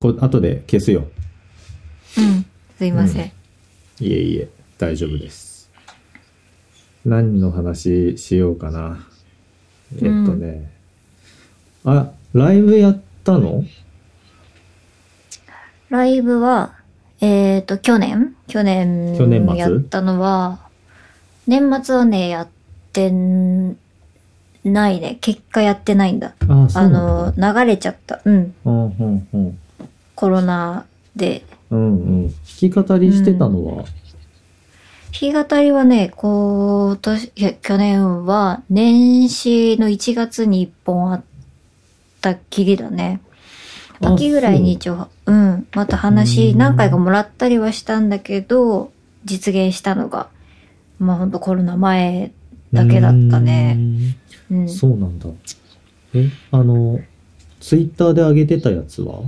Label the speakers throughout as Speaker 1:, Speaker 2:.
Speaker 1: こ後で消すよ。
Speaker 2: うん。すいません。
Speaker 1: いえいえ、大丈夫です。何の話しようかな。えっとね。あ、ライブやったの
Speaker 2: ライブは、えっ、と、去年去年
Speaker 1: 去年末
Speaker 2: やったのは、年末はね、やってんないね。結果やってないんだ。
Speaker 1: あ、そうな
Speaker 2: あの、
Speaker 1: んだ。
Speaker 2: 流れちゃった。うん。
Speaker 1: うんうんうん。
Speaker 2: コロナで。
Speaker 1: うんうん。弾き語りしてたのは、
Speaker 2: 弾き語りはね、今年、いや去年は年始の1月に1本あったっきりだね。
Speaker 1: あ
Speaker 2: 秋ぐらいに一応、うん、また
Speaker 1: う
Speaker 2: 話
Speaker 1: ん
Speaker 2: 何回かもらったりはしたんだけど、実現したのが、まあほんとコロナ前だけだったね。うん
Speaker 1: うーん。そうなんだ。え、あの、ツイッターで上げてたやつは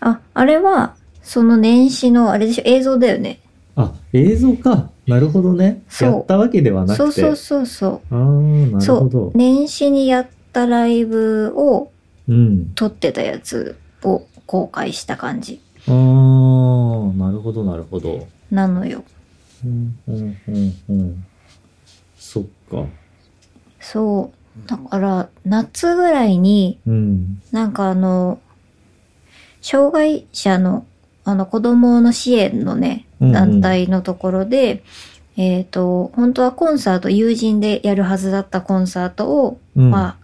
Speaker 2: あ、あれは、その年始の、あれでしょ、映像だよね。
Speaker 1: あ、映像か。なるほどね。
Speaker 2: そう
Speaker 1: やったわけではなくて。
Speaker 2: そうそうそうそ
Speaker 1: ああ、な
Speaker 2: う。
Speaker 1: る
Speaker 2: そ
Speaker 1: ほ
Speaker 2: う
Speaker 1: ど。。
Speaker 2: 年始にやったライブを、
Speaker 1: うん。
Speaker 2: 撮ってたやつを公開した感じ
Speaker 1: ああ、なるほど、なるほど。
Speaker 2: なのよ。
Speaker 1: うん、うん、うん、うん。そっか。
Speaker 2: そう。だから、夏ぐらいに、
Speaker 1: うん。
Speaker 2: なんかあの、障害者の、あの子供の支援の
Speaker 1: うんう
Speaker 2: ね、
Speaker 1: ん
Speaker 2: 団体のところで、えっ、と、本当はコンサート、友人でやるはずだったコンサートを、
Speaker 1: うん
Speaker 2: まあ、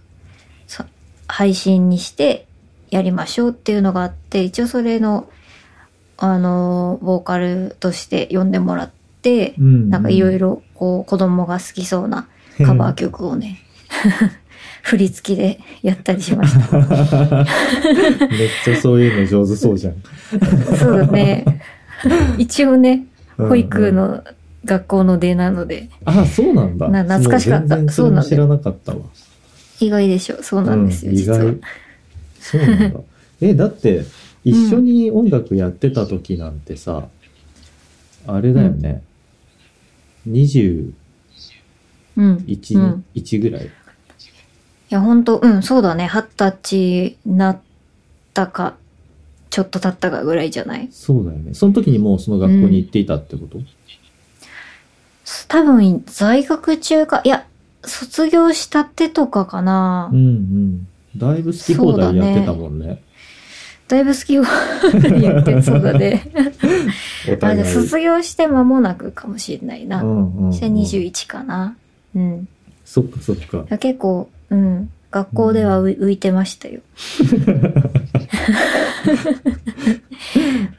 Speaker 2: そ配信にしてやりましょうっていうのがあって、一応それの、あの、ボーカルとして呼んでもらって、
Speaker 1: うん。
Speaker 2: なんかいろいろこう子供が好きそうな
Speaker 1: うん
Speaker 2: カバー曲をね、 振り付きでやったりしました。
Speaker 1: めっちゃそういうの上手そうじゃん。
Speaker 2: そうだね。一応ね、
Speaker 1: うん
Speaker 2: 保育の学校の出なので、
Speaker 1: あ、そうなんだ。
Speaker 2: な懐かしかった
Speaker 1: もう全然それも知らなかったわ。
Speaker 2: 意外でしょ。そうなんですよ、
Speaker 1: うん
Speaker 2: 実は。。
Speaker 1: そうなん だ。え、だって、一緒に音楽やってた時なんてさ、あれだよね。21、
Speaker 2: うん。うん。
Speaker 1: 1ぐらい。
Speaker 2: いや、本当うん、そうだね。二十歳になったか、ちょっと経ったかぐらいじゃない
Speaker 1: そうだよね。その時にもうその学校に行っていたってこと、
Speaker 2: 多分、在学中か、いや、卒業したてとかかな。
Speaker 1: うん、うんだいぶ好き放題やってたもんね。
Speaker 2: だいぶ好きを言ってそうだね。
Speaker 1: お
Speaker 2: あ
Speaker 1: 互
Speaker 2: じゃあ
Speaker 1: い。
Speaker 2: 卒業して間もなくかもしれないな。
Speaker 1: んうんうん
Speaker 2: 2021かな。うん。
Speaker 1: そっかそっか
Speaker 2: い。や結構、うん。学校では浮浮いて ましたよ。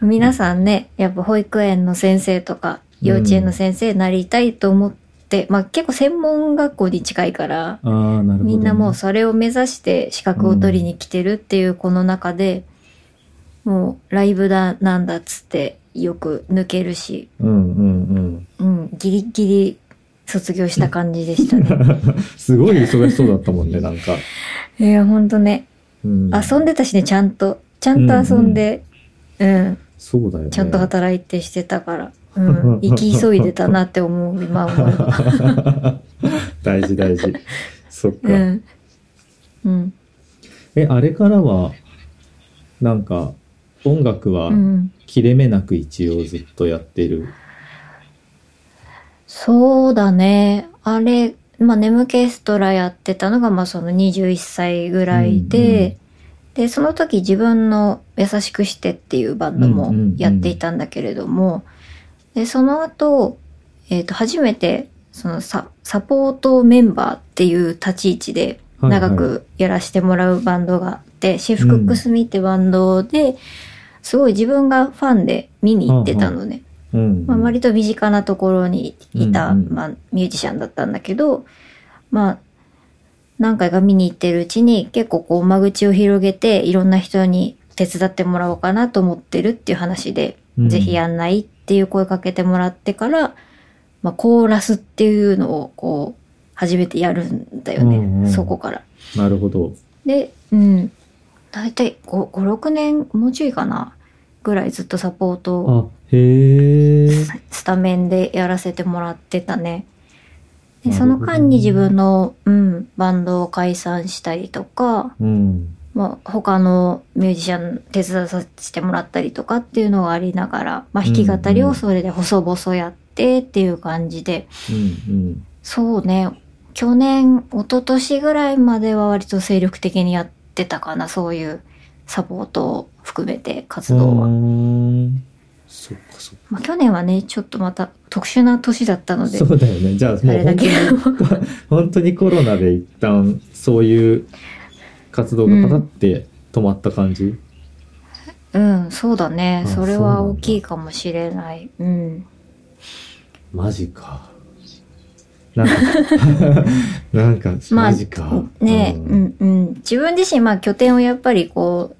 Speaker 2: 皆さんね、やっぱ保育園の先生とか、幼稚園の先生になりたいと思って、まあ結構専門学校に近いから、
Speaker 1: ああ、なるほど、
Speaker 2: みんなもうそれを目指して資格を取りに来てるっていうこの中で、もうライブだなんだっつってよく抜けるし、
Speaker 1: う。うんうんうん。
Speaker 2: うん、ギリギリ卒業した感じでしたね。
Speaker 1: すごい忙しそうだったもんね、なんか。
Speaker 2: いや、ほんとね、
Speaker 1: うん、
Speaker 2: 遊んでたしね、ちゃんと。ちゃんと遊んで、うん、
Speaker 1: そうだよね。
Speaker 2: ちゃんと働いてしてたから、うん、生き急いでたなって思う、今思えば。
Speaker 1: 大事大事。そっか。
Speaker 2: うん。うん。
Speaker 1: え、あれからは、なんか、音楽は
Speaker 2: うん。
Speaker 1: 切れ目なく一応ずっとやってる。
Speaker 2: そうだね。あれ、まあ、眠気ストラやってたのが、まあ、その21歳ぐらいで、で、その時自分の優しくしてっていうバンド
Speaker 1: うんうんう
Speaker 2: も
Speaker 1: ん
Speaker 2: やっていたんだけれども、で、その後、えっ、と、初めて、そのサ、サポートメンバーっていう立ち位置で、
Speaker 1: はいはい
Speaker 2: 長くやらせてもらうバンドがあって、シェフ・クックスミってバンドで、すごい自分がファンで見に行ってたのね。
Speaker 1: うん。
Speaker 2: まあ、割と身近なところにいた、
Speaker 1: うんうん
Speaker 2: まあ、ミュージシャンだったんだけど、まあ、何回か見に行ってるうちに結構こう間口を広げていろんな人に手伝ってもらおうかなと思ってるっていう話で、
Speaker 1: うん
Speaker 2: ぜひやんないっていう声かけてもらってから、まあ、コーラスっていうのをこう初めてやるんだよね、
Speaker 1: うんうん
Speaker 2: そこから。
Speaker 1: なるほど。
Speaker 2: で、うん。だいたい5、6年、もうちょいかな、ぐらいずっとサポートを
Speaker 1: あ、へえ。
Speaker 2: スタメンでやらせてもらってたね。で
Speaker 1: な
Speaker 2: そ
Speaker 1: るほどね
Speaker 2: の間に自分の、うん、バンドを解散したりとか、
Speaker 1: うん。
Speaker 2: まあ、他のミュージシャン手伝わさせてもらったりとかっていうのがありながら、まあ、弾き語りをそれで細々やってっていう感じで、
Speaker 1: うん
Speaker 2: そうね去年一昨年ぐらいまでは割と精力的にやってたかなそういうサポートを含めて活
Speaker 1: う
Speaker 2: 動は。
Speaker 1: ん。うーん。そっかそっ
Speaker 2: まあ、去年はねちょっとまた特殊な年だったの
Speaker 1: か。
Speaker 2: で
Speaker 1: そうだよね。じゃあ
Speaker 2: あ
Speaker 1: もう
Speaker 2: れだ
Speaker 1: 本当
Speaker 2: け
Speaker 1: に
Speaker 2: ど
Speaker 1: 本当にコロナで一旦そういう活動がパタって止まった感じ、
Speaker 2: うんそうだね
Speaker 1: あ
Speaker 2: それ
Speaker 1: そうな
Speaker 2: は
Speaker 1: んだ
Speaker 2: 大きいかもしれないうん
Speaker 1: マジか。なんか、 なんか、
Speaker 2: まあ
Speaker 1: マジか。
Speaker 2: ねうんうん自分自身まあ拠点をやっぱりこう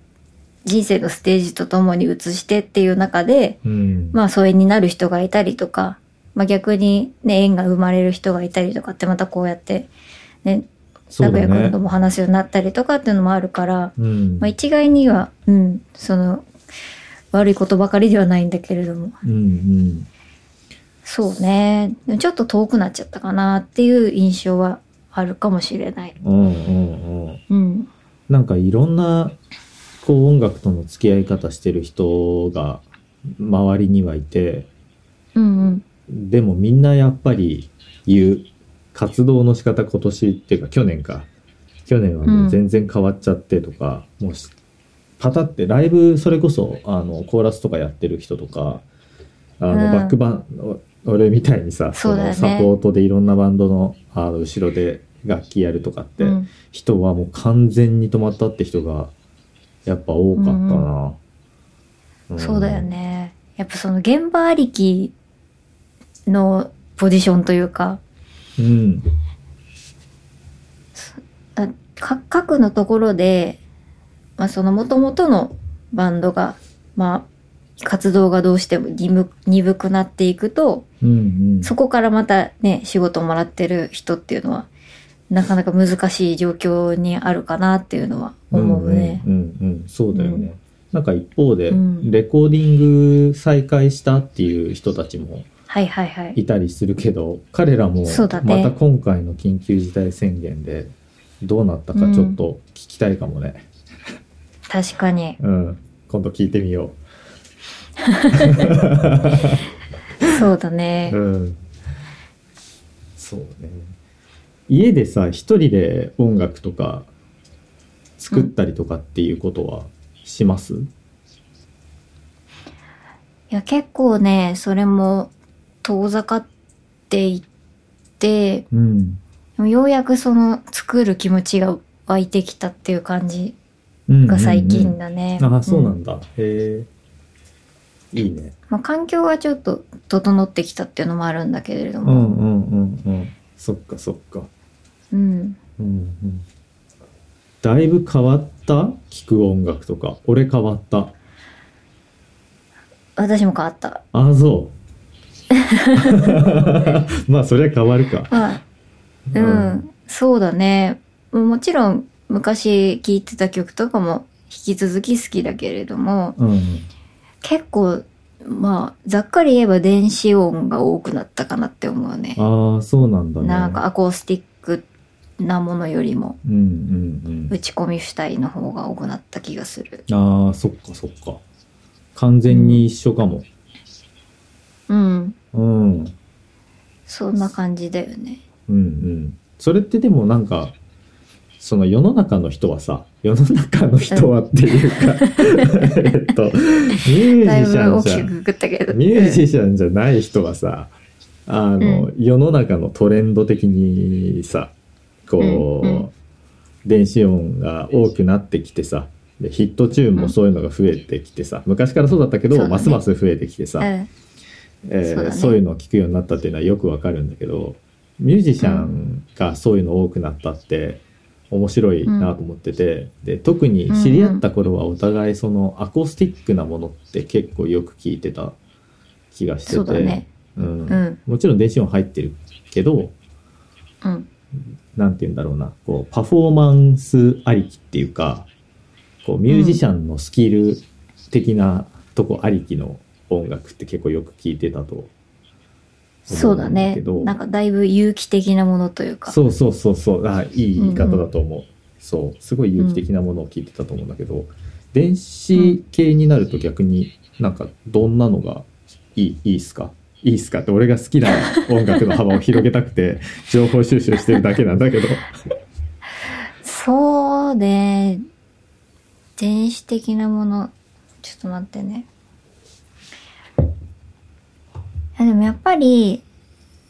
Speaker 2: 人生のステージとともに移してっていう中で
Speaker 1: うん。
Speaker 2: まあ疎遠になる人がいたりとか、まあ、逆にね縁が生まれる人がいたりとかってまたこうやってね
Speaker 1: そ
Speaker 2: 名
Speaker 1: う
Speaker 2: 古
Speaker 1: だ
Speaker 2: 屋君と
Speaker 1: ね。
Speaker 2: も話すようになったりとかっていうのもあるから、
Speaker 1: うん
Speaker 2: まあ、一概には、うん、その、悪いことばかりではないんだけれども。
Speaker 1: うんうん。
Speaker 2: そうね。でもちょっと遠くなっちゃったかなっていう印象はあるかもしれない。
Speaker 1: うんうんうん。
Speaker 2: うん。
Speaker 1: なんかいろんな、こう音楽との付き合い方してる人が周りにはいて、
Speaker 2: うんうん。
Speaker 1: でもみんなやっぱり言う活動の仕方今年っていうか去年か去年はもう全然変わっちゃってとか、もうしパタってライブそれこそあのコーラスとかやってる人とかあの、
Speaker 2: うん
Speaker 1: バックバンお俺みたいにさ
Speaker 2: そうだよね
Speaker 1: のサポートでいろんなバンドのあの後ろで楽器やるとかって、
Speaker 2: うん
Speaker 1: 人はもう完全に止まったって人がやっぱ多かったな、ん
Speaker 2: そうだよね。やっぱその現場ありきのポジションというか、
Speaker 1: うん
Speaker 2: あか各のところで、まあ、その元々のバンドが、まあ、活動がどうしても鈍鈍くなっていくと、
Speaker 1: うんうん
Speaker 2: そこからまたね、仕事もらってる人っていうのは、なかなか難しい状況にあるかなっていうのは思うね。
Speaker 1: うんうんうんうん、そうだよね。
Speaker 2: うん
Speaker 1: なんか一方で、
Speaker 2: うん
Speaker 1: レコーディング再開したっていう人たちも
Speaker 2: はいはいはい。
Speaker 1: いたりするけど、彼らも
Speaker 2: そうだね
Speaker 1: また今回の緊急事態宣言でどうなったかちょっと聞きたいかもね。
Speaker 2: 確かに。
Speaker 1: うん、今度聞いてみよ
Speaker 2: そうだ
Speaker 1: う。
Speaker 2: ね。
Speaker 1: うん、そうね。家でさ、一人で音楽とか作ったりとかっていうことはします、
Speaker 2: いや、結構ね、それも遠ざかっていって、で
Speaker 1: うん、
Speaker 2: もようやくその作る気持ちが湧いてきたっていう感じ
Speaker 1: うんうん
Speaker 2: が最近だね。
Speaker 1: ああそうなんんだ、へえいいね
Speaker 2: まあ、環境がちょっと整ってきたっていうのもあるんだけれど
Speaker 1: う
Speaker 2: も。
Speaker 1: んうんうんうんそっかそっか
Speaker 2: うん。
Speaker 1: うんうんだいぶ変わった聴く音楽とか俺変わった
Speaker 2: 私も変わった。
Speaker 1: ああそうまあそりゃ変わるか
Speaker 2: まあ、う
Speaker 1: うん
Speaker 2: ん、そうだね。もちろん昔聴いてた曲とかも引き続き好きだけれども、
Speaker 1: うん
Speaker 2: 結構、まあ、ざっくり言えば電子音が多くなったかなって思うね。
Speaker 1: ああそうなんだね
Speaker 2: なんかアコースティックなものよりも
Speaker 1: うんうんう
Speaker 2: 打ち込み主体の方が多くなった気がする。
Speaker 1: んああそっかそっか完全に一緒かも
Speaker 2: うん。
Speaker 1: うん、
Speaker 2: そんな感じだよね。
Speaker 1: うんうん、それってでもなんかその世の中の人はさ世の中の人はっていうか、えっとミュ
Speaker 2: だい
Speaker 1: ージシ
Speaker 2: ぶ
Speaker 1: ャン
Speaker 2: 大
Speaker 1: じゃ
Speaker 2: きく
Speaker 1: ん
Speaker 2: くくったけど。
Speaker 1: ミュージシャンじゃない人はさあの、
Speaker 2: う
Speaker 1: 世の中のトレンド的にさこう、
Speaker 2: うんうん
Speaker 1: 電子音が多くなってきてさでヒットチューンもそういうのが増えてきてさ昔からそうだったけど、
Speaker 2: そうだね
Speaker 1: ますます増えてきてさ、
Speaker 2: うん。
Speaker 1: えー
Speaker 2: そうだね
Speaker 1: そういうのを聞くようになったっていうのはよくわかるんだけどミュージシャンがそういうの多くなったって面白いなと思ってて、で特に知り合った頃はお互いそのアコースティックなものって結構よく聞いてた気がしてて
Speaker 2: そうだね。
Speaker 1: うん
Speaker 2: うん
Speaker 1: もちろん電子音入ってるけど
Speaker 2: うん。
Speaker 1: なんて言うんだろうなこうパフォーマンスありきっていうかこうミュージシャンのスキル的なとこありきの音楽って結構よく聞いてたと
Speaker 2: そうだね
Speaker 1: けど。
Speaker 2: なんかだいぶ有機的なものというか。
Speaker 1: そうそうそうそうあいい言い方だと思う、そうすごい有機的なものを聞いてたと思うんだけど、電子系になると逆になんかどんなのがいいいいっすかいいっすかって俺が好きな音楽の幅を広げたく て情報収集してるだけなんだけど
Speaker 2: そうね。電子的なもの。ちょっと待ってね。いやでもやっぱり、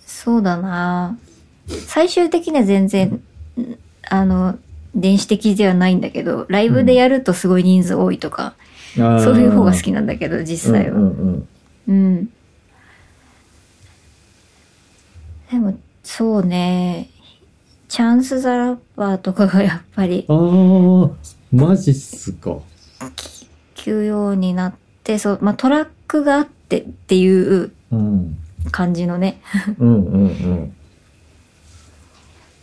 Speaker 2: そうだな。最終的には全然、んあの、電子的ではないんだけど、ライブでやるとすごい人数多いとか、そういう方が好きなんだけど、実際は。
Speaker 1: うんうんうん
Speaker 2: うん。でも、そうね。チャンスザラッパーとかがやっぱり
Speaker 1: あーマジっすか。
Speaker 2: 聞くようになって、そう、まあトラックがあってっていう
Speaker 1: うん。
Speaker 2: 感じのね。
Speaker 1: うんうんうん。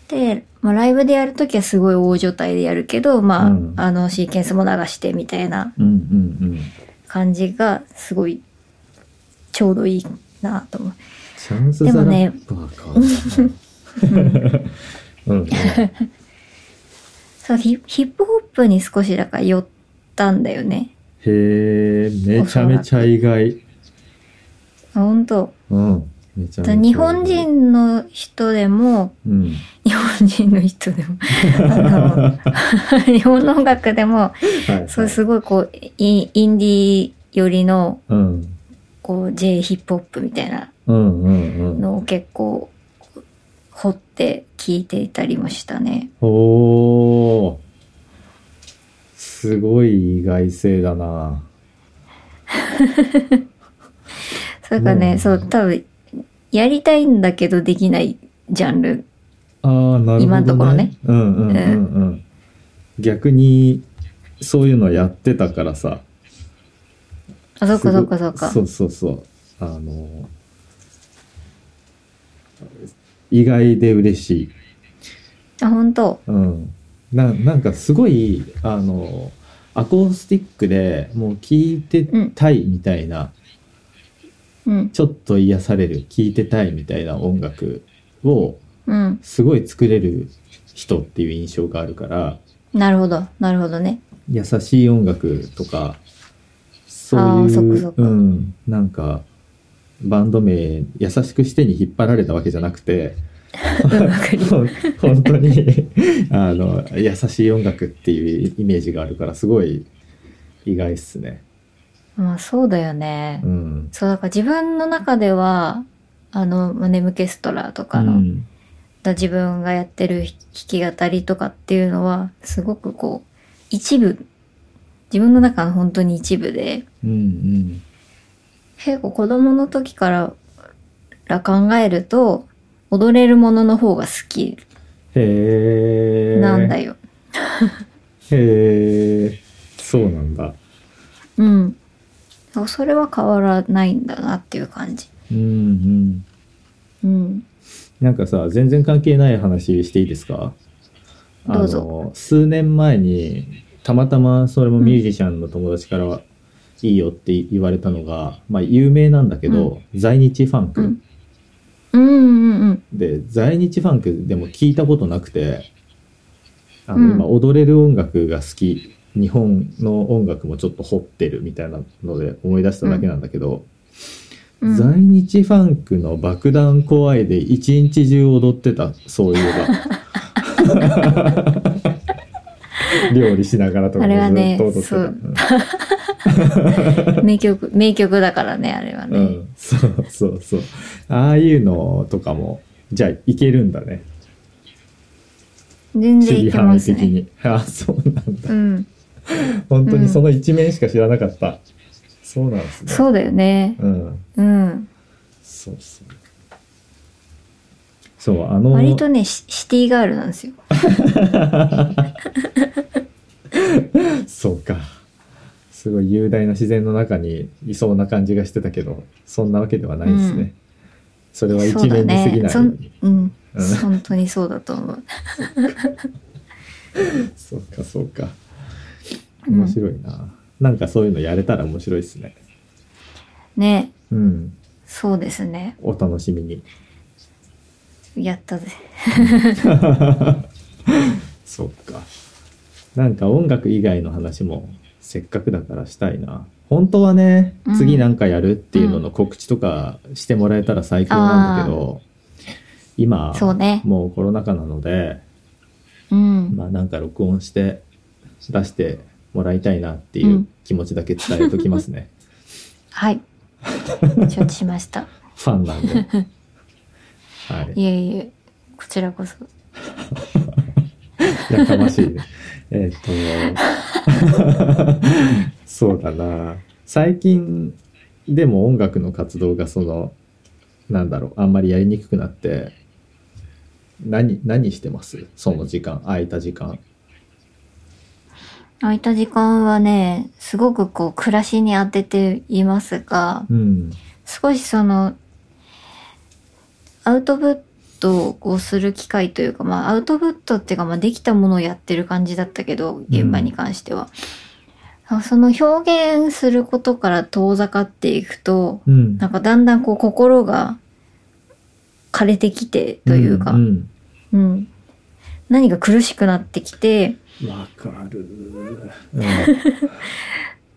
Speaker 2: で、まあライブでやるときはすごい大所帯でやるけど、まあ、
Speaker 1: うん
Speaker 2: あの、シーケンスも流してみたいな
Speaker 1: うんうんうん。
Speaker 2: 感じがすごいちょうどいいなと思う。
Speaker 1: チャンスザラッパーか。 うんうん。
Speaker 2: そう、ヒヒップホップに少しだから寄ったんだよね。
Speaker 1: へえ、めちゃめちゃ意外。
Speaker 2: あ本当
Speaker 1: うん。めちゃめちゃ意外
Speaker 2: 日本。人の人でも、
Speaker 1: うん。
Speaker 2: 日本人の人で も、あの日本の音楽でも、
Speaker 1: はいはい
Speaker 2: そうすごいこう、インインディー寄りの、
Speaker 1: うん。
Speaker 2: こう、J ヒップホップみたいな
Speaker 1: うんうんうん。
Speaker 2: のを結構、掘って聞いていたりもしたね。
Speaker 1: おー。すごい意外性だな。
Speaker 2: それからね、
Speaker 1: うん
Speaker 2: そう、多分、やりたいんだけどできないジャンル。
Speaker 1: ああ、なるほど、ね。
Speaker 2: 今のところね。
Speaker 1: うんうんうんうん。逆に、そういうのやってたからさ。
Speaker 2: あ、そっかそっかそっか。
Speaker 1: そうそうそう。あの、意外で嬉しい。
Speaker 2: あ、本当
Speaker 1: うん。ななんかすごい、あの、アコースティックでもう聞いてたいみたいな、
Speaker 2: うん。
Speaker 1: ちょっと癒される、聞いてたいみたいな音楽を
Speaker 2: うん。
Speaker 1: すごい作れる人っていう印象があるから、
Speaker 2: なるほど。なるほどね。
Speaker 1: 優しい音楽とかそう
Speaker 2: あー
Speaker 1: い
Speaker 2: そっかそうっか
Speaker 1: うん、なんかバンド名「優しくして」に引っ張られたわけじゃなくて
Speaker 2: うん、わかる。
Speaker 1: ほん本当に あの優しい音楽っていうイメージがあるからすごい意外っすね。
Speaker 2: まあそうだよね。
Speaker 1: うん
Speaker 2: そう、だから自分の中では、あの、まあ、眠気ストラとかの、
Speaker 1: うん
Speaker 2: だ自分がやってる弾き語りとかっていうのは、すごくこう、一部、自分の中の本当に一部で、
Speaker 1: うんうん
Speaker 2: 結構子供の時からら考えると、踊れるものの方が好き
Speaker 1: へえ
Speaker 2: なんだよ。
Speaker 1: へえそうなんだ。
Speaker 2: うん。そうそれは変わらないんだなっていう感じ。
Speaker 1: うんうん、
Speaker 2: うん。
Speaker 1: なんかさ全然関係ない話していいですか
Speaker 2: どうぞ
Speaker 1: あの数年前にたまたまそれもミュージシャンの友達からは、いいよって言われたのが、まあ、有名なんだけど、在日ファン
Speaker 2: う
Speaker 1: ク
Speaker 2: ん、うんうんうん。
Speaker 1: で在日ファンクでも聞いたことなくてあの、
Speaker 2: うん
Speaker 1: 今踊れる音楽が好き日本の音楽もちょっと掘ってるみたいなので思い出しただけなんだけど、
Speaker 2: うん
Speaker 1: 在日ファンクの爆弾怖いで一日中踊ってたそういえ ば料理しながらとか
Speaker 2: あ
Speaker 1: も
Speaker 2: れは
Speaker 1: ず
Speaker 2: ね
Speaker 1: っと踊ってた、
Speaker 2: そう名曲、名曲だからね、あれは
Speaker 1: う
Speaker 2: ね。
Speaker 1: ん、うんそうそうそうああいうのとかもじゃあいけるんだね
Speaker 2: 全然
Speaker 1: 守
Speaker 2: いけ
Speaker 1: 備範
Speaker 2: ま
Speaker 1: 囲
Speaker 2: す
Speaker 1: 的
Speaker 2: ね。
Speaker 1: に、あそうなんだ
Speaker 2: うん。
Speaker 1: 本当にその一面しか知らなかった、そうなんですね
Speaker 2: そうだよね。
Speaker 1: うん
Speaker 2: うん。
Speaker 1: そうそうそうあの
Speaker 2: 割とね、シシティガールなんですよ。
Speaker 1: そうか。すごい雄大な自然の中にいそうな感じがしてたけど、そんなわけではないですね。
Speaker 2: うん
Speaker 1: それは一
Speaker 2: そうだ
Speaker 1: 面に過ぎ
Speaker 2: ね。
Speaker 1: ない。
Speaker 2: そんうん
Speaker 1: うん。
Speaker 2: 本当にそうだと思う。
Speaker 1: そうか、そうか。
Speaker 2: うん
Speaker 1: 面白いな。なんかそういうのやれたら面白いですね。
Speaker 2: ね。
Speaker 1: うん。
Speaker 2: そうですね。
Speaker 1: お楽しみに。
Speaker 2: やったぜ。
Speaker 1: そうか。なんか音楽以外の話もせっかくだからしたいな。本当はね
Speaker 2: う、ん
Speaker 1: 次なんかやるっていうのの告知とかしてもらえたら最高なんだけど、今、
Speaker 2: そうね。
Speaker 1: もうコロナ禍なので、
Speaker 2: うん。
Speaker 1: まあなんか録音して出してもらいたいなっていう気持ちだけ伝えときます ね。
Speaker 2: はい。承知しま した。
Speaker 1: ファンなんで。はい。
Speaker 2: いえいえ、こちらこそ。
Speaker 1: やかましいね。 えーっと、そうだな。最近でも音楽の活動がその、なんだろう、あんまりやりにくくなって、何、何してますその時間、空いた時間。
Speaker 2: 空いた時間はね、すごくこう、暮らしに当てていますが、
Speaker 1: うん。
Speaker 2: 少しその、アウトプットをこうする機会というか、まあ、アウトプットっていうか、まあ、できたものをやってる感じだったけど、現場に関しては。その表現することから遠ざかっていくと、
Speaker 1: うん。
Speaker 2: なんかだんだんこう心が枯れてきてというか、う
Speaker 1: うんん
Speaker 2: 何か苦しくなってきて、
Speaker 1: うんわ、かる。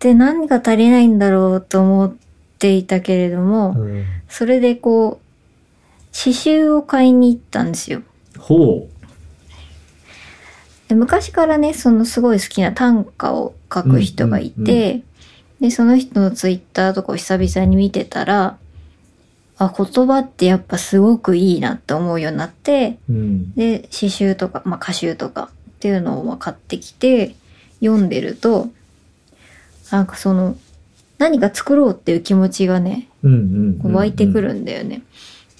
Speaker 2: で何が足りないんだろうと思っていたけれども、
Speaker 1: うん。うん
Speaker 2: それでこう、刺繍を買いに行ったんですよ。
Speaker 1: ほ
Speaker 2: で昔からね、そのすごい好きな短歌を書く人がいて、
Speaker 1: うんうん
Speaker 2: で、その人のツイッターとかを久々に見てたら、あ、言葉ってやっぱすごくいいなって思うようになって、
Speaker 1: う。うん。
Speaker 2: で詩集とか、まあ、歌集とかっていうのをまあ買ってきて読んでるとなんかその何か作ろうっていう気持ちがね
Speaker 1: うんうん、
Speaker 2: こ
Speaker 1: うん。
Speaker 2: う湧いてくるんだよね。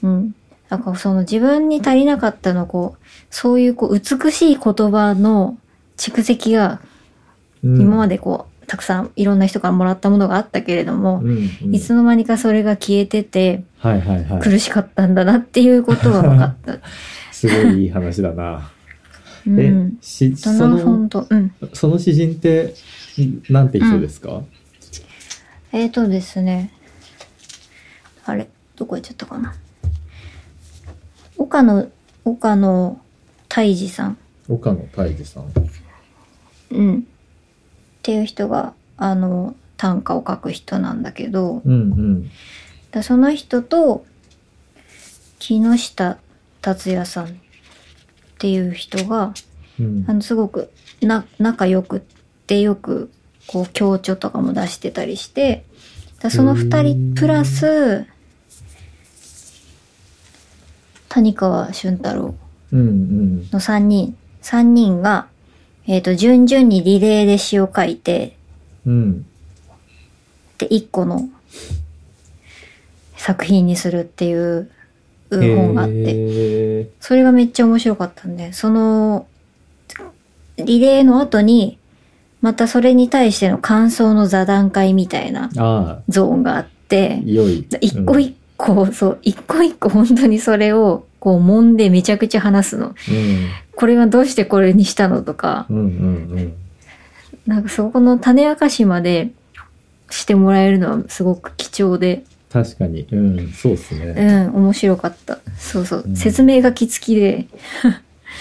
Speaker 2: うん、なんかその自分に足りなかったのこうそういうこう美しい言葉の蓄積が
Speaker 1: うん。
Speaker 2: 今ま
Speaker 1: で、
Speaker 2: でこう、たくさんいろんな人からもらったものがあったけれども、
Speaker 1: うんうん
Speaker 2: いつの間にかそれが消えてて
Speaker 1: はいはいはい。
Speaker 2: 苦しかったんだなっていうことが分 かった。
Speaker 1: すごいいい話だな。
Speaker 2: うん、
Speaker 1: え、し、
Speaker 2: だ
Speaker 1: そ
Speaker 2: な本
Speaker 1: の、
Speaker 2: 当うん。
Speaker 1: その詩人って、んなんて人ですか、
Speaker 2: えーとですね。あれどこ行っちゃったかな。岡野、岡野泰治さん。
Speaker 1: 岡野泰治さん。
Speaker 2: うん。っていう人が、あの、短歌を書く人なんだけど、
Speaker 1: うんうん。
Speaker 2: だその人と、木下達也さんっていう人が、
Speaker 1: うん
Speaker 2: あの、すごく、な、仲良くってよく、こう、強調とかも出してたりして、だその二人プラス、谷川俊太郎
Speaker 1: うんうん。
Speaker 2: の三人、三人が、えっ、と、順々にリレーで詩を書いて、
Speaker 1: うん。
Speaker 2: で、一個の作品にするっていうう
Speaker 1: へー
Speaker 2: 本があって、それがめっちゃ面白かったんで、その、リレーの後に、またそれに対しての感想の座談会みたいな
Speaker 1: ああ、
Speaker 2: ゾーンがあって、
Speaker 1: 良い。
Speaker 2: 一個一個、そう、一個一個本当にそれを、こう、揉んでめちゃくちゃ話すの。これはどうしてこれにしたのとか、
Speaker 1: うんうんうんうん。
Speaker 2: なんかそこの種明かしまでしてもらえるのはすごく貴重で、
Speaker 1: 確かに。うん、そうっす
Speaker 2: う
Speaker 1: ね。
Speaker 2: ん、面白かった。そうそう
Speaker 1: う。ん
Speaker 2: 説明がきつきで、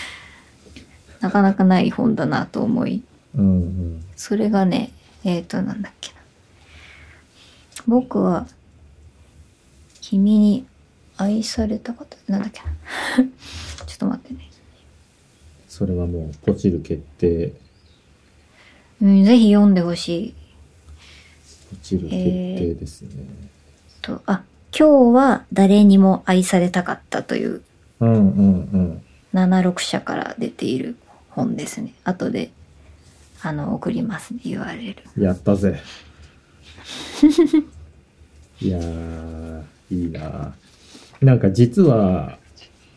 Speaker 2: なかなかない本だなと思い、
Speaker 1: うんうん。
Speaker 2: それがね、えっ、と、なんだっけな。僕は、君に愛されたかった。なんだっけな。 ちょっと待ってね。
Speaker 1: それはもう、ポチる決定。
Speaker 2: うん、ぜひ読んでほしい。
Speaker 1: ポチる決定ですね。
Speaker 2: と、あ、今日は誰にも愛されたかったという、
Speaker 1: うんうん
Speaker 2: 76社から出ている本ですね。後で、あの、送りますね。URL。
Speaker 1: うん。やったぜ。 いやー、いいななんか実は、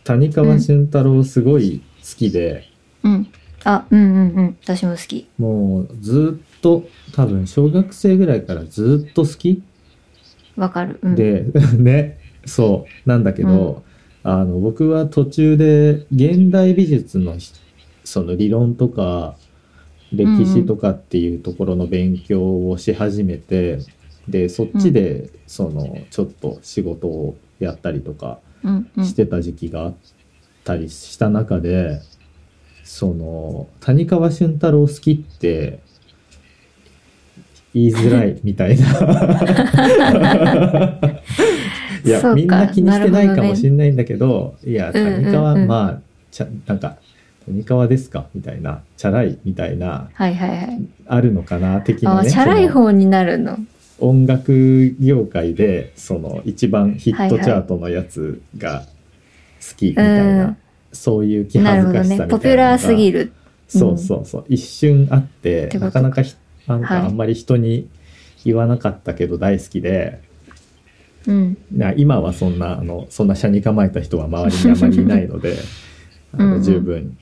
Speaker 1: 谷川俊太郎すごい好きで、
Speaker 2: うん。あ、うんうんうん。私も好き。
Speaker 1: もうずっと多分小学生ぐらいからずっと好き、
Speaker 2: わかる。うん。
Speaker 1: で ねそうなんだけど、あの僕は途中で現代美術のひその理論とか歴史とかっていうところの勉強をし始めて、でそっちでそのちょっと仕事をやったりとか
Speaker 2: うんうん
Speaker 1: し。てた時期があったりした中で、その谷川俊太郎好きって言いづらいみ たいない
Speaker 2: そ
Speaker 1: や
Speaker 2: うか
Speaker 1: みんな気にしてない
Speaker 2: なるほ
Speaker 1: か
Speaker 2: どね
Speaker 1: もしれないんだけどいや
Speaker 2: うんうんうん
Speaker 1: 谷川、まあちゃなんか谷川ですかみたいなチャラいみたいな
Speaker 2: はいはいはい。
Speaker 1: あるのかな的
Speaker 2: あ
Speaker 1: な
Speaker 2: あ、
Speaker 1: ね
Speaker 2: チャラい
Speaker 1: その
Speaker 2: 方になるの。
Speaker 1: 音楽業界でその一番ヒットチャートのやつが好きみたいな、
Speaker 2: うん
Speaker 1: そういう気
Speaker 2: な
Speaker 1: 恥ず
Speaker 2: るほど
Speaker 1: かしさみたいな
Speaker 2: ね。
Speaker 1: のが
Speaker 2: ポピュラーすぎる。
Speaker 1: そうそうそう、一瞬あって
Speaker 2: てこ
Speaker 1: な
Speaker 2: とか
Speaker 1: かなかひなん
Speaker 2: はい
Speaker 1: かあんまり人に言わなかったけど大好きで、
Speaker 2: うん。
Speaker 1: な今はそんなあのそんな車に構えた人は周りにあまりいないのであ
Speaker 2: うんう
Speaker 1: の
Speaker 2: ん
Speaker 1: 十分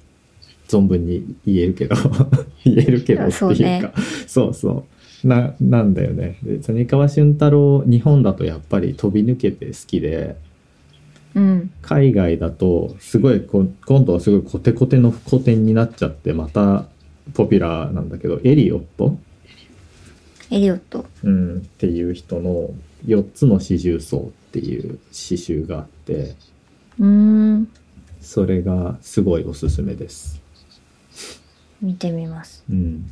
Speaker 1: 存分に言えるけど 言えるけどって
Speaker 2: そう
Speaker 1: いう
Speaker 2: ね
Speaker 1: かそう,、そうななんだよね。で谷川俊太郎日本だとやっぱり飛び抜けて好きで
Speaker 2: うん。
Speaker 1: 海外だとすごいこ今度はすごいコテコテの古典になっちゃってまたポピュラーなんだけどエリオット、
Speaker 2: エリオット。
Speaker 1: うん、っていう人の4つの四重奏っていう詩集があって。
Speaker 2: うーん。
Speaker 1: それがすごいおすすめです。
Speaker 2: 見てみます。
Speaker 1: うん。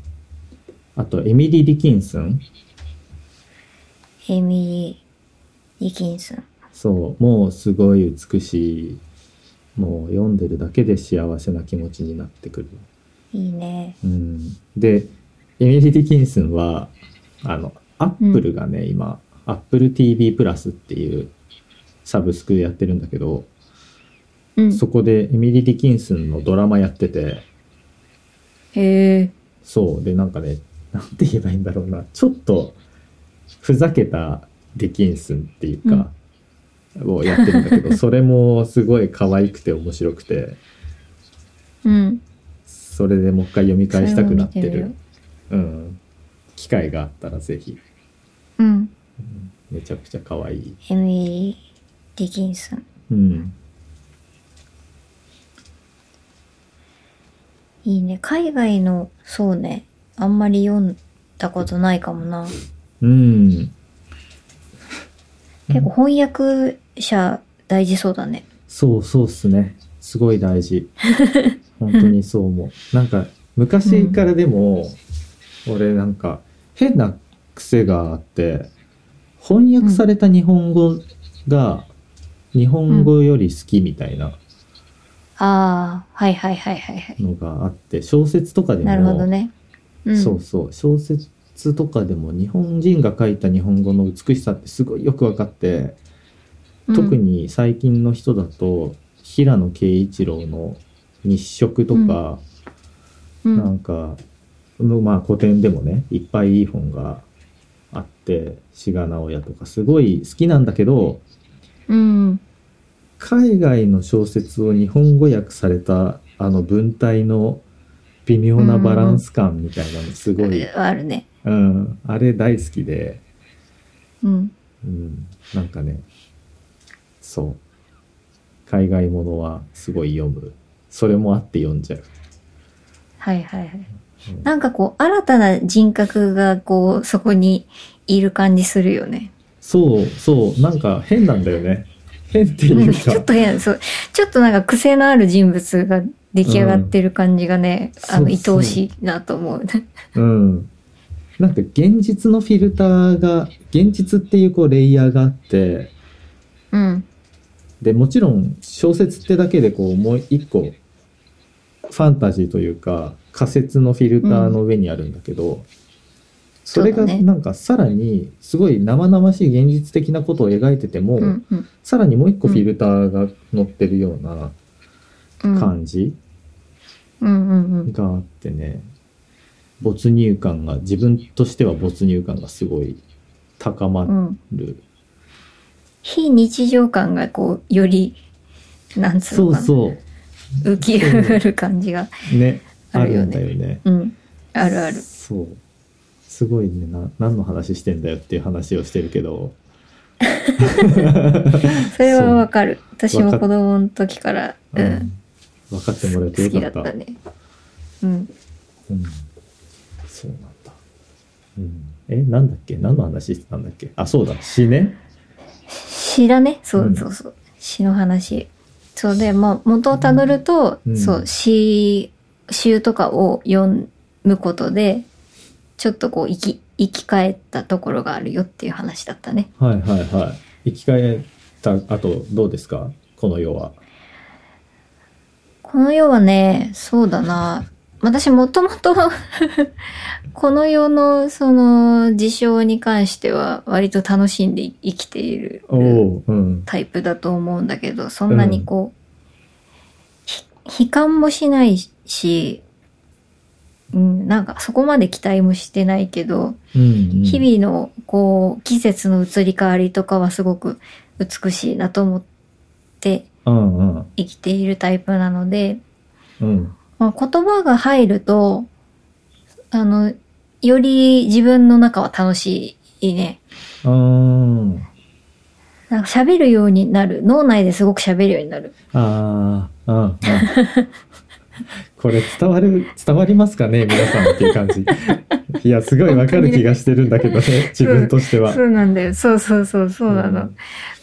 Speaker 1: あと、エミリー・ディキンソン。
Speaker 2: エミリー・ディキンスン。
Speaker 1: そう、もうすごい美しい。もう読んでるだけで幸せな気持ちになってくる。
Speaker 2: いいね。
Speaker 1: うん。で、エミリー・ディキンソンは、あの、アップルがね、今、アップル TV プラスっていうサブスクやってるんだけど、
Speaker 2: うん。
Speaker 1: そこでエミリー・ディキンソンのドラマやってて、
Speaker 2: へえ。
Speaker 1: そう。で、なんかね、なんて言えばいいんだろうな。ちょっと、ふざけたデキンスンっていうか、をやってるんだけ ど、それもすごい可愛くて面白くて、
Speaker 2: うん。
Speaker 1: それでもう一回読み返したくなって
Speaker 2: それを見
Speaker 1: る
Speaker 2: て。
Speaker 1: うん。機会があったらぜひ。
Speaker 2: みよううん。
Speaker 1: めちゃくちゃ可愛い。
Speaker 2: エミリー・ディキンスン。
Speaker 1: うん。
Speaker 2: いいね。海外の、そうね。あんまり読んだことないかもな。
Speaker 1: うん。
Speaker 2: 結構翻訳者大事そうだね。
Speaker 1: そうそうっすね。すごい大 事。本当にそう思う。なんか、昔からでも、俺なんか、変な癖があって、翻訳された日本語が、日本語より好きみたいな
Speaker 2: ああ、はいはいはいはいはい。
Speaker 1: のがあって、小説とかでも、
Speaker 2: なるほどね。うん。
Speaker 1: そうそう、小説とかでも日本人が書いた日本語の美しさってすごいよくわかって、
Speaker 2: うん
Speaker 1: 特。に最近の人だと平野啓一郎の日食とか、
Speaker 2: うん
Speaker 1: なんかの、まあ、古典でもねいっぱいいい本があって志賀直哉とかすごい好きなんだけど
Speaker 2: うん。
Speaker 1: 海外の小説を日本語訳されたあの文体の微妙なバランス感みたいなのすごい、
Speaker 2: あるね。
Speaker 1: うん、あれ大好きで。
Speaker 2: うん。
Speaker 1: うん、なんかねそう海外ものはすごい読むそれもあって読んじゃう
Speaker 2: はいはいはい
Speaker 1: うん。
Speaker 2: なんかこう、新たな人格がこう、そこにいる感じするよね。
Speaker 1: そうそうなんか変なんだよね変って
Speaker 2: う
Speaker 1: い
Speaker 2: ん
Speaker 1: う
Speaker 2: ちょっ
Speaker 1: か
Speaker 2: と変、そう。ちょっとなんか癖のある人物が出来上がってる感じがね、
Speaker 1: うん
Speaker 2: あの、
Speaker 1: そう
Speaker 2: 愛
Speaker 1: そう
Speaker 2: おしいなと思う。
Speaker 1: うんなんか現実のフィルターが現実っていうこうレイヤーがあって
Speaker 2: うん。
Speaker 1: でもちろん小説ってだけでこうもう一個ファンタジーというか仮説のフィルターの上にあるんだけど、それ
Speaker 2: そ
Speaker 1: が
Speaker 2: うだね
Speaker 1: なんかさらにすごい生々しい現実的なことを描いてても、
Speaker 2: うん。うん。
Speaker 1: さらにもう一個フィルターが乗ってるような
Speaker 2: うん。うん
Speaker 1: 感じ
Speaker 2: うんうん。
Speaker 1: があってね、没入感が自分としては没入感がすごい高ま
Speaker 2: うん。
Speaker 1: る。
Speaker 2: 非日常感がこう、より、なんつう
Speaker 1: そ
Speaker 2: の
Speaker 1: う
Speaker 2: かな。
Speaker 1: そ
Speaker 2: 浮き上がる感じが。
Speaker 1: うね
Speaker 2: あ
Speaker 1: あ
Speaker 2: る
Speaker 1: る
Speaker 2: よ
Speaker 1: ん
Speaker 2: ね
Speaker 1: だよね。
Speaker 2: うん。あるある。
Speaker 1: そうすごいねな何の話してんだよっていう話をしてるけど
Speaker 2: それはわかる。私も
Speaker 1: わかっ
Speaker 2: 子供の時から、うん。
Speaker 1: 分かってもらえて
Speaker 2: 好き
Speaker 1: よかっ
Speaker 2: だったたね。うん。
Speaker 1: うん、そうなんだ、うん、えなんだっけ何の話してたんだっけあそうだ死ね
Speaker 2: 詩だね。そううんそうそう。詩の話。そうで、まあ、元をたどると、
Speaker 1: うん
Speaker 2: そう、詩集とかを読むことで、ちょっとこう、生き、生き返ったところがあるよっていう話だったね。
Speaker 1: はいはいはい。生き返った後どうですかこの世は。
Speaker 2: この世はね、そうだな。私もともと、 この世のその事象に関しては割と楽しんで生きている
Speaker 1: おおう、うん。
Speaker 2: タイプだと思うんだけど、そんなにこう、ひ悲観もしないし、うん、なんかそこまで期待もしてないけど、
Speaker 1: うん、うん。
Speaker 2: 日々のこう季節の移り変わりとかはすごく美しいなと思って
Speaker 1: うんうん。
Speaker 2: 生きているタイプなので、
Speaker 1: うん。
Speaker 2: まあ言葉が入ると、あの、より自分の中は楽しいね。
Speaker 1: あー
Speaker 2: なんか喋るようになる。脳内ですごく喋るようになる。
Speaker 1: あー、うんうん。これ伝わる、伝わりますかね皆さんっていう感 じ。いや、すごいわかる気がしてるんだけどね、自分としては。
Speaker 2: うなんだよ。そうそうそう、そ
Speaker 1: うん。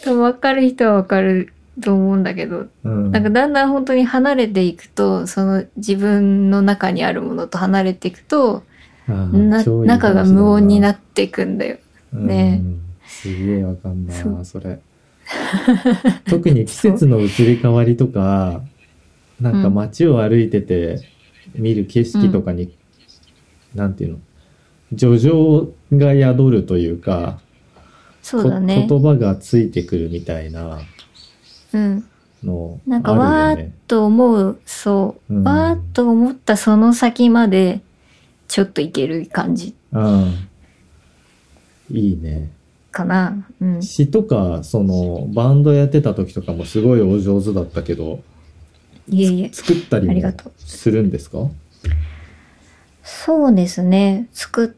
Speaker 2: 多分分かる人は分かると思うんだけど、
Speaker 1: うん。
Speaker 2: なんかだんだん本当に離れていくと、その自分の中にあるものと離れていくと、
Speaker 1: あー
Speaker 2: な
Speaker 1: 超いい話
Speaker 2: 中
Speaker 1: だ
Speaker 2: が無音になっていくんだよ。ね
Speaker 1: うんすげえわかんない
Speaker 2: そ
Speaker 1: なそれ特に季節の移り変わりとかなんか街を歩いてて見る景色とかに、なんていうの叙情が宿るというか
Speaker 2: そうだね。
Speaker 1: こ言葉がついてくるみたいな
Speaker 2: うん。
Speaker 1: の
Speaker 2: なんか
Speaker 1: あ
Speaker 2: わ
Speaker 1: るよ
Speaker 2: ーっ
Speaker 1: ね。
Speaker 2: と思う、そう、
Speaker 1: うん
Speaker 2: わーっと思ったその先までちょっといける感じ
Speaker 1: うんいいね
Speaker 2: かな。うん。
Speaker 1: 詩とかそのバンドやってた時とかもすごいお上手だったけど
Speaker 2: いえいえ。
Speaker 1: 作ったり
Speaker 2: ありが
Speaker 1: も
Speaker 2: とう
Speaker 1: するんですか
Speaker 2: そうですね。作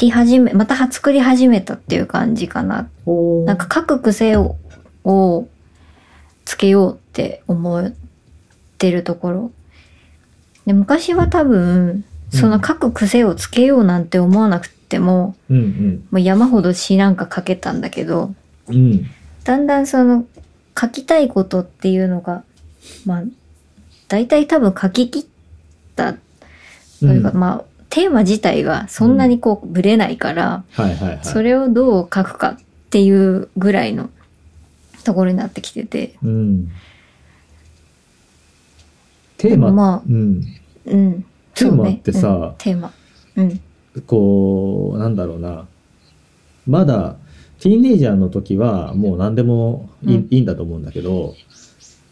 Speaker 2: り始め、または作り始めたっていう感じかな。
Speaker 1: おー
Speaker 2: なんか書く癖を、をつけようって思ってるところ。で昔は多分、その書く癖をつけようなんて思わなくても、
Speaker 1: うん
Speaker 2: もう山ほど詩なんか書けたんだけど、
Speaker 1: うんうん
Speaker 2: だんだんその書きたいことっていうのが、まあ、大体多分書き切ったというか、
Speaker 1: うん
Speaker 2: まあ、テーマ自体がそんなにこうぶれないから、
Speaker 1: はいはいはい
Speaker 2: それをどう書くかっていうぐらいのところになってきてて、
Speaker 1: うんテーマ、
Speaker 2: でもまあ
Speaker 1: うん、
Speaker 2: うん。
Speaker 1: テー
Speaker 2: そう
Speaker 1: マ
Speaker 2: ね
Speaker 1: ってさ
Speaker 2: うんテーマ。うん。
Speaker 1: こうなんだろうなまだティーンエイジャーの時はもう何でもいい,、
Speaker 2: うん
Speaker 1: いいんだと思うんだけど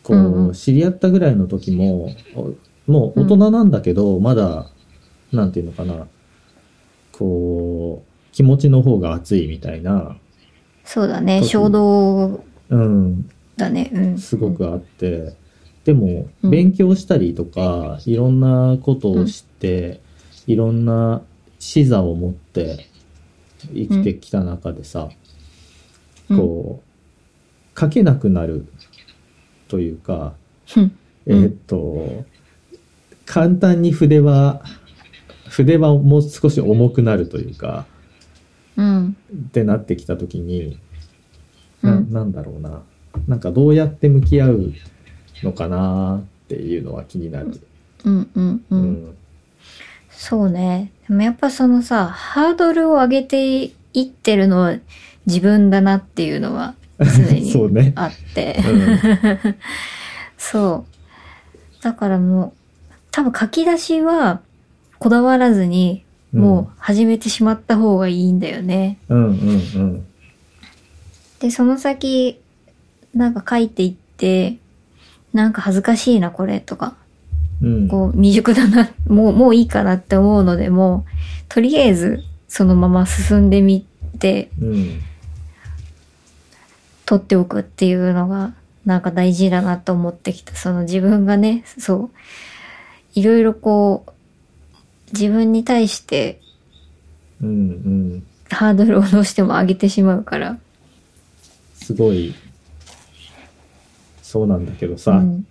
Speaker 1: こう、
Speaker 2: うんうん
Speaker 1: 知り合ったぐらいの時もおもう大人なんだけど、まだなんていうのかなこう気持ちの方が熱いみたいな、
Speaker 2: そうだね。
Speaker 1: 特に
Speaker 2: 衝動
Speaker 1: うん、
Speaker 2: だね。うん。
Speaker 1: すごくあって、でも
Speaker 2: うん
Speaker 1: 勉強したりとか、いろんなことを知って、いろんな視座を持って生きてきた中でさ、
Speaker 2: うん、
Speaker 1: こう書けなくなるというか、
Speaker 2: うん。うん
Speaker 1: えーっと簡単に筆は筆はもう少し重くなるというか
Speaker 2: うん。
Speaker 1: ってなってきた時に
Speaker 2: う
Speaker 1: な、
Speaker 2: ん
Speaker 1: なんだろうな。なんかどうやって向き合うのかなっていうのは気になる。
Speaker 2: うん。うん。
Speaker 1: う
Speaker 2: うん。
Speaker 1: ん。
Speaker 2: そうね。でもやっぱそのさ、ハードルを上げていってるのは自分だなっていうのは常
Speaker 1: そう
Speaker 2: に
Speaker 1: ね。
Speaker 2: あって。
Speaker 1: うん。
Speaker 2: そう。だからもう、多分書き出しはこだわらずに、もう始めてしまった方がいいんだよね。
Speaker 1: うんうんうん
Speaker 2: で、その先、なんか書いていって、なんか恥ずかしいなこれとか、
Speaker 1: うん。
Speaker 2: こう未熟だな、もう、 もういいかなって思うのでもう、とりあえずそのまま進んでみて、
Speaker 1: うん。
Speaker 2: 取っておくっていうのがなんか大事だなと思ってきたその自分がねそういろいろこう自分に対して
Speaker 1: うんうん。
Speaker 2: ハードルをどうしても上げてしまうから、
Speaker 1: すごい。そうなんだけどさ。
Speaker 2: うん、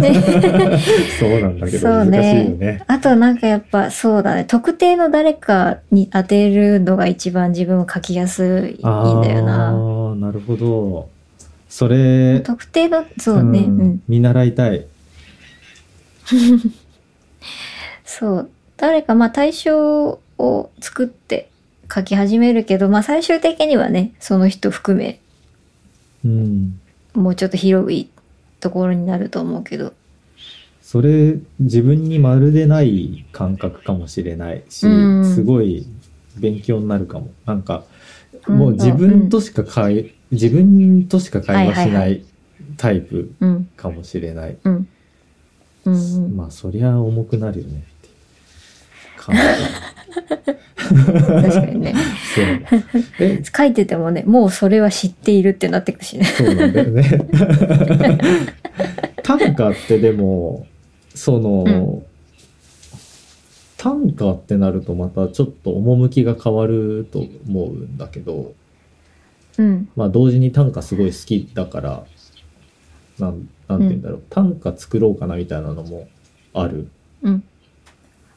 Speaker 2: ね
Speaker 1: そうなんだけど
Speaker 2: そう
Speaker 1: 難しいよ
Speaker 2: ね
Speaker 1: ね。
Speaker 2: あとなんかやっぱそうだね特定の誰かに当てるのが一番自分を書きやすいんだ
Speaker 1: あ
Speaker 2: よな
Speaker 1: あ、なるほど。それ、
Speaker 2: 特定のそうねうんん、
Speaker 1: 見習いたい。
Speaker 2: そう。誰か、まあ対象を作って書き始めるけど、まあ最終的にはね、その人含め、
Speaker 1: うん。
Speaker 2: もうちょっと広いところになると思うけど。
Speaker 1: それ自分にまるでない感覚かもしれないし、
Speaker 2: うん
Speaker 1: すごい勉強になるかもなんか
Speaker 2: うん
Speaker 1: もう自分としか会、自分としか会話し
Speaker 2: はいは
Speaker 1: ない
Speaker 2: はい
Speaker 1: タイプ
Speaker 2: うん、
Speaker 1: かもしれない、
Speaker 2: うん。うん、うん。
Speaker 1: まあそりゃ重くなるよねっていう 感じ
Speaker 2: 確かにね。
Speaker 1: そうえ
Speaker 2: 書いててもね、もうそれは知っているってなってくるしね。
Speaker 1: そうなんだよね 短歌ってでもその、
Speaker 2: うん
Speaker 1: 短歌ってなるとまたちょっと趣が変わると思うんだけど
Speaker 2: うん。
Speaker 1: まあ同時に短歌すごい好きだからなんなんて言うんだろう、短歌作ろうかなみたいなのもある
Speaker 2: うん。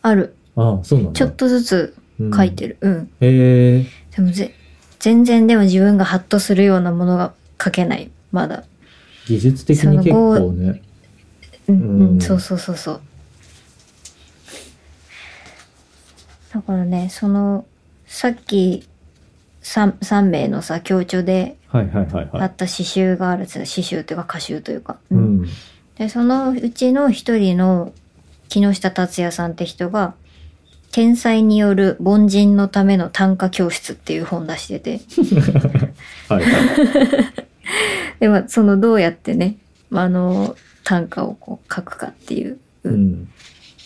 Speaker 2: ある。
Speaker 1: ああそうなんだ
Speaker 2: ちょっとずつ書いて
Speaker 1: る、
Speaker 2: る。うん。
Speaker 1: うんへえ
Speaker 2: でもぜ、全然でも自分がハッとするようなものが書けない。まだ。
Speaker 1: 技術的に結構ね
Speaker 2: うん、う、
Speaker 1: うんん
Speaker 2: そうそうそうそう。だからね、その、さっき3、三名のさ、協調で
Speaker 1: はいはいはい
Speaker 2: あ
Speaker 1: はい
Speaker 2: った刺繍がある刺繍というか歌集というか。
Speaker 1: う
Speaker 2: うん
Speaker 1: ん
Speaker 2: で、そのうちの一人の木下達也さんって人が、天才による凡人のための短歌教室っていう本出してて、
Speaker 1: はいはい
Speaker 2: でもそのどうやってね、まあ、あの、短歌をこう書くかって いう
Speaker 1: うん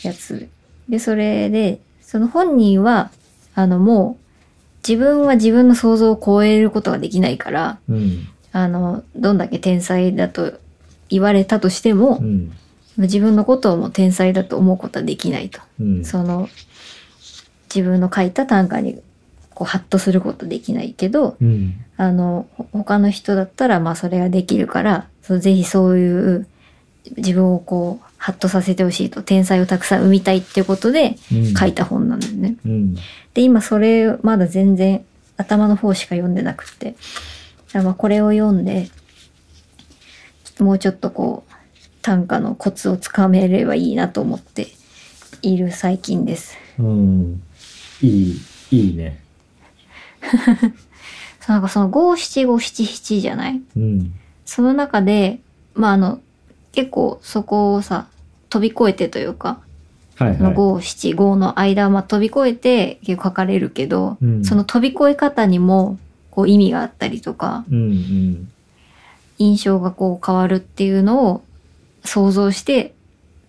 Speaker 2: やつ。で、それで、その本人は、あのもう、自分は自分の想像を超えることができないから、
Speaker 1: うん
Speaker 2: あの、どんだけ天才だと言われたとしても、
Speaker 1: うん
Speaker 2: 自分のことをもう天才だと思うことはできないと。
Speaker 1: うん
Speaker 2: その自分の書いた短歌にこうハッとすることできないけど
Speaker 1: うん
Speaker 2: あのほ他の人だったらまあそれができるからそうぜひそういう自分をこうハッとさせてほしいと天才をたくさん生みたいっていうことで
Speaker 1: うん
Speaker 2: 書いた本なんだよね。
Speaker 1: うん
Speaker 2: で今それまだ全然頭の方しか読んでなくてだからまあこれを読んでちょっともうちょっとこう短歌のコツをつかめればいいなと思っている最近です。
Speaker 1: うんいいいいね
Speaker 2: そうなんかその五七五七七じゃない
Speaker 1: うん
Speaker 2: その中で、まああの、結構そこをさ、飛び越えてというか、
Speaker 1: はい
Speaker 2: その
Speaker 1: は
Speaker 2: 五七五の間、まあ飛び越えて結構書かれるけど、
Speaker 1: うん
Speaker 2: その飛び越え方にも、こう意味があったりとか、
Speaker 1: いうんうん
Speaker 2: 印象がこう変わるっていうのを想像して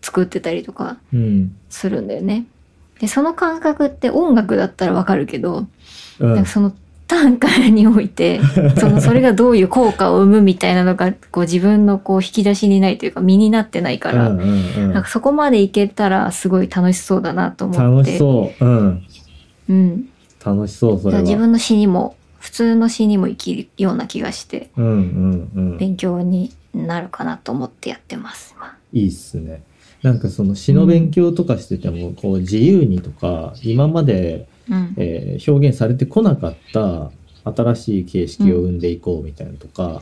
Speaker 2: 作ってたりとか
Speaker 1: うん
Speaker 2: するんだよね。で、その感覚って音楽だったらわかるけど、
Speaker 1: う
Speaker 2: なん
Speaker 1: ん
Speaker 2: かその短歌にお いてそのそれがどういう効果を生むみたいなのがこう自分のこう引き出しにないというか身になってないから、
Speaker 1: うんうんう
Speaker 2: なん
Speaker 1: ん
Speaker 2: かそこまでいけたらすごい楽しそうだなと思っ
Speaker 1: 楽
Speaker 2: て
Speaker 1: しそううん
Speaker 2: う、ん、
Speaker 1: 楽しそうそれ
Speaker 2: だから
Speaker 1: は
Speaker 2: 自分の詩にも普通の詩にも生きるような気がして
Speaker 1: うんうんうん
Speaker 2: 勉強になるかなと思ってやってます。今
Speaker 1: いいっすねなんかその詩の勉強とかしててもこう自由にとか今まで
Speaker 2: うん
Speaker 1: えー表現されてこなかった新しい形式を生んでいこうみたいなとか、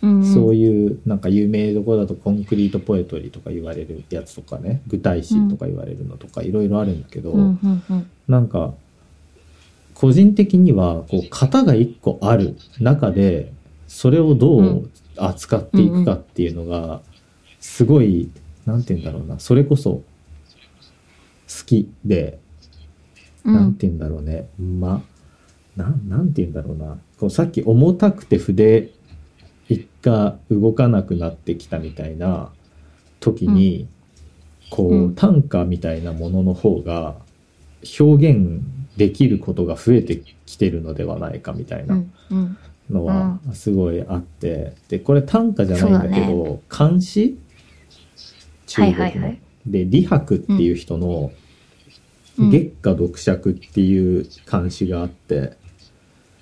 Speaker 2: うんうん
Speaker 1: そういうなんか有名どころだとコンクリートポエトリーとか言われるやつとかね具体詞とか言われるのとかいろいろあるんだけど、
Speaker 2: うんうんうん
Speaker 1: なんか個人的にはこう型が1個ある中でそれをどう扱っていくかっていうのがすごい何て言うんだろうなそれこそ好きで
Speaker 2: う
Speaker 1: なん
Speaker 2: ん
Speaker 1: て言うんだろうね。ま、なん、なんて言うんだろうな。こうさっき重たくて筆一回動かなくなってきたみたいな時に、こ
Speaker 2: う
Speaker 1: うん短歌みたいなものの方が表現できることが増えてきてるのではないかみたいうなん
Speaker 2: うん
Speaker 1: のはすごいあって、で、これ短歌じゃないんだけ
Speaker 2: そ
Speaker 1: ど、漢詩中国の、
Speaker 2: はいはいはい
Speaker 1: で、李白っていう人の、
Speaker 2: うん
Speaker 1: 月下読釈っていう漢詩があって、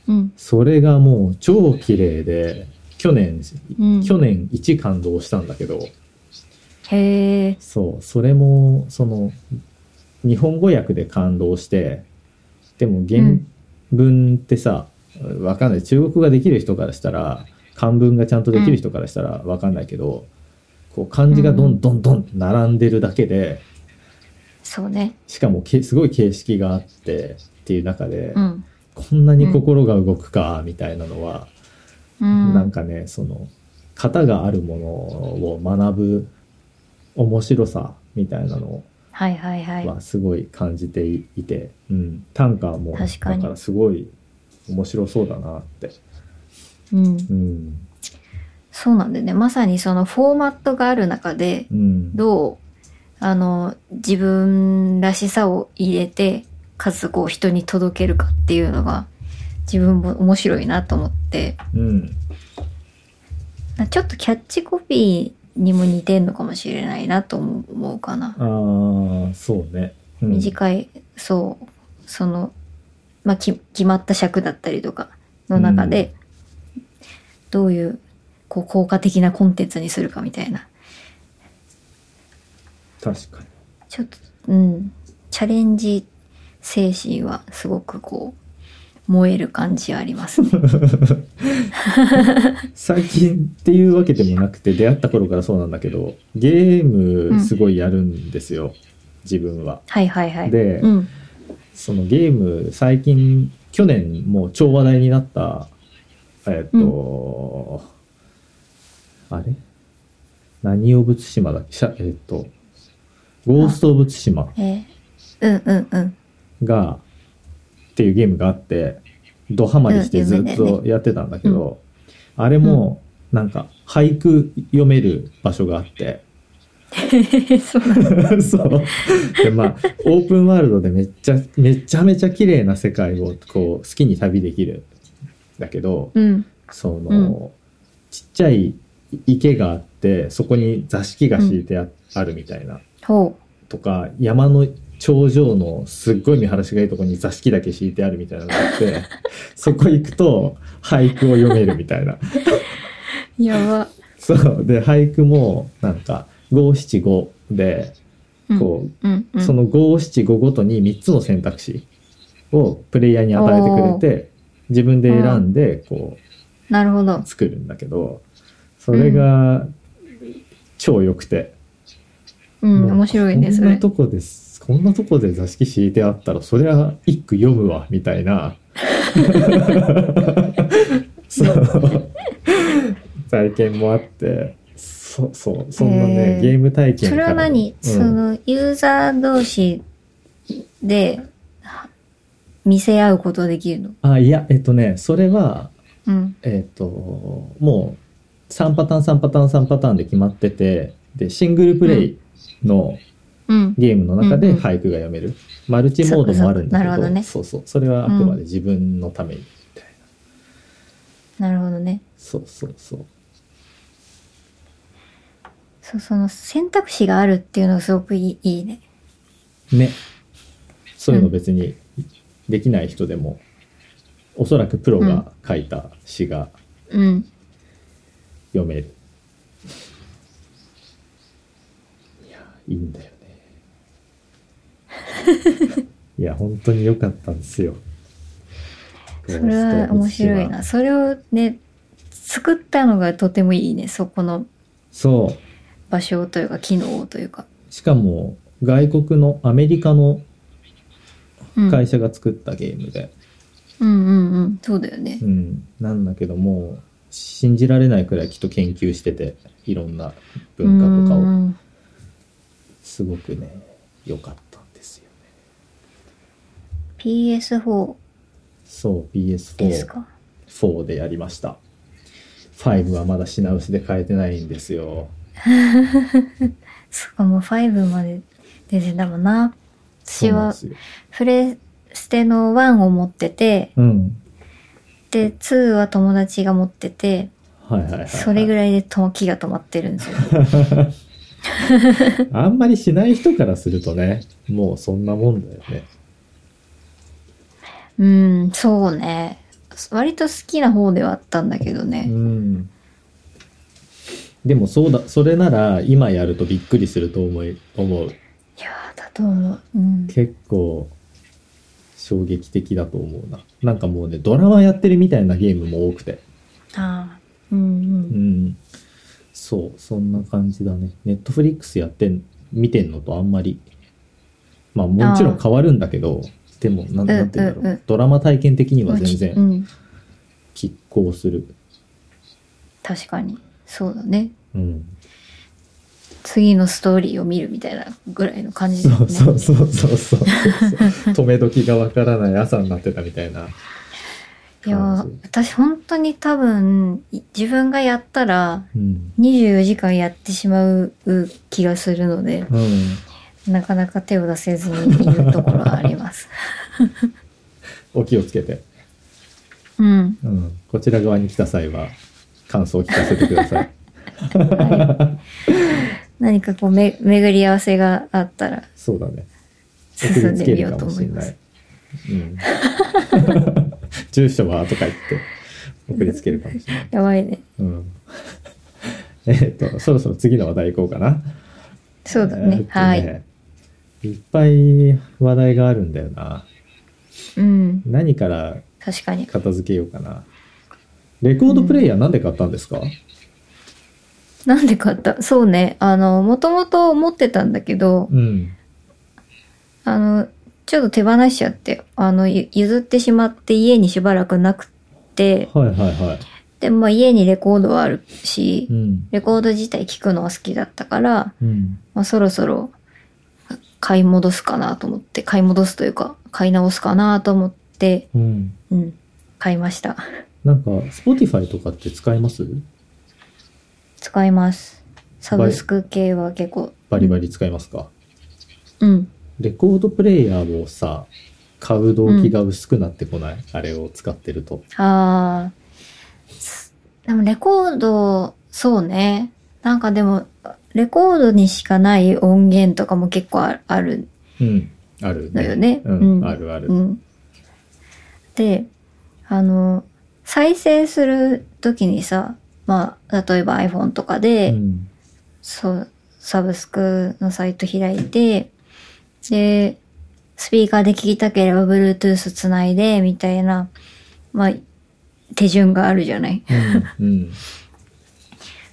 Speaker 2: うん
Speaker 1: それがもう超綺麗で、去年、
Speaker 2: うん
Speaker 1: 去年一感動したんだけど、
Speaker 2: へえ
Speaker 1: そう、それも、その、日本語訳で感動して、でも原文ってさ、わかんない。中国語ができる人からしたら、漢文がちゃんとできる人からしたらわかんないけど、こう漢字がどんどんどんって並んでるだけで、
Speaker 2: そうね。
Speaker 1: しかもけすごい形式があってっていう中で、
Speaker 2: うん。
Speaker 1: こんなに心が動くかみたいなのは、
Speaker 2: うん。
Speaker 1: なんかねその型があるものを学ぶ面白さみたいなの
Speaker 2: はいはいはい。
Speaker 1: はすごい感じていて、うん、短歌もだ
Speaker 2: 確か
Speaker 1: か
Speaker 2: に
Speaker 1: らすごい面白そうだなって。
Speaker 2: うん。
Speaker 1: うん
Speaker 2: そうなんだよね。まさにそのフォーマットがある中で、
Speaker 1: うん、
Speaker 2: どう、あの、自分らしさを入れて、かつこう人に届けるかっていうのが、自分も面白いなと思って、
Speaker 1: うん
Speaker 2: ちょっとキャッチコピーにも似てんのかもしれないなとも思うかな。
Speaker 1: ああそうね、うん、
Speaker 2: 短い、そう、その、まあ、き決まった尺だったりとかの中で、どういう、こう、効果的なコンテンツにするかみたいな。
Speaker 1: 確かに
Speaker 2: ちょっと、うん、チャレンジ精神はすごくこう、燃える感じありますね。
Speaker 1: 最近っていうわけでもなくて出会った頃からそうなんだけどゲームすごいやるんですよ、自分は。
Speaker 2: はいはいはい。
Speaker 1: で
Speaker 2: うん。
Speaker 1: そのゲーム最近去年もう超話題になったえっと、あれ何を仏島だっけしゃえっとゴースト・オブ・ツシマ
Speaker 2: えーうんうん うん。
Speaker 1: がっていうゲームがあってドハマりしてずっとやってたんだけど、あれもなんか俳句読める場所があって、
Speaker 2: そうなん だ。
Speaker 1: そう。で、まあ、オープンワールドでめっちゃ、めちゃめちゃ綺麗な世界を、こう、好きに旅できるんだけど、
Speaker 2: うん。
Speaker 1: その、
Speaker 2: うん
Speaker 1: ちっちゃい池があって、そこに座敷が敷いてあ,、るみたいな、
Speaker 2: ほ
Speaker 1: とか、山の頂上のすっごい見晴らしがいいとこに座敷だけ敷いてあるみたいなのがあ って、そこ行くと、俳句を読めるみたいな。
Speaker 2: う。やば。
Speaker 1: そう。で、俳句も、なんか、五七五で、
Speaker 2: うん
Speaker 1: こう、
Speaker 2: うんうん。
Speaker 1: その五七五ごとに3つの選択肢をプレイヤーに与えてくれて自分で選んでこ
Speaker 2: なるほど
Speaker 1: う。作るんだけどそれが超良くて、
Speaker 2: うん、
Speaker 1: もう
Speaker 2: 面白いね、そ
Speaker 1: こんな
Speaker 2: れ。
Speaker 1: とこですこんなとこで座敷敷いてあったらそりゃ一句読むわみたい なそう体験もあってそそうそんなね、
Speaker 2: へー
Speaker 1: ゲーム体験
Speaker 2: それは何、
Speaker 1: うん
Speaker 2: その、ユーザー同士で、は見せ合うことできるの
Speaker 1: あいやえっとねそれは
Speaker 2: うん。
Speaker 1: えっ、と、もう3パターン3パターン3パターンで決まってて、で、シングルプレイの
Speaker 2: うん。
Speaker 1: ゲームの中
Speaker 2: うん
Speaker 1: で
Speaker 2: うん
Speaker 1: 俳句が読める。マルチモードもあるんだけど、
Speaker 2: そうかそうかなるほどね
Speaker 1: そうそう。それはあくまで自分のために、みたいな。
Speaker 2: なるほどね。
Speaker 1: そうそうそう。
Speaker 2: そう、その選択肢があるっていうのがすごくいいいいね。
Speaker 1: ね。そういうの別にできない人でも、おそらくプロが書いた詩が
Speaker 2: うん。
Speaker 1: 読める。いや、いいんだよね。 いや、本当に良かったんですよ。
Speaker 2: それは面白いな。。それをね、作ったのがとてもいいね。そこの
Speaker 1: そ
Speaker 2: 場所というか、機能というか。
Speaker 1: う。しかも、外国のアメリカの
Speaker 2: うん。
Speaker 1: 会社が作ったゲームで。
Speaker 2: うんうんうん。そうだよね
Speaker 1: う。ん。なんだけども、信じられないくらいきっと研究してて、いろんな文化とか
Speaker 2: う
Speaker 1: を。
Speaker 2: ん
Speaker 1: すごくね、良かったんですよね。
Speaker 2: PS4
Speaker 1: そう、
Speaker 2: です
Speaker 1: PS4。
Speaker 2: か。
Speaker 1: 4でやりました5はまだ品薄で買えてないんですよ
Speaker 2: そっか、もう5まで出てたもんな。私は
Speaker 1: そうなんですよ
Speaker 2: プレステの1を持ってて、
Speaker 1: うん
Speaker 2: で、2は友達が持ってて、
Speaker 1: はいはいはい、はい、
Speaker 2: それぐ
Speaker 1: い
Speaker 2: らいでと気が止まってるん ですよ。
Speaker 1: あんまりしない人からするとねもうそんなもんだよね
Speaker 2: うん、そうね。割と好きな方ではあったんだけど
Speaker 1: う
Speaker 2: ね。
Speaker 1: んでもそうだそれなら今やるとびっくりすると思い思う
Speaker 2: いやー、だと思う。うん。
Speaker 1: 結構衝撃的だと思うななんかもうねドラマやってるみたいなゲームも多くて
Speaker 2: ああ。うんう。
Speaker 1: うんんそうそんな感じだねネットフリックスやってん見てんのとあんまりまあもちろん変わるんだけどでもなんなんて言うんだろう,、
Speaker 2: うんうんうん
Speaker 1: ドラマ体験的には全
Speaker 2: う
Speaker 1: 然
Speaker 2: ん。
Speaker 1: 拮抗する
Speaker 2: 確かに。そうだね。
Speaker 1: うん
Speaker 2: 次のストーリーを見るみたいなぐらいの感じだ
Speaker 1: そ
Speaker 2: よ
Speaker 1: う
Speaker 2: ね。
Speaker 1: そうそうそうそう止め時がわからない朝になってたみたいない
Speaker 2: や
Speaker 1: 感じ、
Speaker 2: 私本当に多分、い自分がやったら、
Speaker 1: うん、
Speaker 2: 24時間やってしまう気がするので、
Speaker 1: うん、
Speaker 2: なかなか手を出せずにいるところがあります。
Speaker 1: お気をつけて、
Speaker 2: うん。
Speaker 1: うん、こちら側に来た際は感想を聞かせてください
Speaker 2: 何かこうめ、巡り合わせがあったら
Speaker 1: そうだね
Speaker 2: 進んでみよう
Speaker 1: 送
Speaker 2: と
Speaker 1: りつ
Speaker 2: 思
Speaker 1: け
Speaker 2: い
Speaker 1: るかも
Speaker 2: ま
Speaker 1: し
Speaker 2: す。
Speaker 1: れない。うん、 住所はとか言って送りつけるかもしれない。
Speaker 2: やばいね。
Speaker 1: うん、 えっとそろそろ次の話題行こうかな。
Speaker 2: そうだ
Speaker 1: え
Speaker 2: ね
Speaker 1: っ。と
Speaker 2: はい。。
Speaker 1: いっぱい話題があるんだよな。
Speaker 2: うん。
Speaker 1: 何から
Speaker 2: 確かに。
Speaker 1: 片付けようかな。レコードプレイヤーなんで買ったんですか、
Speaker 2: なんで買ったそうね。あの、もともと持ってたんだけど、
Speaker 1: うん、
Speaker 2: あの、ちょっと手放しちゃって、あの、ゆ譲ってしまって家にしばらくなくて、
Speaker 1: はいはいはい。
Speaker 2: でもまあ家にレコードはあるし
Speaker 1: う、ん。
Speaker 2: レコード自体聞くのは好きだったから、
Speaker 1: うん。
Speaker 2: まあ、そろそろ買い戻すかなと思って、買い戻すというか、買い直すかなと思って、
Speaker 1: うん。
Speaker 2: うん、買いました。
Speaker 1: なんか、Spotify とかって使います
Speaker 2: 使います。サブスク系は結構。
Speaker 1: バリバリ使いますか、
Speaker 2: うん。
Speaker 1: レコードプレイヤーをさ買う動機が薄くなってこない、あれを使ってると
Speaker 2: あーすでもレコード、そうね。なんかでも、レコードにしかない音源とかも結構あるある
Speaker 1: うんある
Speaker 2: だよね
Speaker 1: うん
Speaker 2: うん
Speaker 1: あるある、
Speaker 2: うん。で、あの、再生するときにさ、まあ、例えば iPhone とかで、
Speaker 1: うん
Speaker 2: そう、サブスクのサイト開いて、で、スピーカーで聞きたければ Bluetooth つないで、みたいな、まあ、手順があるじゃない。
Speaker 1: うんうん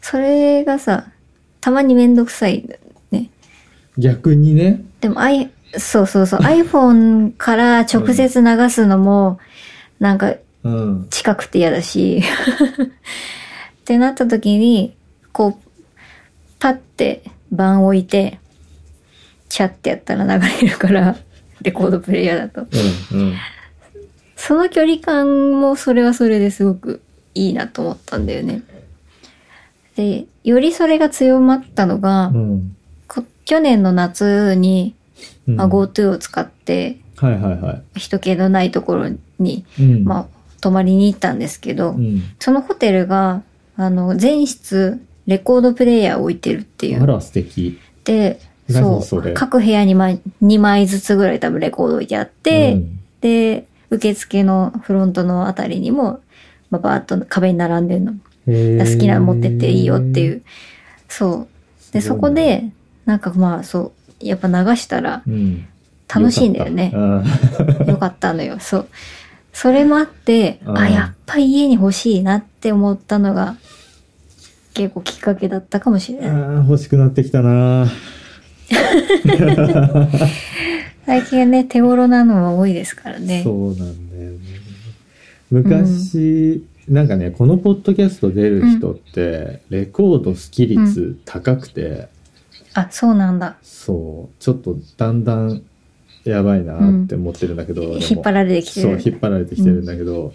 Speaker 2: それがさ、たまにめんどくさい。ね。
Speaker 1: 逆にね
Speaker 2: でも、I、そうそう そう、iPhone から直接流すのも、なんか
Speaker 1: うん
Speaker 2: 近くて嫌だし、 ってなった時に、こう、パッて盤置いて、チャってやったら流れるから、レコードプレイヤーだと。
Speaker 1: うんうん
Speaker 2: その距離感もそれはそれですごくいいなと思ったんだよね。で、よりそれが強まったのが、
Speaker 1: うん
Speaker 2: こ去年の夏に、
Speaker 1: うん
Speaker 2: まあ、GoTo を使って、
Speaker 1: はいはいは
Speaker 2: 人気のないところに、
Speaker 1: い、うん、
Speaker 2: ま
Speaker 1: あ
Speaker 2: あ、泊まりに行ったんですけ
Speaker 1: う
Speaker 2: ど、
Speaker 1: ん、
Speaker 2: そのホテルが、あの、全室、レコードプレイヤーを置いてるってい
Speaker 1: あ
Speaker 2: う。
Speaker 1: ら素敵
Speaker 2: で、
Speaker 1: 何
Speaker 2: そ
Speaker 1: そ
Speaker 2: う、
Speaker 1: れ
Speaker 2: 各部屋に枚2枚ずつぐらい多分レコード置いてあって、
Speaker 1: うん
Speaker 2: で、受付のフロントのあたりにも、まあ、バーッと壁に並んでるの。
Speaker 1: へー
Speaker 2: 好きなの持ってっていいよっていう。そう。で、
Speaker 1: すご
Speaker 2: そ
Speaker 1: いね
Speaker 2: こで、なんかまあそう、やっぱ流したら
Speaker 1: うん
Speaker 2: 楽しいんだよね。
Speaker 1: かったうん
Speaker 2: よかったのよ。そう。それもあって、
Speaker 1: うん
Speaker 2: あ、やっぱ家に欲しいなって思ったのが、結構きっかけだったかもしれない。
Speaker 1: あー欲しくなってきたな
Speaker 2: 最近はね、手頃なのが多いですからね。
Speaker 1: そうなんだよね。昔、なんかね、このポッドキャスト出る人って、レコード好き率高くて、
Speaker 2: あ、そうなんだ。
Speaker 1: そう、ちょっとだんだんやばいなって思ってるんだけど、でも
Speaker 2: 引っ張られてきて
Speaker 1: そう、
Speaker 2: る。
Speaker 1: 引っ張られてきてるんだけど、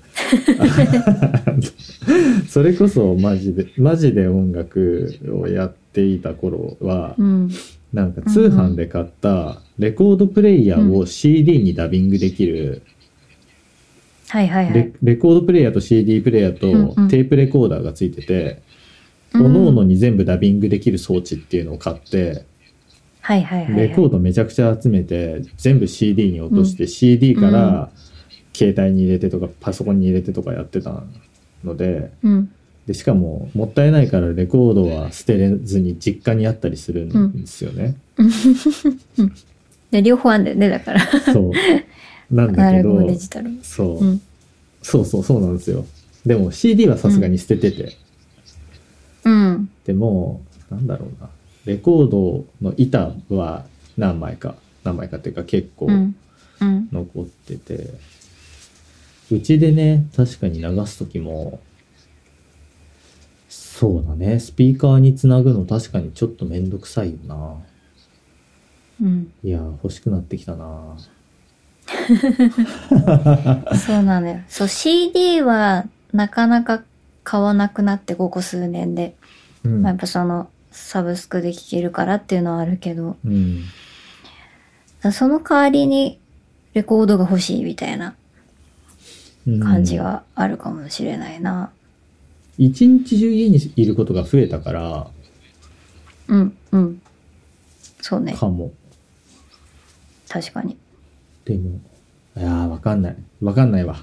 Speaker 1: それこそマジで、マジで音楽をやっていた頃は、
Speaker 2: うん。
Speaker 1: なんか通販で買ったレコードプレイヤーを CD にダビングできる、
Speaker 2: はいはいは
Speaker 1: レ
Speaker 2: い。
Speaker 1: レコードプレイヤーと CD プレイヤーと
Speaker 2: うんうん
Speaker 1: テープレコーダーがついてて、
Speaker 2: う
Speaker 1: 各
Speaker 2: ん
Speaker 1: 々に全部ダビングできる装置っていうのを買って、
Speaker 2: はいはいはいはい。
Speaker 1: レコードめちゃくちゃ集めて、全部 CD に落として、CD か
Speaker 2: う
Speaker 1: ら携帯に入れてとか、パソコンに入れてとかやってたので、
Speaker 2: うん。
Speaker 1: で、しかも、もったいないからレコードは捨てれずに実家にあったりするんですよ ね。
Speaker 2: で、両方あんだよね、だから。
Speaker 1: そう。なん
Speaker 2: アナ
Speaker 1: だけ
Speaker 2: ログも
Speaker 1: ど
Speaker 2: デ、ジタルも。
Speaker 1: そう、
Speaker 2: うん。
Speaker 1: そうそうそうなんですよ。でも CD はさすがに捨ててて、
Speaker 2: うん。
Speaker 1: ででもなんだろうなレコードの板は何枚か何枚かっていうか結構
Speaker 2: うん。うん。
Speaker 1: 残ってて、うちでね確かに流す時もそうだねスピーカーにつなぐの確かにちょっとめんどくさいよな
Speaker 2: うん。
Speaker 1: いやー欲しくなってきたな
Speaker 2: そうなんだよ。そう、CD はなかなか買わなくなって、ここ数年で。
Speaker 1: うん
Speaker 2: まあ、やっぱその、サブスクで聴けるからっていうのはあるけど、
Speaker 1: うん
Speaker 2: その代わりにレコードが欲しいみたいな
Speaker 1: うん
Speaker 2: 感じがあるかもしれないな。
Speaker 1: 一日中家にいることが増えたから
Speaker 2: うん、うん。そうね。
Speaker 1: かも
Speaker 2: 確かに。
Speaker 1: でもいやーわかんないわかんないわ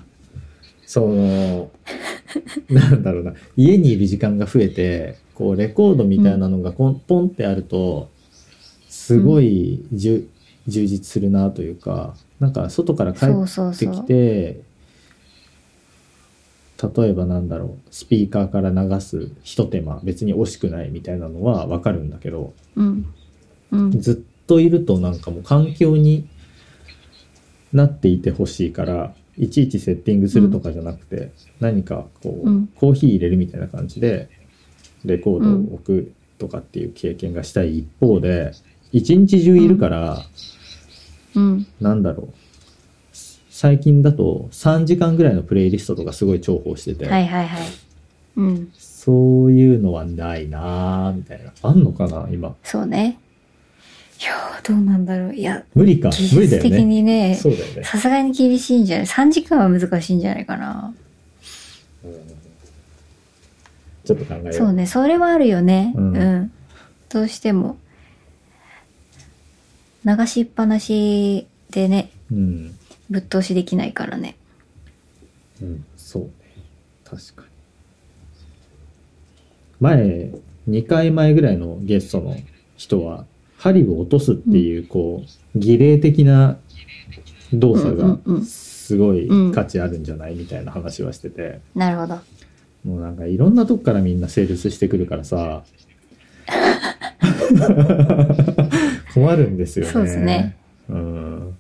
Speaker 1: その なんだろうな家にいる時間が増えてこうレコードみたいなのがこんポンってあるとすごいじゅ、充実するなというかなんか外から帰っ
Speaker 2: そうそう
Speaker 1: て
Speaker 2: そ
Speaker 1: き
Speaker 2: う。
Speaker 1: て例えばなんだろうスピーカーから流すひと手間別に惜しくないみたいなのはわかるんだけど
Speaker 2: うん。うん。
Speaker 1: ずっといるとなんかもう環境になっていてほしいからいちいちセッティングするとかじゃなくて、何かこう、
Speaker 2: うん
Speaker 1: コーヒー入れるみたいな感じでレコードを置くとかっていう経験がしたい一方で一日中いるから、
Speaker 2: うん。
Speaker 1: なんだろう最近だと3時間ぐらいのプレイリストとかすごい重宝してて、
Speaker 2: はいはいはい。うん。
Speaker 1: そういうのはないなーみたいなあんのかな今
Speaker 2: そうね。いやー、どうなんだろう。いや、
Speaker 1: 無理か
Speaker 2: 技
Speaker 1: 無理だ
Speaker 2: 術的
Speaker 1: よね
Speaker 2: にね、
Speaker 1: そうだよね
Speaker 2: さすがに厳しいんじゃない ?3 時間は難しいんじゃないかな。
Speaker 1: ちょっと考えよう。
Speaker 2: そうね、それはあるよね。
Speaker 1: う
Speaker 2: うんん。どうしても。流しっぱなしでね、
Speaker 1: うん。
Speaker 2: ぶっ通しできないからね。
Speaker 1: うん、そうね。確かに。前、2回前ぐらいのゲストの人は、針を落とすっていう、こう、儀礼的な動作
Speaker 2: うん
Speaker 1: が
Speaker 2: うんうん
Speaker 1: すごい
Speaker 2: うん
Speaker 1: 価値あるんじゃないみたいな話はしてて、
Speaker 2: なるほど。
Speaker 1: もうなんかいろんなとこからみんな成立してくるから さ、困るんですよね。
Speaker 2: そうですね。
Speaker 1: うん。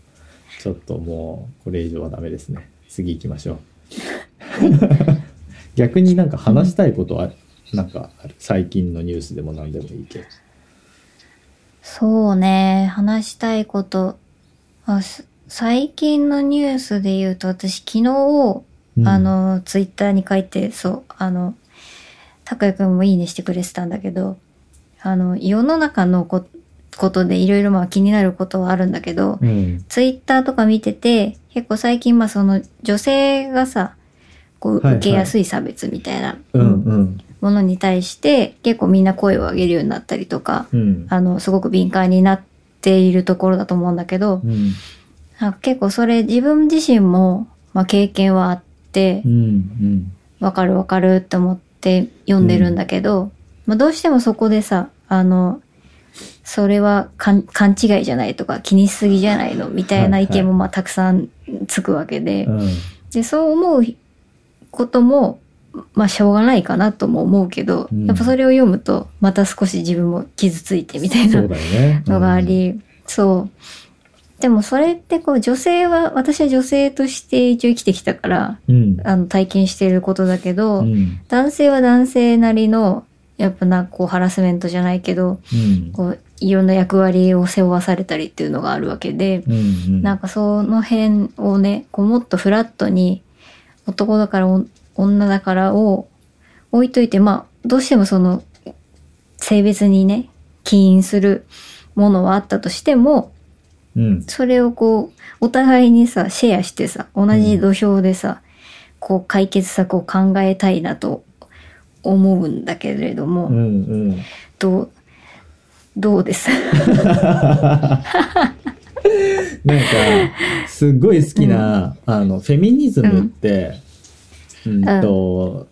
Speaker 1: ちょっともう、これ以上はダメですね。次行きましょう。 逆になんか話したいことは、なんかある最近のニュースでも何でもいいけど。
Speaker 2: そうね、話したいこと。あす最近のニュースで言うと、私昨日、
Speaker 1: うん
Speaker 2: あ、の、ツイッターに書いて、そう、あの、たくやくんもいいねしてくれてたんだけど、あの、世の中のこことでいろいろまあ気になることはあるんだけど、
Speaker 1: うん。
Speaker 2: ツイッターとか見てて、結構最近まあその女性がさ、こう
Speaker 1: はいはい
Speaker 2: 受けやすい差別みたいな
Speaker 1: うんうん。
Speaker 2: ものに対して、結構みんな声を上げるようになったりとか、
Speaker 1: うん。
Speaker 2: あの、すごく敏感になっているところだと思うんだけど、
Speaker 1: うん。
Speaker 2: なんか結構それ自分自身も、まあ、経験はあって
Speaker 1: うん。う、ん。
Speaker 2: わかるわかるって思って読んでるんだけど、まあ、どうしてもそこでさ、あの、それはかん勘違いじゃないとか気にしすぎじゃないのみたいな意見もまあたくさんつくわけで、
Speaker 1: うん
Speaker 2: で、そう思うことも、まあしょうがないかなとも思うけど、
Speaker 1: うん
Speaker 2: やっぱそれを読むとまた少し自分も傷ついてみたい
Speaker 1: そ
Speaker 2: な
Speaker 1: うだよね。
Speaker 2: のがあり、そう。でもそれってこう女性は、私は女性として一応生きてきたから、
Speaker 1: うん。
Speaker 2: あの体験していることだけど、
Speaker 1: うん。うん。
Speaker 2: 男性は男性なりの、やっぱな、こうハラスメントじゃないけど、
Speaker 1: うん。
Speaker 2: こういろんな役割を背負わされたりっていうのがあるわけで、
Speaker 1: うんうん。
Speaker 2: なんかその辺をね、こうもっとフラットに、男だからお女だからを置いといて、まあ、どうしてもその、性別にね、起因するものはあったとしても、
Speaker 1: うん。
Speaker 2: それをこう、お互いにさ、シェアしてさ、同じ土俵でさ、こう、解決策を考えたいなと思うんだけれども、
Speaker 1: うんうん。
Speaker 2: どう、どうです
Speaker 1: なんか、すっごい好きな、あの、フェミニズムって、うん、と、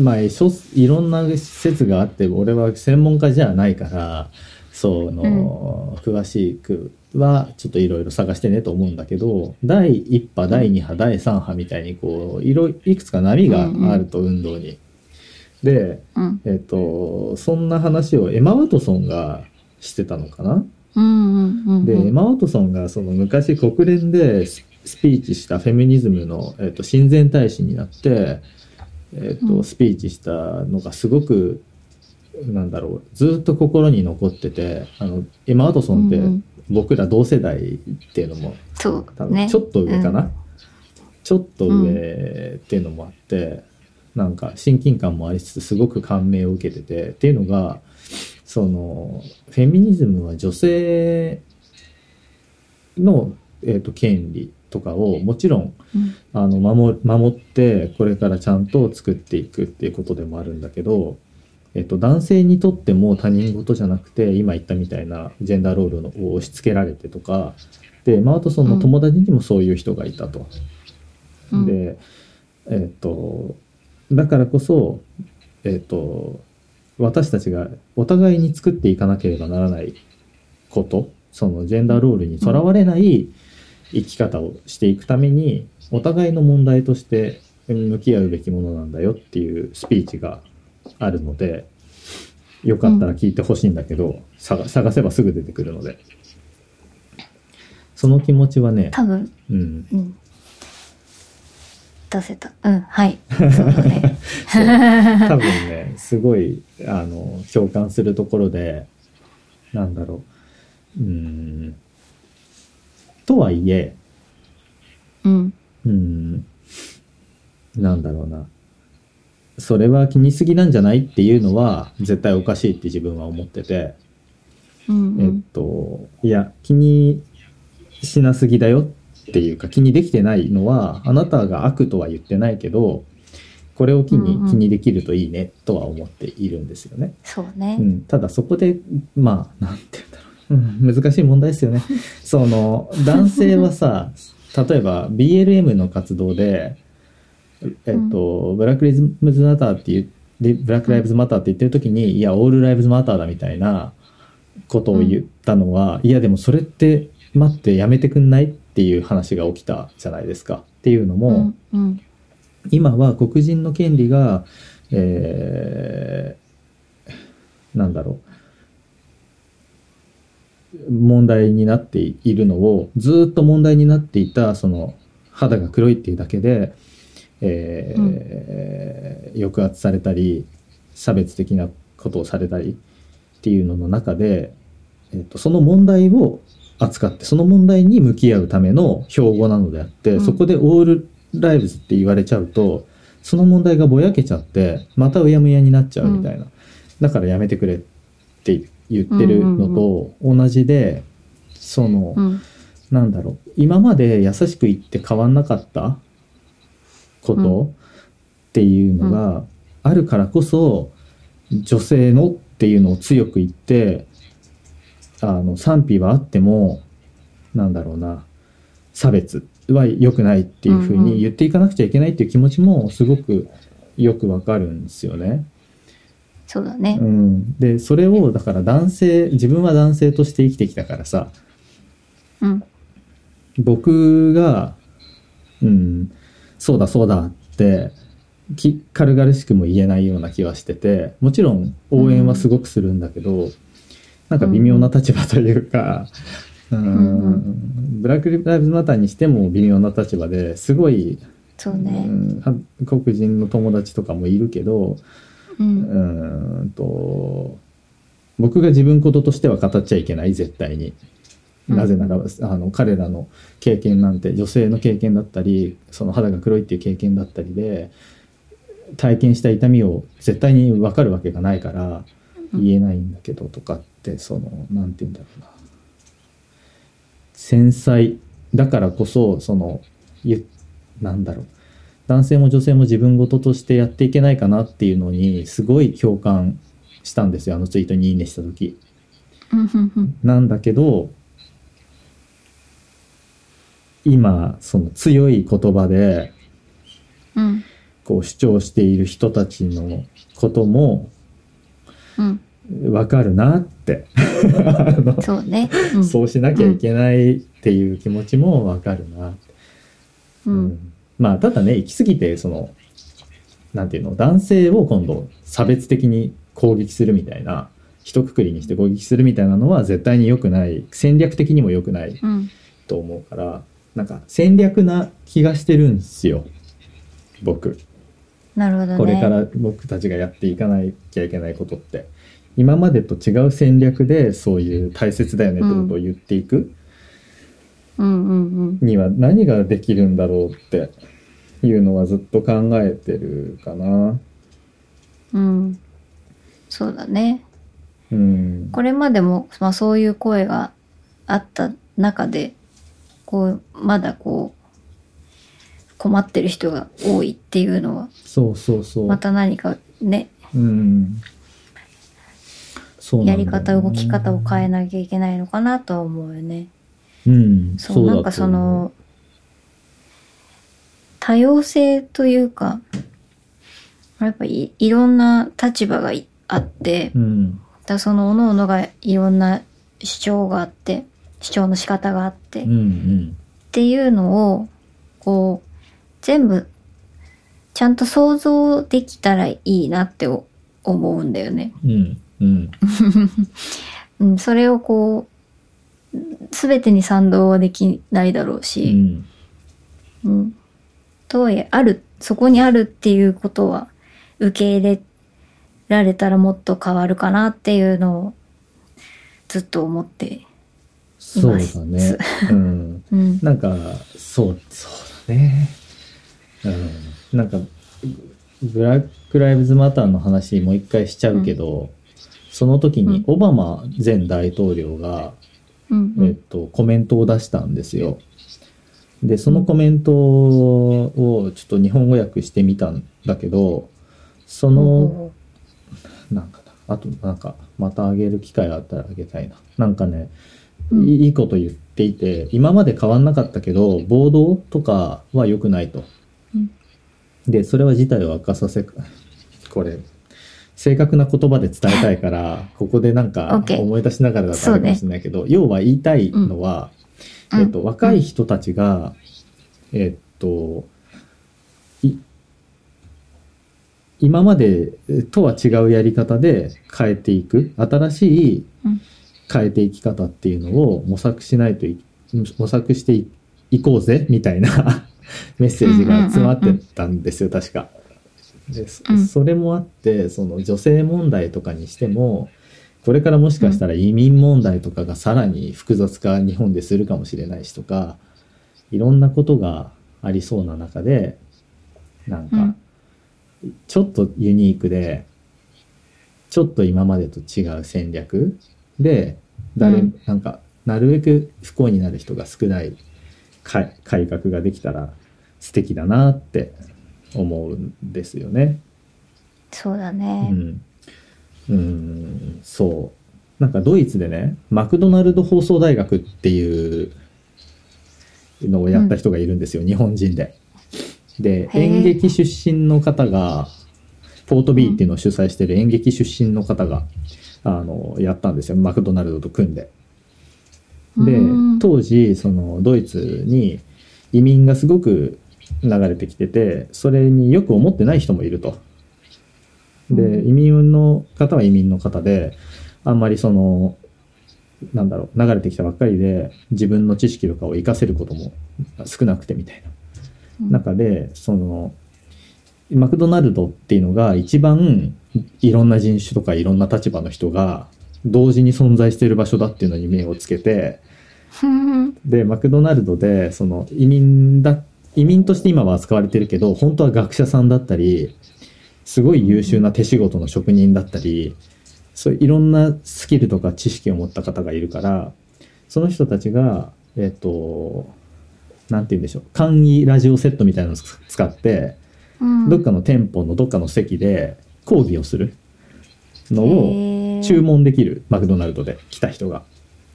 Speaker 1: まあ、諸いろんな説があって、俺は専門家じゃないから、その、詳しくは、ちょっといろいろ探してねと思うんだけど、第1波、第2波、第3波みたいに、こう、いろ、いくつか波があると、運動に。で、
Speaker 2: うん。
Speaker 1: えっと、そんな話をエマ・ワトソンがしてたのかな
Speaker 2: うんうんうんうん。
Speaker 1: で、エマ・ワトソンがその昔国連でススピーチしたフェミニズムの、えっと親善大使になって、えっ
Speaker 2: う
Speaker 1: と
Speaker 2: ん
Speaker 1: スピーチしたのがすごく、なんだろうずっと心に残っててあのエマ・ワトソンっ
Speaker 2: うんう
Speaker 1: て
Speaker 2: ん
Speaker 1: 僕ら同世代っていうのも
Speaker 2: そ
Speaker 1: 多
Speaker 2: う
Speaker 1: 分
Speaker 2: ね。
Speaker 1: ちょっと上かな、
Speaker 2: うん
Speaker 1: ちょっと上っていうのもあって、なんか親近感もありつつすごく感銘を受けててっていうのがそのフェミニズムは女性の、えー、と権利とかをもちろん
Speaker 2: うん
Speaker 1: あの守守ってこれからちゃんと作っていくっていうことでもあるんだけど、えっと、男性にとっても他人事じゃなくて今言ったみたいなジェンダーロールのを押し付けられてとかでマートソンの友達にもそういう人がいたと。
Speaker 2: うん
Speaker 1: で、えっとだからこそ、えっと私たちがお互いに作っていかなければならないことそのジェンダーロールにとらわれない生き方をしていくために、お互いの問題としてうん向き合うべきものなんだよっていうスピーチがあるのでよかったら聞いてほしいんだけど、探探せばすぐ出てくるのでその気持ちはね、
Speaker 2: 多分、
Speaker 1: うん、
Speaker 2: うん。出せた。うん、 はい。そうだね。
Speaker 1: 多分ねすごいあの共感するところでなんだろううーんとはいえ
Speaker 2: うん。
Speaker 1: うーんなんだろうなそれは気にすぎなんじゃないっていうのは絶対おかしいって自分は思ってて、
Speaker 2: うんう
Speaker 1: えっ
Speaker 2: ん。
Speaker 1: といや気にしなすぎだよっていうか気にできてないのはあなたが悪とは言ってないけどこれを機
Speaker 2: うんう
Speaker 1: に
Speaker 2: ん
Speaker 1: 気にできるといいねとは思っているんですよね。
Speaker 2: そうね
Speaker 1: う。ん、ただそこでまあなんて言うんだろう、うん、難しい問題ですよ ねその男性はさ例えば BLM の活動でえっと、ブラック・リズムズ・マターっていうでブラック・ライブズ・マターって言ってる時に、いやオール・ライブズ・マターだみたいなことを言ったのは、いやでもそれって待ってやめてくんないっていう話が起きたじゃないですかっていうのも、
Speaker 2: うんうん。
Speaker 1: 今は黒人の権利が、えーなんだろう問題になっているのをずーっと問題になっていたその肌が黒いっていうだけで、えー抑圧されたり差別的なことをされたりっていうのの中で、えっとその問題を扱ってその問題に向き合うための標語なのであって、
Speaker 2: うん
Speaker 1: そこでオールライブズって言われちゃうとその問題がぼやけちゃってまたうやむやになっちゃうみたいな、だからやめてくれって言ってるのと同じで、その、
Speaker 2: うん。
Speaker 1: なんだろう今まで優しく言って変わんなかったこと、
Speaker 2: う
Speaker 1: っていうのがあるからこそ女性のっていうのを強く言ってあの賛否はあってもなんだろうな差別は良くないっていうふう
Speaker 2: うんうん
Speaker 1: に言っていかなくちゃいけないっていう気持ちもすごくよくわかるんですよね。
Speaker 2: そうだね
Speaker 1: う。ん、でそれをだから男性自分は男性として生きてきたからさ
Speaker 2: うん。
Speaker 1: 僕が、うん、そうだそうだってき軽々しくも言えないような気はしててもちろん応援はすごくするんだけど、なんか微妙な立場というか、うん
Speaker 2: んう
Speaker 1: ブラック・ライブズ・マターにしても微妙な立場ですごい、
Speaker 2: そう
Speaker 1: う
Speaker 2: ね。
Speaker 1: んあ黒人の友達とかもいるけどう
Speaker 2: う。
Speaker 1: んーんと僕が自分事としては語っちゃいけない絶対に。
Speaker 2: うん
Speaker 1: なぜなら、あの彼らの経験なんて女性の経験だったりその肌が黒いっていう経験だったりで体験した痛みを絶対に分かるわけがないから
Speaker 2: うん
Speaker 1: 言えないんだけどとかってその何て言うんだろうな繊細だからこそそのゆなんだろう男性も女性も自分事としてやっていけないかなっていうのにすごい共感したんですよあのツイートに「いいね」した時。
Speaker 2: うんうんうん。
Speaker 1: なんだけど今その強い言葉で
Speaker 2: うん。
Speaker 1: こう主張している人たちのことも
Speaker 2: うん。
Speaker 1: わかるなって、あの
Speaker 2: そう ね。うん
Speaker 1: そうしなきゃいけないっていう気持ちもわかるな、
Speaker 2: うん。
Speaker 1: まあただね行き過ぎてそのなんていうの男性を今度差別的に攻撃するみたいな一括りにして攻撃するみたいなのは絶対に良くない戦略的にも良くない
Speaker 2: うん。
Speaker 1: と思うからなんか戦略な気がしてるんですよ僕
Speaker 2: なるほどね。
Speaker 1: これから僕たちがやっていかなきゃいけないことって今までと違う戦略でそういう大切だよねってことを言っていく
Speaker 2: うんうんうん。
Speaker 1: には何ができるんだろうっていうのはずっと考えてるかな。
Speaker 2: うん。そうだね。
Speaker 1: うん、
Speaker 2: これまでも、まあそういう声があった中で、こう、まだこう、困ってる人が多いっていうのは、
Speaker 1: そうそうそう。
Speaker 2: また何かね、
Speaker 1: うん、そうなん
Speaker 2: や
Speaker 1: だ
Speaker 2: り
Speaker 1: よね
Speaker 2: 方、動き方を変えなきゃいけないのかなとは思うよね。
Speaker 1: うん、
Speaker 2: そう、なんかその、多様性というか、やっぱいいろんな立場がいあっ
Speaker 1: だ
Speaker 2: て、
Speaker 1: と思う、うん、
Speaker 2: だその各々がいろんな主張があって、主張の仕方があって、
Speaker 1: うん
Speaker 2: っ
Speaker 1: うん
Speaker 2: ていうのを、こう、全部、ちゃんと想像できたらいいなって思うんだよね。
Speaker 1: うんうん
Speaker 2: うん、それをこう、すべてに賛同はできないだろう
Speaker 1: う
Speaker 2: し、
Speaker 1: ん
Speaker 2: うん。とはいえ、ある、そこにあるっていうことは、受け入れられたらもっと変わるかなっていうのを、ずっと思ってい
Speaker 1: そう
Speaker 2: ま
Speaker 1: だ
Speaker 2: す。
Speaker 1: ね。うん
Speaker 2: うん。
Speaker 1: なんか、そう、そうだね。うん。なんか、ブラック・ライブズ・マターの話もう一回しちゃうけど、その時に
Speaker 2: う
Speaker 1: オバマ前大統領が、
Speaker 2: うん、
Speaker 1: えっと、コメントを出したんですよ。で、そのコメントをちょっと日本語訳してみたんだけど、その、
Speaker 2: の、
Speaker 1: なんかな、あとなんか、またあげる機会があったらあげたいな。なんかね、
Speaker 2: うん
Speaker 1: いいいこと言っていて、今まで変わんなかったけど、暴動とかは良くないと。
Speaker 2: うん
Speaker 1: で、それは事態を悪化させ、 これ、正確な言葉で伝えたい から、ここでなんか
Speaker 2: OK
Speaker 1: 思い出しながらだとあれかもしれないけど、要は言いたいのは、
Speaker 2: うん
Speaker 1: えっと、若い人たちが、えっと、い今までとは違うやり方で変えていく、新しい
Speaker 2: うん
Speaker 1: 変えていき方っていうのを模索しないとい、模索していいこうぜ、みたいな メッセージが詰まってたんですよ、確か。でそ
Speaker 2: うん
Speaker 1: それもあって、その女性問題とかにしても、これからもしかしたら移民問題とかがさらに複雑化日本でするかもしれないしとかいろんなことがありそうな中でなん
Speaker 2: う
Speaker 1: か
Speaker 2: ん
Speaker 1: ちょっとユニークでちょっと今までと違う戦略で誰、
Speaker 2: うん
Speaker 1: なんかなるべく不幸になる人が少ない改改革ができたら素敵だなって思うんですよね。
Speaker 2: そうだ
Speaker 1: う
Speaker 2: ね。
Speaker 1: ん、うんそうなんかドイツでねマクドナルド放送大学っていうのをやった人がいるんですよ、日本人で。で
Speaker 2: へえ
Speaker 1: 演劇出身の方がポートビーっていうのを主催してる演劇出身の方が、あのやったんですよマクドナルドと組んで。で
Speaker 2: うん
Speaker 1: 当時そのドイツに移民がすごく流れてきててそれによく思ってない人もいると。で
Speaker 2: うん
Speaker 1: 移民の方は移民の方であんまりそのなんだろう流れてきたばっかりで自分の知識とかを活かせることも少なくてみたいな。中でそのマクドナルドっていうのが一番いろんな人種とかいろんな立場の人が同時に存在している場所だっていうのに目をつけて
Speaker 2: うん
Speaker 1: でマクドナルドでその移民だ移民として今は扱われてるけど本当は学者さんだったりすごい優秀な手仕事の職人だったりそういろんなスキルとか知識を持った方がいるからその人たちがえっ、となんて言うんでしょう簡易ラジオセットみたいなのを使って
Speaker 2: うん
Speaker 1: どっかの店舗のどっかの席で講義をするのを
Speaker 2: へー
Speaker 1: 注文できるマクドナルドで来た人が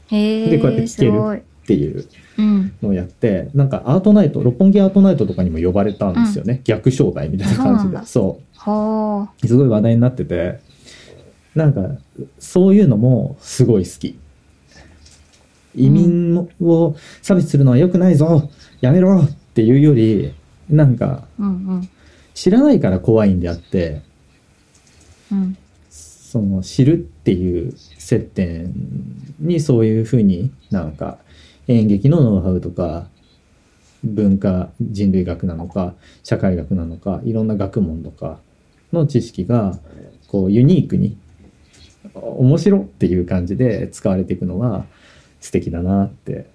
Speaker 2: へー
Speaker 1: でこうやって聞ける
Speaker 2: すごい
Speaker 1: っていう
Speaker 2: うん。
Speaker 1: のをやってなんかアートナイト六本木アートナイトとかにも呼ばれたんですよね、逆招待みたいな感じでそ
Speaker 2: ほ
Speaker 1: うすごい話題になっててなんかそういうのもすごい好き移民を差別するのは良くないぞやめろっていうよりなんか
Speaker 2: う。うんうん。
Speaker 1: 知らないから怖いんであって、
Speaker 2: うん。
Speaker 1: その知るっていう接点にそういうふうになんか演劇のノウハウとか文化人類学なのか社会学なのかいろんな学問とかの知識がこうユニークに面白っていう感じで使われていくのは素敵だなって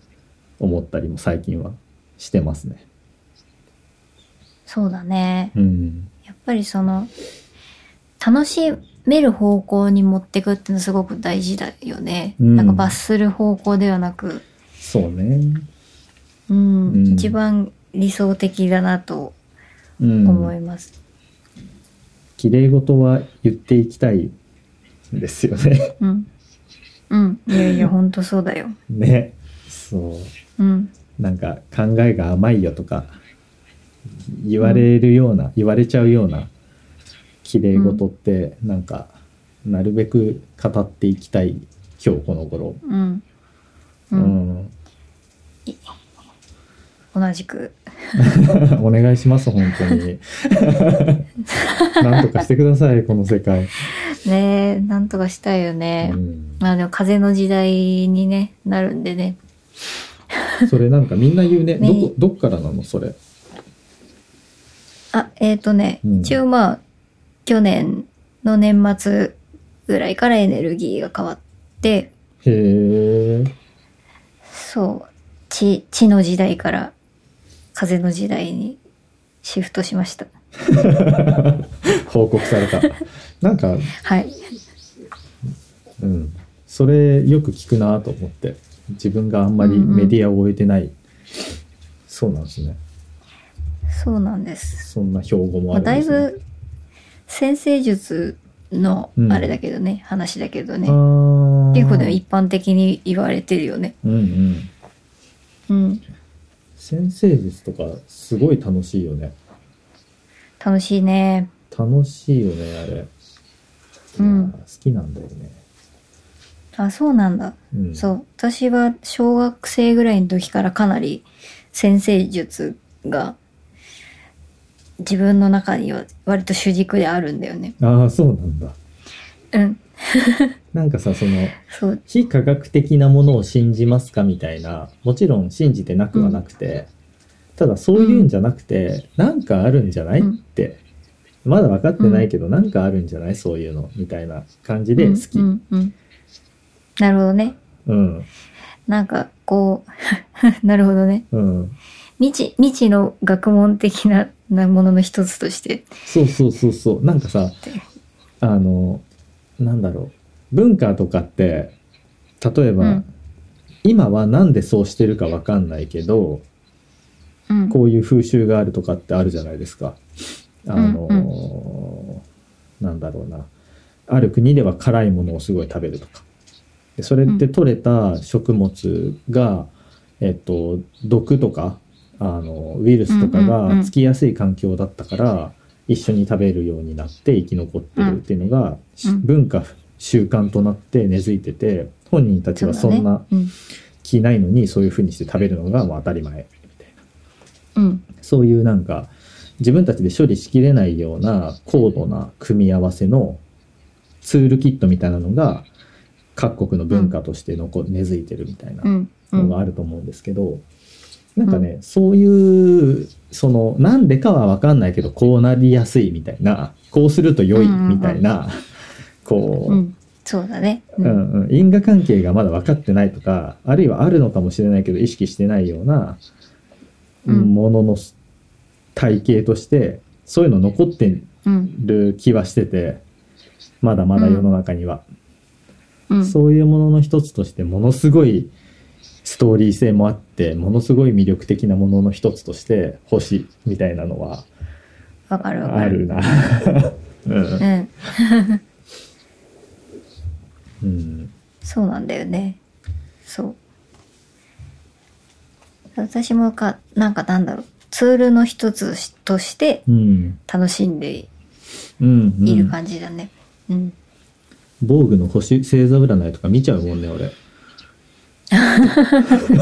Speaker 1: 思ったりも最近はしてますね。
Speaker 2: そうだね。
Speaker 1: うん、
Speaker 2: やっぱりその、楽しめる方向に持ってくってのすごく大事だよね。
Speaker 1: うん
Speaker 2: なんか罰する方向ではなく、
Speaker 1: そうね。
Speaker 2: うん、
Speaker 1: うん
Speaker 2: 一番理想的だなと
Speaker 1: うん、
Speaker 2: 思います。
Speaker 1: 綺麗事は言っていきたいんですよね。
Speaker 2: うん。うん。いやいや、ほんとそうだよ。
Speaker 1: ねそう
Speaker 2: うん。
Speaker 1: なんか考えが甘いよとか言われるような、言われちゃうような綺麗事ってなんかなるべく語っていきたい今日この頃、
Speaker 2: うん。う。
Speaker 1: うんん
Speaker 2: 同じく。
Speaker 1: お願いします本当 になんとかしてくださいこの世界、
Speaker 2: ねえ、なんとかしたいよね。
Speaker 1: うん、
Speaker 2: まあでも風の時代にね、なるんでね。
Speaker 1: それなんかみんな言うね
Speaker 2: ね
Speaker 1: どこどっからなのそれ
Speaker 2: あ、えっ、とね、
Speaker 1: うん
Speaker 2: 一応まあ、去年の年末ぐらいからエネルギーが変わって、
Speaker 1: へえ
Speaker 2: そう、地、地の時代から風の時代にシフトしました。
Speaker 1: 報告されたなんか
Speaker 2: はい。
Speaker 1: うん、それよく聞くなと思って自分があんまり
Speaker 2: うんうん
Speaker 1: メディアを終えてない、そうなんですね
Speaker 2: そうなんです。
Speaker 1: そんな標語も
Speaker 2: ま
Speaker 1: あ
Speaker 2: あ、
Speaker 1: るん
Speaker 2: だ
Speaker 1: で
Speaker 2: い
Speaker 1: す、ね
Speaker 2: ぶ、先生術の
Speaker 1: うん
Speaker 2: あれだけどね、話だけどね。
Speaker 1: あー
Speaker 2: 結構でも一般的に言われてるよね。
Speaker 1: うんうん
Speaker 2: うん。
Speaker 1: 先生術とかすごい楽しいよね
Speaker 2: 楽しいね。
Speaker 1: 楽しいよねあれ、
Speaker 2: うん
Speaker 1: いやー好きなんだよね、
Speaker 2: あ、そうなんだ。
Speaker 1: うん、
Speaker 2: そう。私は小学生ぐらいの時からかなり先生術が自分の中には割と主軸であるんだよね。
Speaker 1: ああそうなんだ
Speaker 2: うん。
Speaker 1: なんかさその
Speaker 2: そう。
Speaker 1: 非科学的なものを信じますかみたいなもちろん信じてなくはなくて、ただそういうんじゃなくて、なんかあるんじゃない、
Speaker 2: うん
Speaker 1: ってまだ分かってないけど、なんかあるんじゃないそういうのみたいな感じで
Speaker 2: うん
Speaker 1: 好き、
Speaker 2: う
Speaker 1: うん
Speaker 2: んうん。なるほどね。
Speaker 1: うん
Speaker 2: なんかこう、 なるほどね。未知、未知の学問的ななものの一つとして。
Speaker 1: そうそうそうそうなんかさ
Speaker 2: て
Speaker 1: あのなんだろう文化とかって例えば、
Speaker 2: うん
Speaker 1: 今はなんでそうしてるか分かんないけど、
Speaker 2: うん。
Speaker 1: こういう風習があるとかってあるじゃないですか。あの、
Speaker 2: うん
Speaker 1: なんだろうな。ある国では辛いものをすごい食べるとか。でそれって取れた食物が、えっと、毒とか、あの、ウイルスとか
Speaker 2: うんうんう
Speaker 1: が
Speaker 2: ん
Speaker 1: つきやすい環境だったから、一緒に食べるようになって生き残ってるっていうのが、
Speaker 2: うん
Speaker 1: 文化、習慣となって根付いてて、本人たちはそんな
Speaker 2: そうだね
Speaker 1: 気ないのにそういう風にして食べるのがまあ当たり前みたいな。
Speaker 2: うん。うん。
Speaker 1: そういうなんか、自分たちで処理しきれないような高度な組み合わせのツールキットみたいなのが、各国の文化として残、根付いてるみたいな
Speaker 2: うん。う
Speaker 1: の
Speaker 2: ん。
Speaker 1: があると思うんですけど、なんかね、そういう、その、なんでかはわかんないけど、こうなりやすいみたいな、こうすると良いみたいな、こう、
Speaker 2: うん。そうだね。う。
Speaker 1: うんんうん、因果関係がまだ分かってないとかあるいはあるのかもしれないけど意識してないような
Speaker 2: うん
Speaker 1: ものの体系としてそういうの残って
Speaker 2: うん。
Speaker 1: る気はしててまだまだ世の中には、
Speaker 2: うん。
Speaker 1: そういうものの一つとしてものすごいストーリー性もあってものすごい魅力的なものの一つとして星みたいなのは
Speaker 2: わかるわか
Speaker 1: あ
Speaker 2: る。
Speaker 1: るな。うん
Speaker 2: うん。
Speaker 1: うん
Speaker 2: そうなんだよね。そう。私もか、なんかなんだろう、ツールの一つとして
Speaker 1: うん
Speaker 2: 楽しんで
Speaker 1: うんうん、
Speaker 2: いる感じだね。うん。
Speaker 1: 防具の星星座占いとか見ちゃうもんね俺。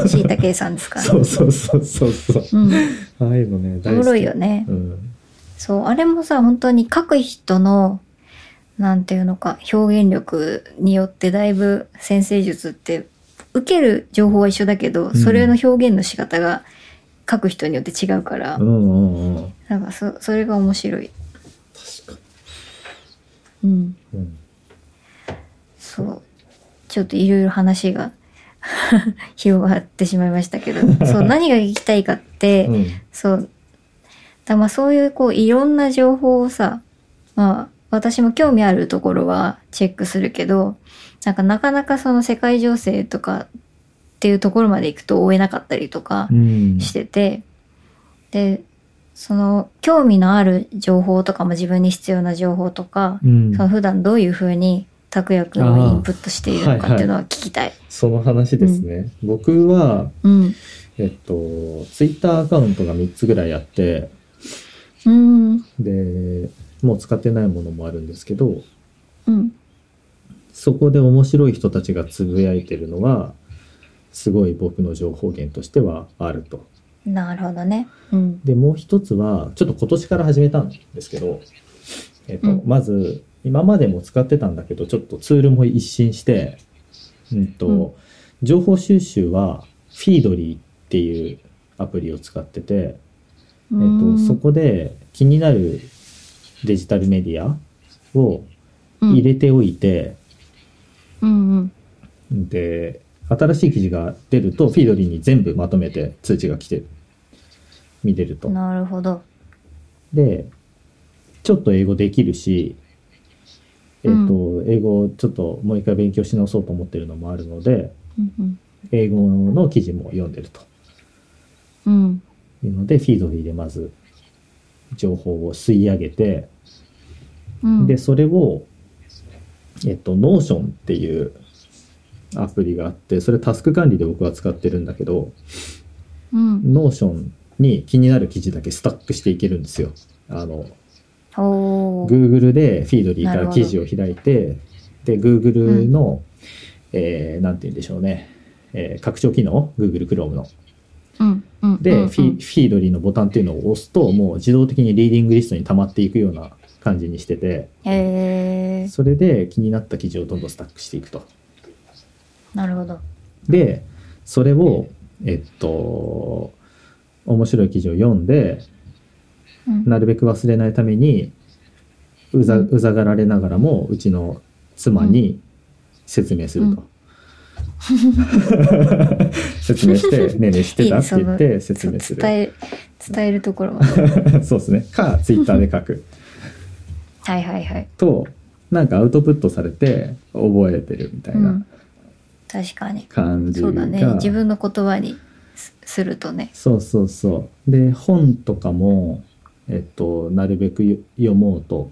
Speaker 2: しいたけいさんですから。
Speaker 1: そうそうそうそうそう。
Speaker 2: うん。
Speaker 1: ああいうのね、
Speaker 2: お
Speaker 1: 大好き。
Speaker 2: もろいよね
Speaker 1: う。ん。
Speaker 2: そう、あれもさ、本当に書く人の、なんていうのか、表現力によってだいぶ先生術って、受ける情報は一緒だけど、
Speaker 1: ん
Speaker 2: それの表現の仕方が書く人によって違うから、
Speaker 1: うんうんうん
Speaker 2: なんかそ、それが面白い。
Speaker 1: 確か
Speaker 2: うん。
Speaker 1: に、うん、
Speaker 2: そう。ちょっといろいろ話が 広がってしまいましたけど、 そう、何が聞きたいかって、
Speaker 1: うん
Speaker 2: そう。だまあそういうこういろんな情報をさ、まあ私も興味あるところはチェックするけど、なんかなかなかその世界情勢とかっていうところまで行くと追えなかったりとか
Speaker 1: うん
Speaker 2: してて、で、その興味のある情報とかも自分に必要な情報とか、
Speaker 1: うん
Speaker 2: その普段どういうふうに拓也くんをインプットしているのかっていうのは聞きたい。
Speaker 1: その話ですね、僕は
Speaker 2: うん。
Speaker 1: えっとツイッターアカウントが3つぐらいあって
Speaker 2: うん。
Speaker 1: でもう使ってないものもあるんですけど
Speaker 2: うん。
Speaker 1: そこで面白い人たちがつぶやいてるのはすごい僕の情報源としてはあると。
Speaker 2: なるほどね。うん。
Speaker 1: でもう一つはちょっと今年から始めたんですけど、えっと
Speaker 2: うん
Speaker 1: まず今までも使ってたんだけどちょっとツールも一新して、うんと
Speaker 2: うん
Speaker 1: 情報収集はフィードリーっていうアプリを使ってて、えっ
Speaker 2: う
Speaker 1: と
Speaker 2: ん
Speaker 1: そこで気になるデジタルメディアを入れておいて、
Speaker 2: うんうん
Speaker 1: で新しい記事が出るとフィードリーに全部まとめて通知が来てる見れると
Speaker 2: なるほど。
Speaker 1: でちょっと英語できるしえっ、と、英語をちょっともう一回勉強し直そうと思ってるのもあるので
Speaker 2: うん
Speaker 1: 英語の記事も読んでると
Speaker 2: うん。うん。
Speaker 1: いうのでフィードリーでまず情報を吸い上げて
Speaker 2: うん、
Speaker 1: で、それを、えっと、ノーションっていうアプリがあって、それタスク管理で僕は使ってるんだけど、
Speaker 2: うん。
Speaker 1: ノーションに気になる記事だけスタックしていけるんですよ。あの、
Speaker 2: おー
Speaker 1: Google でフィードリーか
Speaker 2: なる
Speaker 1: ら
Speaker 2: ほど
Speaker 1: 記事を開いて、で、Google の、えーなんて言うんでしょうね、えー拡張機能、Google Chrome の。
Speaker 2: うんうん。
Speaker 1: で、
Speaker 2: うんうん
Speaker 1: フィフィードリーのボタンっていうのを押すと、もう自動的にリーディングリストに溜まっていくような感じにしてて、
Speaker 2: へえ
Speaker 1: それで気になった記事をどんどんスタックしていくと。
Speaker 2: なるほど。
Speaker 1: でそれをえっと面白い記事を読んで
Speaker 2: うん
Speaker 1: なるべく忘れないためにうざ
Speaker 2: うん
Speaker 1: うざがられながらもうちの妻に説明すると。 説明して「ねえねえ知ってた?」っ
Speaker 2: いいね
Speaker 1: て
Speaker 2: その
Speaker 1: 言って説明する
Speaker 2: 伝え、伝えるところは。は
Speaker 1: そうですねかツイッターで書く
Speaker 2: い はいはい。。
Speaker 1: となんかアウトプットされて覚えてるみたいうなん
Speaker 2: 確かに。
Speaker 1: 感じ
Speaker 2: そ
Speaker 1: が、
Speaker 2: うだね。自分の言葉にすするとね。
Speaker 1: そうそうそう。で、本とかも、えっと、なるべくよ読もうと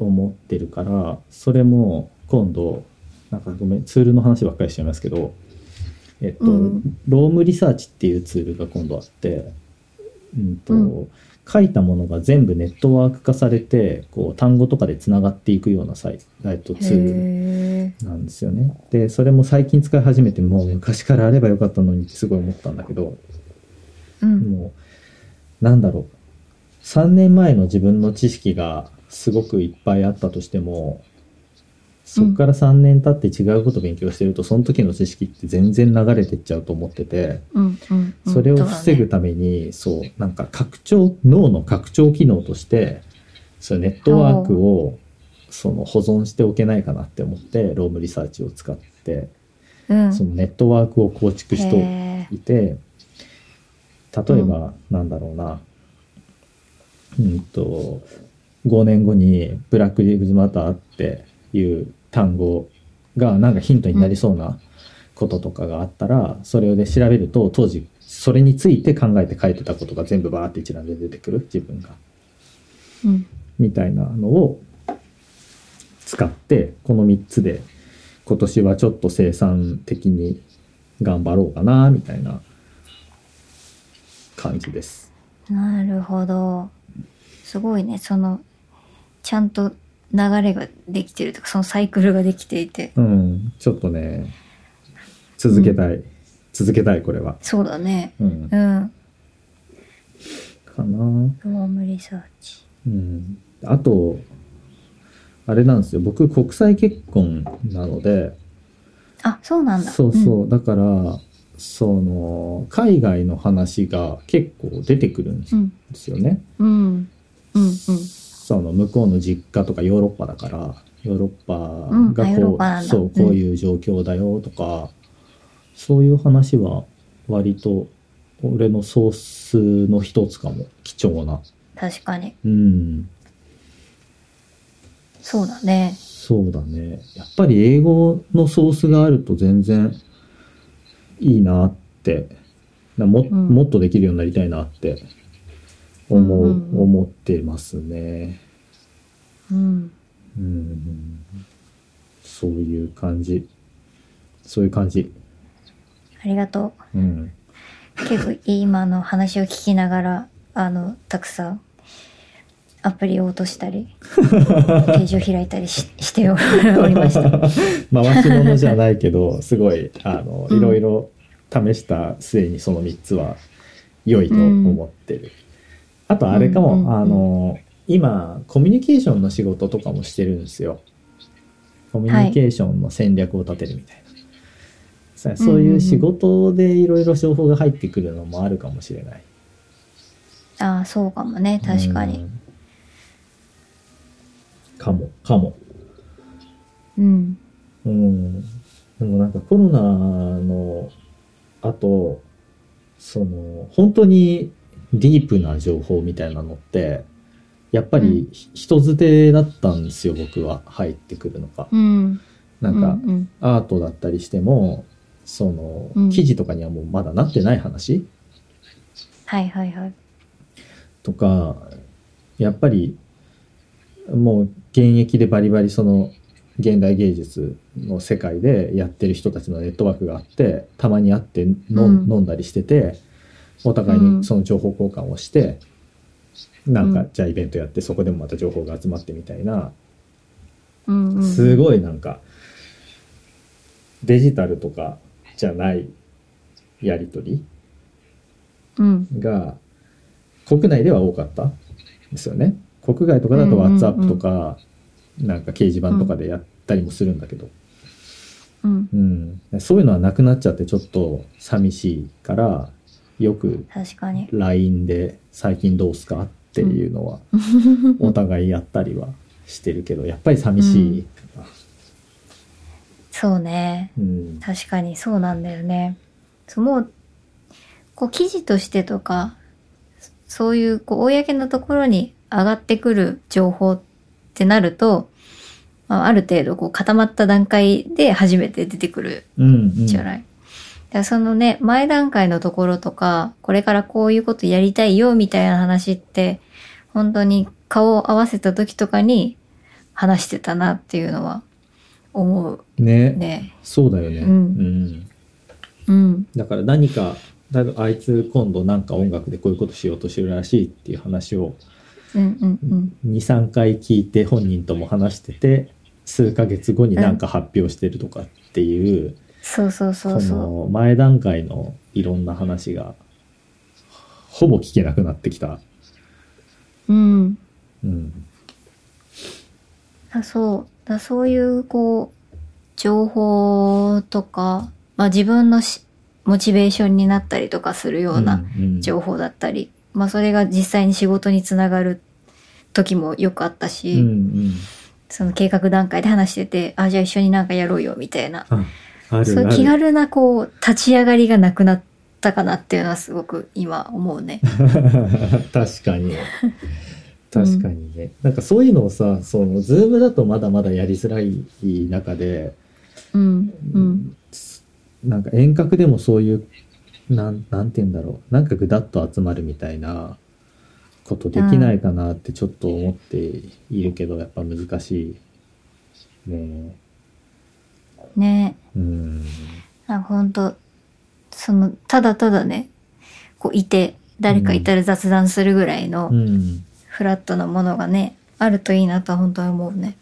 Speaker 1: 思ってるから、それも今度、なんかごめん、ツールの話ばっかりしちゃいますけど、えっと、
Speaker 2: うん
Speaker 1: ロームリサーチっていうツールが今度あって、うんと、
Speaker 2: うん
Speaker 1: 書いたものが全部ネットワーク化されて、こう、単語とかでつながっていくようなサイえっと、ツール
Speaker 2: へえ
Speaker 1: なんですよね。で、それも最近使い始めて、もう昔からあればよかったのにってすごい思ったんだけど、
Speaker 2: うん。
Speaker 1: もう、なんだろう。3年前の自分の知識がすごくいっぱいあったとしても、そこから3年経って違うこと勉強してると、その時の知識って全然流れてっちゃうと思ってて、
Speaker 2: うんうん。うん
Speaker 1: それを防ぐ。ために、そう、なんか拡張、脳の拡張機能として、そうネットワークを、その保存しておけないかなって思って、ロームリサーチを使って、
Speaker 2: そうだね
Speaker 1: そのネットワークを構築
Speaker 2: うん。
Speaker 1: しておく
Speaker 2: へ
Speaker 1: いて例えば、なんだろうなうんと5年後に「ブラック・リーブズ・マター」っていう単語がなんかヒントになりそうなこととかがあったら、それで調べると当時それについて考えて書いてたことが全部バーって一覧で出てくる自分が。
Speaker 2: ーうん。
Speaker 1: みたいなのを使ってこの3つで今年はちょっと生産的に頑張ろうかなみたいな感じです。
Speaker 2: なるほど。すごいね。その、ちゃんと流れができてるとか、そのサイクルができていて。
Speaker 1: うん、ちょっとね続けたい、続けたいこれは。
Speaker 2: そうだね。
Speaker 1: うん、
Speaker 2: うん。
Speaker 1: かな
Speaker 2: ロームリサーチ。
Speaker 1: うん、あとあれなんですよ僕国際結婚なので
Speaker 2: あ、そうなんだ。
Speaker 1: そうそう、
Speaker 2: ん。
Speaker 1: だからその海外の話が結構出てくるん
Speaker 2: う
Speaker 1: で
Speaker 2: ん。
Speaker 1: すよね、
Speaker 2: うん。うん。うん。
Speaker 1: その向こうの実家とかヨーロッパだからヨーロッ
Speaker 2: うん
Speaker 1: パ
Speaker 2: あ
Speaker 1: が
Speaker 2: ヨーロ
Speaker 1: こ
Speaker 2: ッパなん
Speaker 1: う
Speaker 2: だ
Speaker 1: そうこういう状況だよとか、そういう話は割と俺のソースの一つかも貴重な
Speaker 2: 確かに。
Speaker 1: うん
Speaker 2: そうだね。
Speaker 1: そうだね。やっぱり英語のソースがあると全然いいなって、なも,、
Speaker 2: ん
Speaker 1: もっとできるようになりたいなって思う、
Speaker 2: うんうんうん
Speaker 1: 思ってますね。
Speaker 2: うん。
Speaker 1: うん、そういう感じ。そういう感じ。
Speaker 2: ありがとう。
Speaker 1: うん。
Speaker 2: 結構今の話を聞きながら、あの、たくさんアプリを落とした り、ページを開いたりししておりま した。
Speaker 1: 回し物じゃないけど、すごい、あの、
Speaker 2: うん
Speaker 1: いろいろ試した末にその3つは良いと思ってる。あとあれかも、
Speaker 2: うんうんうん
Speaker 1: あの、今、コミュニケーションの仕事とかもしてるんですよ。コミュニケーションの戦略を立てるみたいな。さそういう仕事でいろいろ情報が入ってくるのもあるかもしれない。
Speaker 2: ああ、そうかもね。確か
Speaker 1: う
Speaker 2: に。
Speaker 1: ん。かも、かも。
Speaker 2: うん。
Speaker 1: うん、でもなんかコロナの後その本当にディープな情報みたいなのってやっぱりひ人づてだったんですよ、僕は入ってくるのが。
Speaker 2: うん。
Speaker 1: なんか
Speaker 2: うんうん
Speaker 1: アートだったりしてもその
Speaker 2: うん
Speaker 1: 記事とかにはもうまだなってない話
Speaker 2: はいはいはい。
Speaker 1: とかやっぱりもう現役でバリバリその現代芸術の世界でやってる人たちのネットワークがあってたまに会って飲,、
Speaker 2: うん
Speaker 1: 飲んだりしててお互いうに
Speaker 2: ん
Speaker 1: その情報交換をして、なん
Speaker 2: う
Speaker 1: か
Speaker 2: ん
Speaker 1: じゃあイベントやってそこでもまた情報が集まってみたいな、
Speaker 2: うん、うん。
Speaker 1: すごいなんかデジタルとかじゃないやり取
Speaker 2: うん。
Speaker 1: りが国内では多かったんですよね。国外とかだと
Speaker 2: うんうんうん
Speaker 1: WhatsApp とか、なんか掲示板とかでやったりもするんだけど、
Speaker 2: うん。
Speaker 1: うん、そういうのはなくなっちゃってちょっと寂しいからよく
Speaker 2: 確かに。
Speaker 1: LINE で「最近どうすか?」っていうの はお互いやったりはしてるけどやっぱり寂しい、
Speaker 2: そうね。
Speaker 1: うん
Speaker 2: 確かにそうなんだよね。そうもう、こう記事としてとか、そそういう、こう、公のところに上がってくる情報ってなると、まあ、ある程度こう固まった段階で初めて出てくる
Speaker 1: うんうん
Speaker 2: じゃない。だからそのね、前段階のところとか、これからこういうことやりたいよみたいな話って、本当に顔を合わせた時とかに話してたなっていうのは思う
Speaker 1: ね
Speaker 2: ね。
Speaker 1: そうだよね、
Speaker 2: うん
Speaker 1: うん
Speaker 2: うん。
Speaker 1: だから何かだあいつ今度なんか音楽でこういうことしようとしてるらしいっていう話を
Speaker 2: うんうんうん。
Speaker 1: 23回聞いて本人とも話してて数ヶ月後になんか発表してるとかっていう、
Speaker 2: そうそうそうそ
Speaker 1: この前段階のいろんな話がほぼ聞けなくなってきた、
Speaker 2: う。うん。
Speaker 1: うん、
Speaker 2: だそう。だそういう、こう、情報とか、まあ自分のしモチベーションになったりとかするような情報だったり、まあそれが実際に仕事につながる時もよくあったし、
Speaker 1: うんうん
Speaker 2: その計画段階で話してて、あ、じゃあ一緒になんかやろうよ、みたいな。
Speaker 1: あある
Speaker 2: そういう
Speaker 1: あ
Speaker 2: 気
Speaker 1: る
Speaker 2: 軽な、こう、立ち上がりがなくなったかなっていうのはすごく今思うね。
Speaker 1: 確かに確かにね、なんかそういうのをさそのズームだとまだまだやりづらい中で、
Speaker 2: うん、うん、
Speaker 1: なんか遠隔でもそういうなんなんて言うんだろうなんかぐだっと集まるみたいなことできないかなってちょっと思っているけど、やっぱ難しいね
Speaker 2: ね
Speaker 1: うん
Speaker 2: なんかほんと、その、ただただね、こういて、誰かいたら雑談するぐらいの
Speaker 1: うん
Speaker 2: フラットなものがね、あるといいなとは本当に思うね。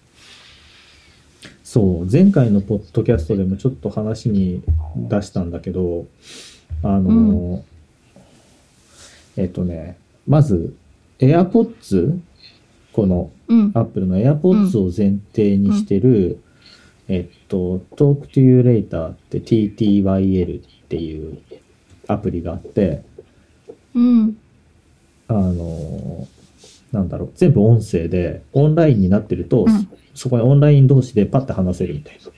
Speaker 1: そう前回のポッドキャストでもちょっと話に出したんだけどあの、
Speaker 2: う
Speaker 1: えっとねまず AirPods この
Speaker 2: うん。
Speaker 1: アップルの AirPods を前提にしてる、えっと、Talk to You Later って TTYL っていうアプリがあって、
Speaker 2: うん。
Speaker 1: あの、なんだろう、全部音声で、オンラインになってると、
Speaker 2: うん
Speaker 1: そこにオンライン同士でパッて話せるみたいな。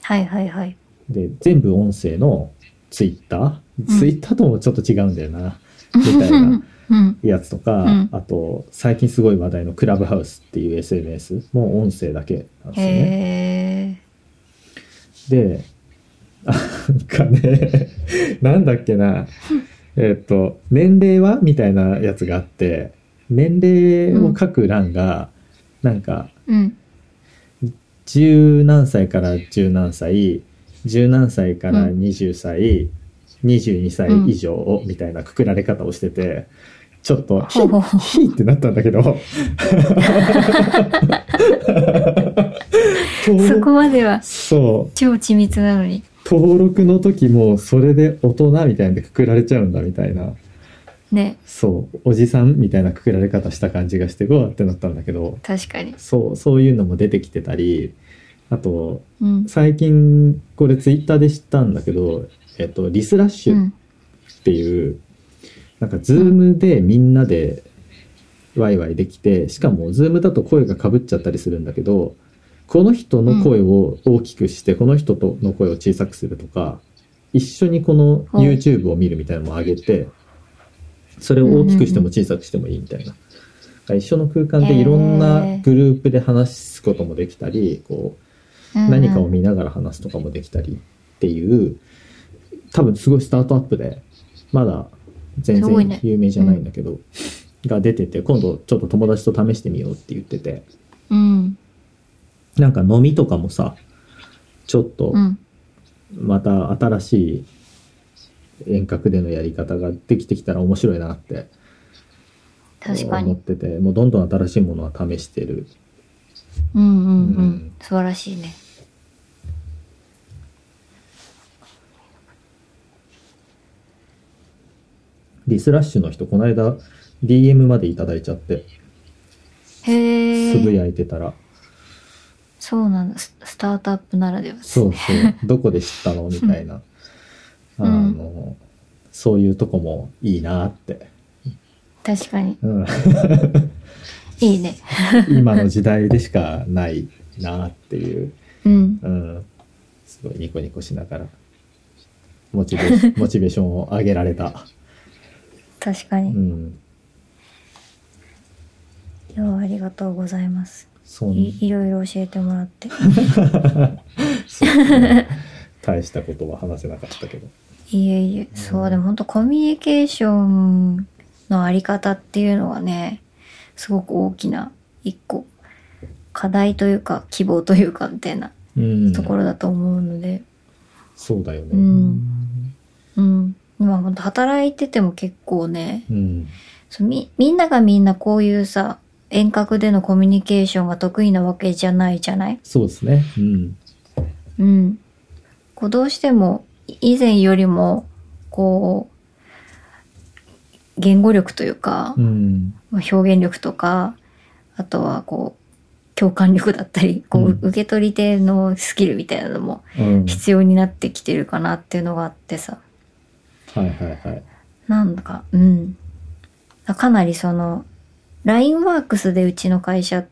Speaker 2: はいはいはい。
Speaker 1: で、全部音声の Twitter?Twitter、
Speaker 2: ん
Speaker 1: Twitter ともちょっと違うんだよな、みたいな。
Speaker 2: うん。
Speaker 1: やつとか、
Speaker 2: うん
Speaker 1: あと最近すごい話題のクラブハウスっていう SNS も音声だけなんですよね。
Speaker 2: へえ。
Speaker 1: で、なんかね、なんだっけな、えっと、年齢はみたいなやつがあって、年齢を書く欄が、なんか、
Speaker 2: うん。
Speaker 1: 十何歳から十何歳、十何歳から
Speaker 2: うん
Speaker 1: 二十歳、二十二歳以上みたいなくくられ方をしてて、ちょっと、ひ
Speaker 2: ほうほうほう
Speaker 1: ひってなったんだけ ど。 登
Speaker 2: そ
Speaker 1: 録
Speaker 2: こまでは
Speaker 1: そ
Speaker 2: 超緻密なのに。
Speaker 1: う。登録の時も、それで大人みたいなんでくくられちゃうんだみたいな。
Speaker 2: ね。
Speaker 1: そう。おじさんみたいなくくられ方した感じがして、うわーってなったんだけど。
Speaker 2: 確かに。
Speaker 1: そう、そういうのも出てきてたり、あと、
Speaker 2: うん。
Speaker 1: 最近これツイッターで知ったんだけど、えっと、リスラッシ
Speaker 2: う
Speaker 1: ュっ
Speaker 2: ん。
Speaker 1: ていう、なんかズームでみんなでワイワイできてしかもズームだと声がかぶっちゃったりするんだけどこの人の声を大きくして、この人との声を小さくするとか一緒にこの
Speaker 2: はい
Speaker 1: YouTube を見るみたいなのも上げてそれを大きくしても小さくしてもいいみたいな。一緒の空間でいろんなグループで話すこともできたり、こう
Speaker 2: うん
Speaker 1: 何かを見ながら話すとかもできたりっていう多分すごいスタートアップでまだ全
Speaker 2: すごいね
Speaker 1: 然有名じゃないんだけど、が出てて今度ちょっと友達と試してみようって言ってて
Speaker 2: うん。
Speaker 1: なんか飲みとかもさちょっと
Speaker 2: うん。
Speaker 1: また新しい遠隔でのやり方ができてきたら面白いなって
Speaker 2: 確か
Speaker 1: 思っ
Speaker 2: に。
Speaker 1: ててもうどんどん新しいものは試してる
Speaker 2: うんうんう
Speaker 1: うんん。
Speaker 2: 素晴らしいね。
Speaker 1: リスラッシュの人この間 DM までいただいちゃって
Speaker 2: へ
Speaker 1: つぶ
Speaker 2: え。
Speaker 1: やいてたら。
Speaker 2: そうなんだ。ススタートアップならではです
Speaker 1: そう
Speaker 2: ね。
Speaker 1: そう。どこで知ったのみたいな。あ
Speaker 2: うん
Speaker 1: の、そういうとこもいいなって。
Speaker 2: 確かに。
Speaker 1: うん、
Speaker 2: いいね。
Speaker 1: 今の時代でしかないなっていう。
Speaker 2: うん。
Speaker 1: うん。すごいニコニコしながら。モチベーシ ョンモチベーションを上げられた。
Speaker 2: 確か
Speaker 1: う
Speaker 2: に。
Speaker 1: ん。
Speaker 2: いやあありがとうございます。
Speaker 1: そん
Speaker 2: いいろいろ教えてもらって。
Speaker 1: そうですね大したことは話せなかったけど。
Speaker 2: いえいえ、そう、でも本当コミュニケーションのあり方っていうのはね、すごく大きな一個、課題というか希望というかみたいな
Speaker 1: うん。
Speaker 2: ところだと思うので、
Speaker 1: そうだよね。
Speaker 2: うんうん。今本当働いてても結構ね、
Speaker 1: うん。
Speaker 2: そうみ、みんながみんなこういうさ、遠隔でのコミュニケーションが得意なわけじゃないじゃない
Speaker 1: そうですね。うん。
Speaker 2: うん。こうどうしても以前よりも、こう、言語力というか
Speaker 1: う、ん。
Speaker 2: まあ表現力とか、あとはこう、共感力だったり、こう、
Speaker 1: うん
Speaker 2: 受け取り手のスキルみたいなのも
Speaker 1: うん。
Speaker 2: 必要になってきてるかなっていうのがあってさ、
Speaker 1: はいはいはい。
Speaker 2: なんか、うん。かなりその、LINE ワークスでうちの会社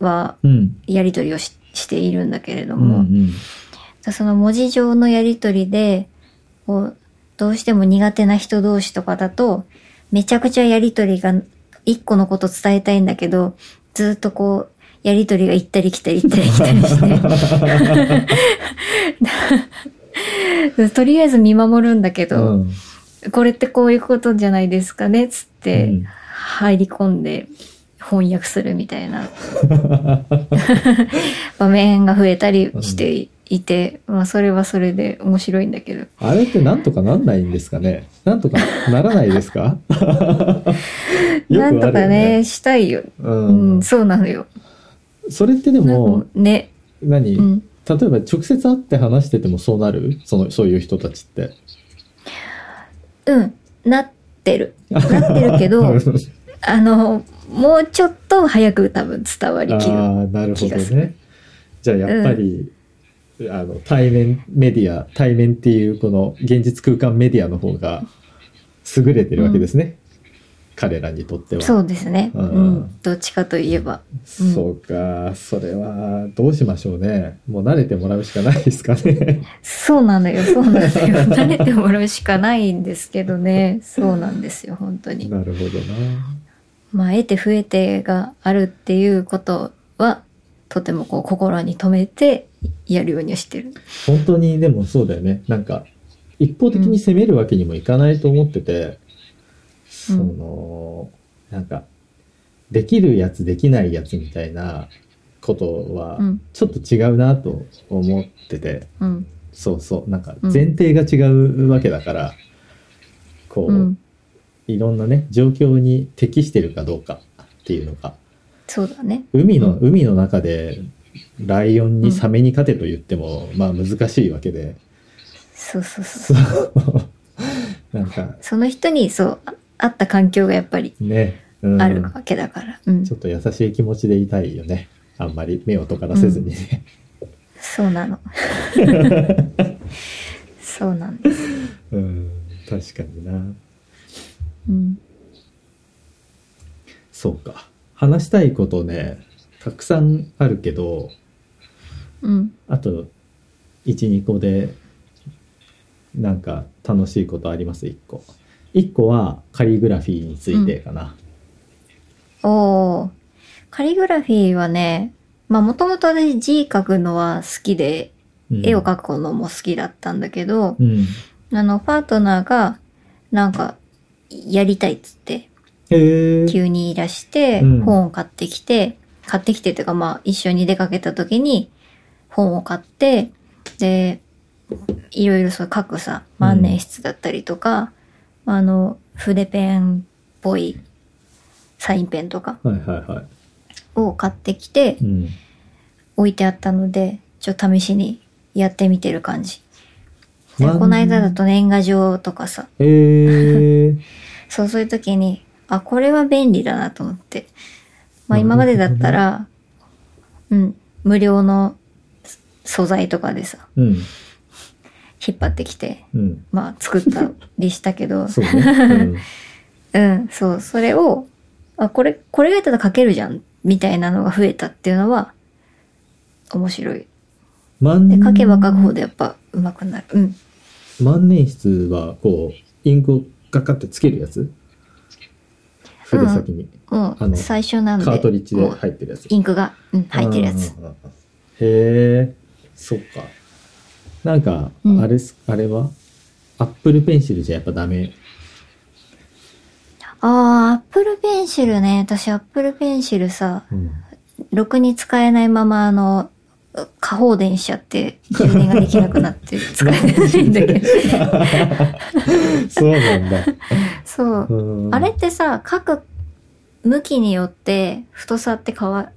Speaker 2: は
Speaker 1: うん。
Speaker 2: やり取りをししているんだけれど
Speaker 1: うんう
Speaker 2: も、
Speaker 1: ん。
Speaker 2: その文字上のやりとりで、こう、どうしても苦手な人同士とかだと、めちゃくちゃやりとりが、一個のこと伝えたいんだけど、ずっとこう、やりとりが行ったり来たり行ったり来たりして。 とりあえず見守るんだけ
Speaker 1: う
Speaker 2: ど、
Speaker 1: ん
Speaker 2: これってこういうことじゃないですかね、つっ
Speaker 1: う
Speaker 2: て
Speaker 1: ん、
Speaker 2: 入り込んで翻訳するみたいな場面が増えたりしていて、まあそれはそれで面白いんだけど。
Speaker 1: あれってなんとかなんないんですかねなんとかならないですかよくあ
Speaker 2: な
Speaker 1: る
Speaker 2: ん
Speaker 1: よ
Speaker 2: とかね、。したいよ。
Speaker 1: う。
Speaker 2: うんん、そうなのよ。
Speaker 1: それってで
Speaker 2: なん
Speaker 1: も
Speaker 2: か、ね、
Speaker 1: 何、
Speaker 2: うん。
Speaker 1: 例えば直接会って話しててもそうなるその、そういう人たちって。
Speaker 2: うん、なってる。なってるけ ど、あの、もうちょっと早く多分伝わりきる。
Speaker 1: ああなるほ
Speaker 2: 気
Speaker 1: ど
Speaker 2: がする
Speaker 1: ねじゃあやっぱり、あの対面メディア対面っていうこの現実空間メディアの方が優れてるわけですね、彼らにとっては
Speaker 2: そうですね。
Speaker 1: あ
Speaker 2: う
Speaker 1: ー
Speaker 2: ん。どっちかといえば。うん
Speaker 1: そうかそれはどうしましょうねもう慣れてもらうしかないですかね
Speaker 2: そうなのよ、そう なのよ。慣れてもらうしかないんですけどね。そうなんですよ、本当に。
Speaker 1: なるほどな
Speaker 2: まあ、得て増えてがあるっていうことは、とてもこう心に留めてやるようにはしてる。
Speaker 1: 本当にでもそうだよねなんか一方的に責めるわけにもいかないと思ってて、そのなんかできるやつできないやつみたいなことは
Speaker 2: うん
Speaker 1: ちょっと違うなと思ってて、
Speaker 2: うん。
Speaker 1: そうそうなんか
Speaker 2: うん
Speaker 1: 前提が違うわけだから、こう、
Speaker 2: うん。
Speaker 1: いろんなね状況に適してるかどうかっていうのが
Speaker 2: そうだね。
Speaker 1: 海の、
Speaker 2: う
Speaker 1: 海の中でライオンにサメに勝てと言っても、まあ難しいわけで。
Speaker 2: そうそうそう。
Speaker 1: そうなんか
Speaker 2: その人にそうあ合った環境がやっぱり
Speaker 1: ね、うん、
Speaker 2: あるわけだから、うん
Speaker 1: ちょっと優しい気持ちでいたいよねあんまり目を尖らせずにね、
Speaker 2: そうなの そうなんです、
Speaker 1: うん確かにな
Speaker 2: うん、
Speaker 1: そうか話したいことねたくさんあるけど
Speaker 2: うん
Speaker 1: あと12個でなんか楽しいことあります1個1個はカリグラフィーについてかな、
Speaker 2: おーカリグラフィーはねまあもともと私字書くのは好きで
Speaker 1: うん
Speaker 2: 絵を描くのも好きだったんだけど、
Speaker 1: うん
Speaker 2: あのパートナーがなんかやりたいっつって
Speaker 1: へえ
Speaker 2: 急に言い出して、
Speaker 1: うん
Speaker 2: 本を買ってきて、買ってきてというかまあ一緒に出かけた時に本を買って、で、いろいろそう書くさ、万年筆だったりとか、あの、筆ペンっぽいサインペンとか
Speaker 1: はいはいは
Speaker 2: を買ってきて
Speaker 1: い、うん、
Speaker 2: 置いてあったので、ちょっと試しにやってみてる感じ。で
Speaker 1: 万
Speaker 2: この間だと年賀状とかさ、
Speaker 1: へえ
Speaker 2: そうそういう時に、あ、これは便利だなと思って。ま
Speaker 1: な
Speaker 2: あ
Speaker 1: るほどね
Speaker 2: 今までだったら、うん、無料の素素材とかでさ、
Speaker 1: うん
Speaker 2: 引っ張ってきて、
Speaker 1: うん
Speaker 2: まあ作ったりしたけど、
Speaker 1: そう ね、
Speaker 2: うん、そう、それを、あ、これ、これがやったら書けるじゃん、みたいなのが増えたっていうのは、面白い。
Speaker 1: うん、
Speaker 2: で、書けば書くほどやっぱ上手くなる。うん。
Speaker 1: 万年筆はこうインクをガッカってつけるやつ筆先に、
Speaker 2: も
Speaker 1: あの
Speaker 2: う最初なんで、
Speaker 1: カートリッジで
Speaker 2: こう
Speaker 1: 入ってるやつ
Speaker 2: インクが、うん、入ってるやつ。
Speaker 1: うんうんうんうんへえそっかなんか
Speaker 2: うん
Speaker 1: あれ,、すあれはアップルペンシルじゃやっぱダメ
Speaker 2: ああ、アップルペンシルね。私アップルペンシルさ、
Speaker 1: うん
Speaker 2: ろくに使えないまま、あの、過放電しちゃって、充電ができなく なって使えないんだけど。
Speaker 1: そうなんだ、
Speaker 2: そう。
Speaker 1: うん
Speaker 2: あれってさ、書く向きによって太さって変わ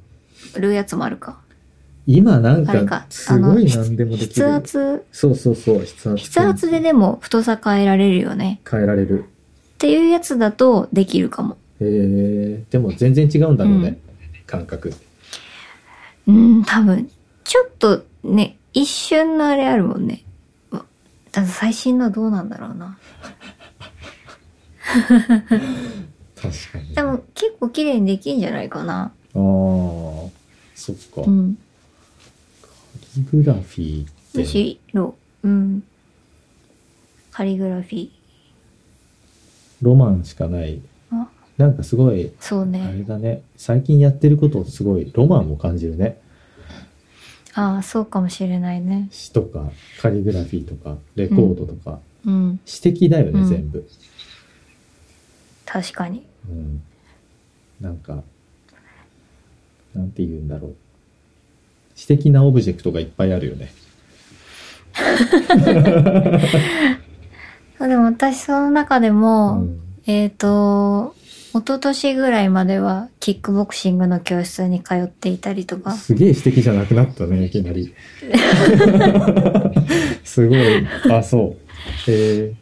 Speaker 2: るやつもあるか。
Speaker 1: 今なん
Speaker 2: あれ
Speaker 1: か
Speaker 2: か
Speaker 1: すごい
Speaker 2: あの
Speaker 1: 何でもでき
Speaker 2: 筆
Speaker 1: る
Speaker 2: 圧、
Speaker 1: そうそうそう筆圧
Speaker 2: 筆圧ででも太さ変えられるよね。
Speaker 1: 変えられる
Speaker 2: っていうやつだとできるかも。
Speaker 1: へえでも全然違うんだろうね、感覚
Speaker 2: うん、多分、ちょっとね、一瞬のあれあるもんね。わだから最新のどうなんだろうな。
Speaker 1: 確かに
Speaker 2: でも結構綺麗にできんじゃないかな。
Speaker 1: あーそっか、
Speaker 2: うん。
Speaker 1: カリグラフィーって
Speaker 2: むしろ、うん。カリグラフィー。
Speaker 1: ロマンしかない
Speaker 2: あ
Speaker 1: なんかすごい
Speaker 2: そう
Speaker 1: あれ
Speaker 2: ね。
Speaker 1: だね最近やってることすごいロマンを感じるね
Speaker 2: ああ、そうかもしれないね。
Speaker 1: 詩とかカリグラフィーとかレコードとか、
Speaker 2: うん。
Speaker 1: 詩的だよね、
Speaker 2: うん
Speaker 1: 全部、
Speaker 2: 確かに。
Speaker 1: うん、なんかなんて言うんだろう詩的なオブジェクトがいっぱいあるよね
Speaker 2: あでも私その中で
Speaker 1: う
Speaker 2: も、
Speaker 1: ん
Speaker 2: えっ、と、一昨年ぐらいまではキックボクシングの教室に通っていたりとか、
Speaker 1: すげえ詩的じゃなくなったねいきな りすごいあそうえー、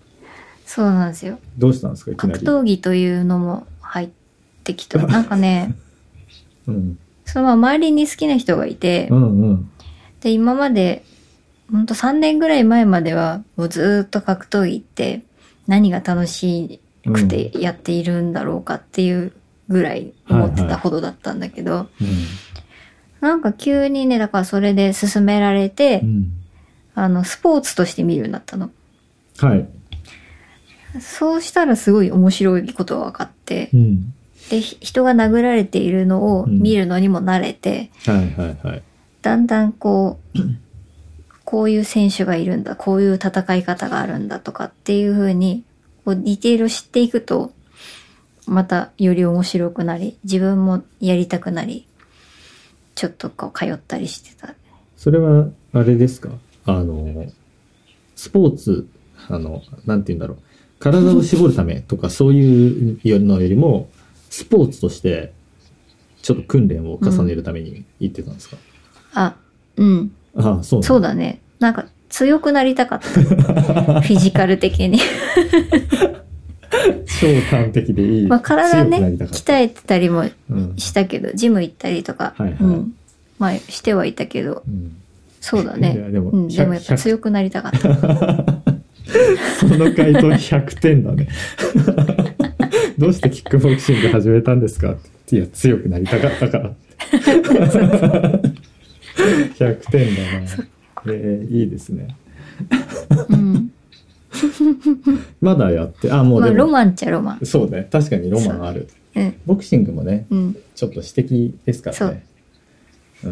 Speaker 2: そうなんですよ。
Speaker 1: どうしたんですかいきな
Speaker 2: 格
Speaker 1: り
Speaker 2: 闘技というのも入っって きた。なんかね、
Speaker 1: うん、
Speaker 2: そのまま周りに好きな人がいて
Speaker 1: う、んうん
Speaker 2: で、今まで、ほんと3年ぐらい前までは、もうずーっと格闘技って、何が楽しくてやっているんだろうかっていうぐらい思ってたほどだったんだけど、なんか急にね、だからそれで勧められて、
Speaker 1: うんうん
Speaker 2: あの、スポーツとして見るようになったの。
Speaker 1: はい
Speaker 2: そうしたらすごい面白いことが分かって、
Speaker 1: うん
Speaker 2: で、ひ人が殴られているのを見るのにも慣れて、
Speaker 1: はいはいはい
Speaker 2: だんだんこ う、こういう選手がいるんだ、こういう戦い方があるんだとかっていう風に、こうディテールを知っていくと、またより面白くなり、自分もやりたくなり、ちょっとこう通ったりしてた。
Speaker 1: それはあれですかあのスポーツあのなんて言うんだろう体を絞るためとかそういうのよりもスポーツとしてちょっと訓練を重ねるために行ってたんですか、
Speaker 2: あ、うん、
Speaker 1: ああそうなんだ
Speaker 2: そうだね。なんか強くなりたか った。フィジカル的に。
Speaker 1: 超端的でいい。
Speaker 2: まあ体ね、
Speaker 1: 強くなりたかった
Speaker 2: 鍛えてたりも
Speaker 1: うん
Speaker 2: したけど、ジム行ったりとか、
Speaker 1: はいはい
Speaker 2: うん。まあしてはいたけど、
Speaker 1: うん
Speaker 2: そうだ
Speaker 1: いや
Speaker 2: ね。
Speaker 1: でも
Speaker 2: うん、でもやっぱ
Speaker 1: 100
Speaker 2: 強くなりたかった。
Speaker 1: その回答100点だね。 どうしてキックボクシング始めたんですかっていや、強くなりたかったから。100点だな。えーいいですね。
Speaker 2: うん。
Speaker 1: まだやって、あ、もう
Speaker 2: まあ
Speaker 1: で
Speaker 2: ロ
Speaker 1: も、
Speaker 2: マンっちゃロマン。
Speaker 1: そうね。確かにロマンある。
Speaker 2: うん。
Speaker 1: ボクシングもね、
Speaker 2: うん。
Speaker 1: ちょっと私的ですからね。うん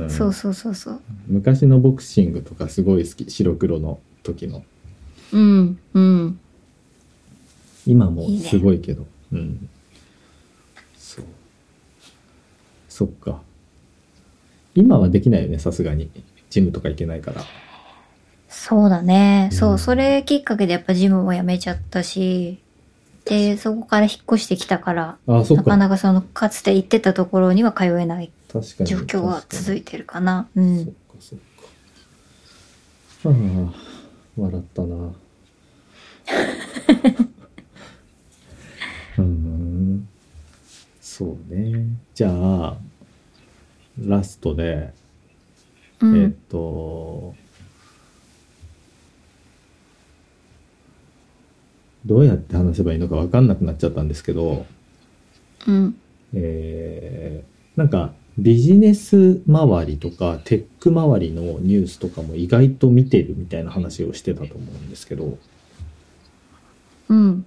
Speaker 2: そうそうそうそう。
Speaker 1: 昔のボクシングとかすごい好き。白黒の時の。
Speaker 2: うん。うん。
Speaker 1: 今もすごいけどうんそうそっか今はできないよねさすがにジムとか行けないから
Speaker 2: そうだね。そうう。
Speaker 1: ん
Speaker 2: それきっかけでやっぱジムも辞めちゃったし、で、そこから引っ越してきたから、
Speaker 1: あそっ
Speaker 2: な
Speaker 1: か
Speaker 2: かなかその、かつて行ってたところには通えない
Speaker 1: 確かに
Speaker 2: 状況は続い
Speaker 1: て
Speaker 2: てるかな。うん。
Speaker 1: そっかそっかああ笑った なうんそうねじゃあラストで
Speaker 2: う
Speaker 1: えっ
Speaker 2: ん。
Speaker 1: と、どうやって話せばいいのか分かんなくなっちゃったんですけど、
Speaker 2: うん。
Speaker 1: えーなんかビジネス周りとかテック周りのニュースとかも意外と見てるみたいな話をしてたと思うんですけど、
Speaker 2: うん。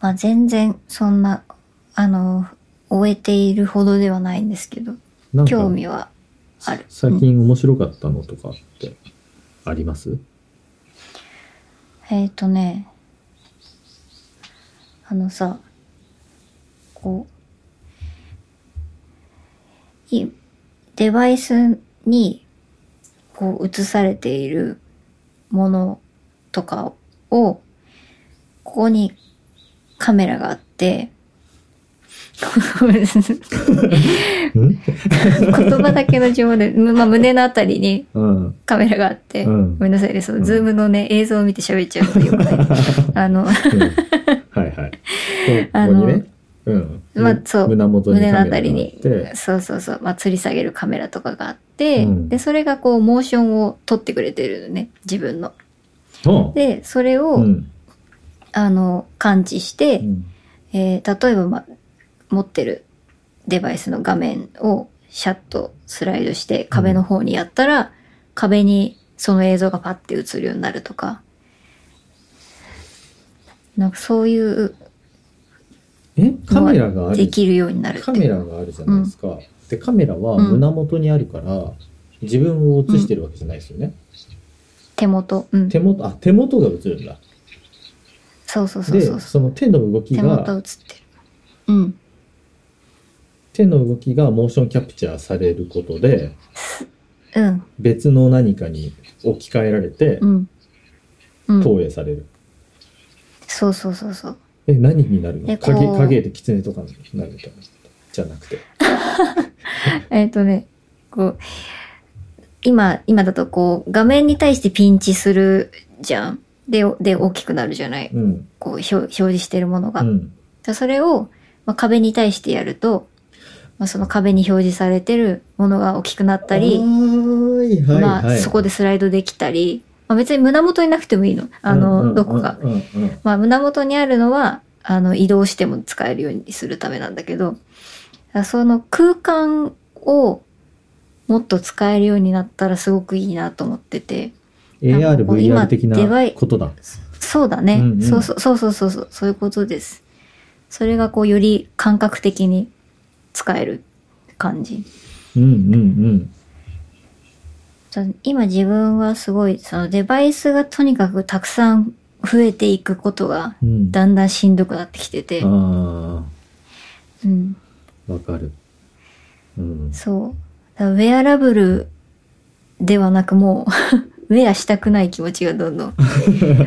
Speaker 2: まあ全然、そんな、あの、終えているほどではないんですけど、
Speaker 1: なんか
Speaker 2: 興味はある。
Speaker 1: 最近面白かったのとかってあります
Speaker 2: えっ、ー、とね、あのさ、こう、いデバイスに、こう、映されているものとかを、ここにカメラがあって、
Speaker 1: うん
Speaker 2: 言葉だけの情報で、まあ、胸のあたりに
Speaker 1: うん。
Speaker 2: カメラがあって、
Speaker 1: うん
Speaker 2: ごめんなさいね、そ
Speaker 1: うん
Speaker 2: の、ズームのね、映像を見て喋っちゃうとよくない。 あの、
Speaker 1: うんはいはい。こうこ
Speaker 2: あ
Speaker 1: こ
Speaker 2: の
Speaker 1: にね、うん。
Speaker 2: まあそう
Speaker 1: 胸元にカメ
Speaker 2: 胸の
Speaker 1: ラ
Speaker 2: あ
Speaker 1: があ
Speaker 2: た
Speaker 1: っ
Speaker 2: りに
Speaker 1: て、
Speaker 2: そうそうそう、まあ、吊り下げるカメラとかがあって、
Speaker 1: うん
Speaker 2: でそれがこうモーションを撮ってくれてるのね自分の。
Speaker 1: うん
Speaker 2: でそれを、
Speaker 1: うん
Speaker 2: あの感知して、
Speaker 1: うん
Speaker 2: えー例えば、まあ、持ってるデバイスの画面をシャッとスライドして壁の方にやったら、壁にその映像がパッて映るようになるとか。なんかそういう
Speaker 1: えカメラがあ
Speaker 2: で
Speaker 1: る
Speaker 2: きるようになるって
Speaker 1: カメラがあるじゃないですか、でカメラは
Speaker 2: うん
Speaker 1: 胸元にあるから、自分を映してるわけじゃないですよね、
Speaker 2: 手元、うん、
Speaker 1: 手元あ手元が映るんだ
Speaker 2: そうそうそうそう
Speaker 1: でその手の動き
Speaker 2: 手元映
Speaker 1: が
Speaker 2: ってる。うん。
Speaker 1: 手の動きがモーションキャプチャーされることで
Speaker 2: うん。
Speaker 1: 別の何かに置き換えられて
Speaker 2: うん。うん。
Speaker 1: 投影される、
Speaker 2: そうそうそうそう。
Speaker 1: え何になるの
Speaker 2: でこう
Speaker 1: 影影で狐とかになるみたいなじゃなくて
Speaker 2: えっ、とね、こう、今、今だとこう、画面に対してピンチするじゃん。で、で、大きくなるじゃない。
Speaker 1: うん
Speaker 2: こう、表表示してるものが。
Speaker 1: うん
Speaker 2: でそれを、まあ、壁に対してやると、まあ、その壁に表示されてるものが大きくなったり、
Speaker 1: はいはいはい、
Speaker 2: まあ、そこでスライドできたり、まあ、別に胸元になくてもいいの。あ
Speaker 1: うんうんう
Speaker 2: の、
Speaker 1: ん
Speaker 2: どこか。
Speaker 1: うんうん
Speaker 2: まあ、胸元にあるのは、あの、移動しても使えるようにするためなんだけど、あその空間をもっと使えるようになったらすごくいいなと思ってて。なんか
Speaker 1: AR、
Speaker 2: こう今
Speaker 1: VR 的
Speaker 2: デバ
Speaker 1: な
Speaker 2: イ
Speaker 1: ことだ。
Speaker 2: そうだね。
Speaker 1: うんうん
Speaker 2: そうそうそうそうそうそう、そういうことです。それがこう、より感覚的に使える感じ。
Speaker 1: うんうんうん。
Speaker 2: そう今自分はすごい、そのデバイスがとにかくたくさん増えていくことが、
Speaker 1: うん、
Speaker 2: だんだんしんどくなってきてて、
Speaker 1: あ
Speaker 2: うん、
Speaker 1: あ、わかる。うん。
Speaker 2: そう。だからウェアラブルではなくもう、ウ ェアしたくない気持ちがどんど
Speaker 1: う
Speaker 2: ん、
Speaker 1: んうん うん、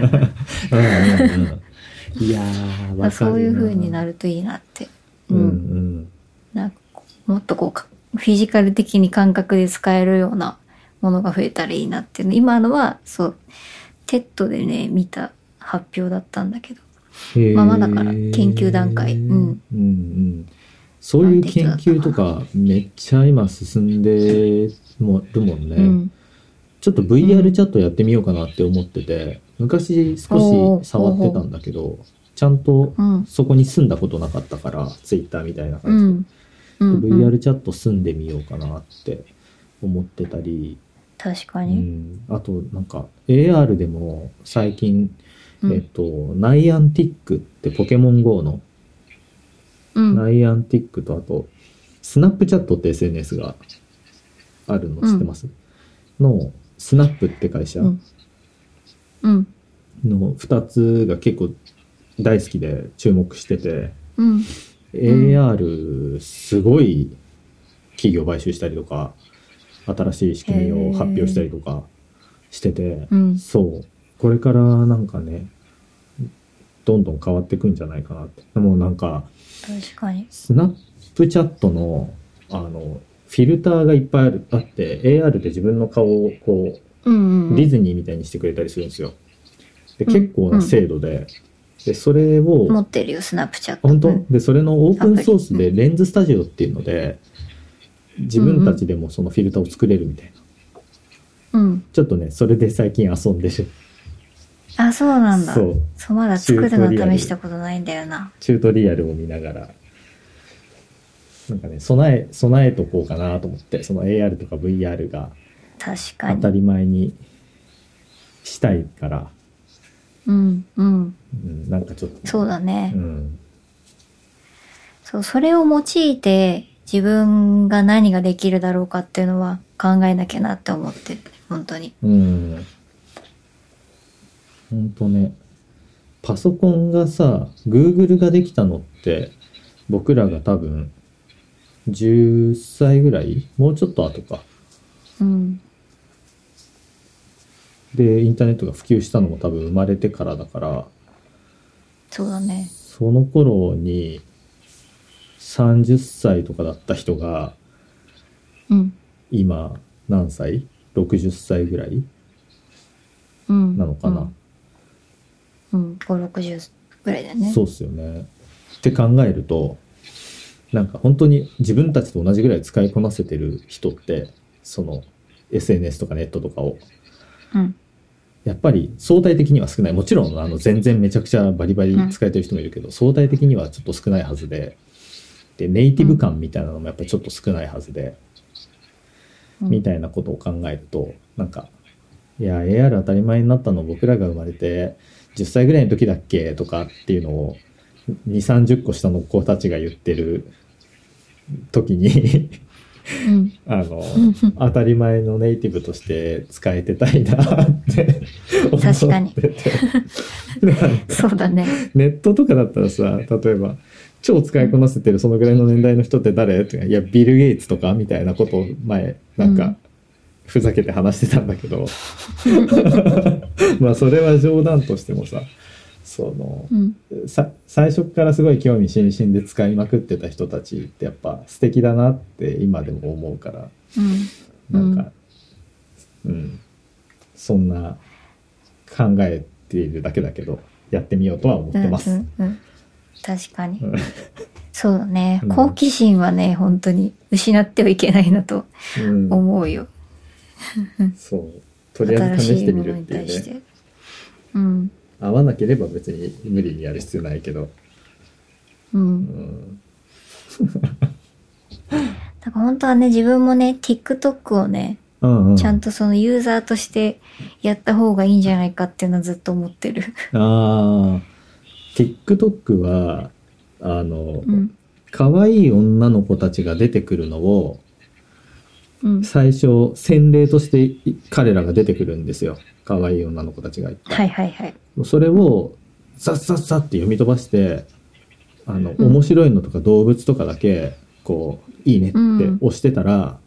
Speaker 1: いやー、わかるな。
Speaker 2: そういう風になるといいなって。
Speaker 1: う
Speaker 2: うんん。
Speaker 1: うん。
Speaker 2: なんかこうもっとこうか、フィジカル的に感覚で使えるようなものが増えたらいいなっていうの。今のは、そう、テッドでね、見た発表だったんだけど。
Speaker 1: へー
Speaker 2: まあまだから研究段階うん
Speaker 1: うんうんそういう研究とかめっちゃ今進んでもるもんね、
Speaker 2: うん。
Speaker 1: ちょっと VR チャットやってみようかなって思ってて昔少し触ってたんだけどちゃんと
Speaker 2: うん。
Speaker 1: そこに住んだことなかったから Twitter みたいな
Speaker 2: う
Speaker 1: 感じで
Speaker 2: ん。うん、うん
Speaker 1: VR チャット住んでみようかなって思ってたり、
Speaker 2: 確か
Speaker 1: う
Speaker 2: に。
Speaker 1: ん、あとなんか AR でも最近、
Speaker 2: うん
Speaker 1: えっと、ナイアンティックってポケモン GO の
Speaker 2: うん。
Speaker 1: ナイアンティックとあと、スナップチャットって SNS があるの知ってます、の、スナップって会社
Speaker 2: う
Speaker 1: の
Speaker 2: んうん。
Speaker 1: 2つが結構大好きで注目してて、
Speaker 2: うん。
Speaker 1: AR すごい企業買収したりとか、新しい仕組みを発表したりとかしてて、
Speaker 2: うん。
Speaker 1: そう。これからなんかね、どんどん変わってくんじゃないかなって。もうなんか、
Speaker 2: 確かに。
Speaker 1: スナップチャットの、あの、フィルターがいっぱいあるあって、AR で自分の顔をこ
Speaker 2: うん。
Speaker 1: う、
Speaker 2: うん。
Speaker 1: ディズニーみたいにしてくれたりするんですよ。で、
Speaker 2: うん
Speaker 1: 結構な精度で、で、それを、
Speaker 2: 持
Speaker 1: あ
Speaker 2: ってるよ、スナップチャット。
Speaker 1: 本
Speaker 2: う
Speaker 1: 当
Speaker 2: ん
Speaker 1: で、それのオープンソース
Speaker 2: アプ
Speaker 1: でレンズスタジオっていうので、自分たちでもそのフィルターを作れるみたいな。
Speaker 2: うん。
Speaker 1: ちょっとね、それで最近遊んでる。
Speaker 2: あ、そうなんだ。
Speaker 1: そ
Speaker 2: そう。
Speaker 1: う。
Speaker 2: まだ作るのは試したことないんだよな。
Speaker 1: チュートリアルを見ながら、なんかね、備え、備えとこうかなと思って、その AR とか VR が
Speaker 2: 確か
Speaker 1: 当た
Speaker 2: に。
Speaker 1: り前にしたいから、
Speaker 2: うん。うん。
Speaker 1: うん、なんかちょっと
Speaker 2: そうだね。
Speaker 1: うん
Speaker 2: そう、それを用いて、自分が何ができるだろうかっていうのは考えなきゃなって思ってる、本当に。
Speaker 1: うんほんとねパソコンがさ Google ができたのって僕らが多分10歳ぐらいもうちょっと後か
Speaker 2: うん。
Speaker 1: でインターネットが普及したのも多分生まれてからだから
Speaker 2: そうだね。
Speaker 1: その頃に30歳とかだった人が
Speaker 2: うん。
Speaker 1: 今何歳 ?60 歳ぐらい
Speaker 2: うん。
Speaker 1: なのかな、
Speaker 2: うん。うん。5、60ぐらいだよね。
Speaker 1: そうっすよね。って考えると、なんか本当に自分たちと同じぐらい使いこなせてる人って、その SNS とかネットとかを、
Speaker 2: うん。
Speaker 1: やっぱり相対的には少ない。もちろん、あの、全然めちゃくちゃバリバリ使えてる人もいるけど、相対的にはちょっと少ないはずで、で、ネイティブ感みたいなのもやっぱりちょっと少ないはずで、
Speaker 2: うん
Speaker 1: みたいなことを考えると、なんか、いや、AR 当たり前になったの僕らが生まれて、10歳ぐらいの時だっけとかっていうのを、2、30個下の子たちが言ってる時に、
Speaker 2: うん。
Speaker 1: あの、当たり前のネイティブとして使えてたいなって思ってて。
Speaker 2: 確かに そうだね。
Speaker 1: ネットとかだったらさ、例えば、超使いこなせてるそのぐらいの年代の人って誰っていや、ビル・ゲイツとかみたいなことを前、なん
Speaker 2: う
Speaker 1: か
Speaker 2: ん、
Speaker 1: ふざけて話してたんだけど、 まあ、それは冗談としてもさ、その、
Speaker 2: うん。
Speaker 1: さ最初からすごい興味津々で使いまくってた人たちってやっぱ素敵だなって今でも思うから、
Speaker 2: うん。
Speaker 1: なんか、うん、そんな考えているだけだけど、やってみようとは思ってます。
Speaker 2: うんうん確かに
Speaker 1: うん。
Speaker 2: そうだね
Speaker 1: うん。
Speaker 2: 好奇心はね、本当に失ってはいけないなと
Speaker 1: うん、
Speaker 2: 思うよ。
Speaker 1: そうとりあえず試
Speaker 2: 新
Speaker 1: し
Speaker 2: してい
Speaker 1: み
Speaker 2: も
Speaker 1: る
Speaker 2: の
Speaker 1: っ
Speaker 2: に
Speaker 1: て
Speaker 2: 対
Speaker 1: い
Speaker 2: し
Speaker 1: うね
Speaker 2: て。うん。
Speaker 1: 合わなければ別に無理にやる必要ないけど、う
Speaker 2: う。
Speaker 1: んん、
Speaker 2: だから本当はね、自分もね、TikTok をね、
Speaker 1: うんうん
Speaker 2: ちゃんとそのユーザーとしてやった方がいいんじゃないかっていうのはずっと思ってる。
Speaker 1: ああ TikTok はあの、
Speaker 2: うん。
Speaker 1: 可愛い女の子たちが出てくるのを
Speaker 2: うん。
Speaker 1: 最初洗礼としてい彼らが出てくるんですよ可愛い女の子たちがいっぱい、
Speaker 2: はいはいはい。
Speaker 1: それをさっさっさって読み飛ばしてあの、
Speaker 2: うん
Speaker 1: 面白いのとか動物とかだけこういいねって
Speaker 2: うん
Speaker 1: 押してたら、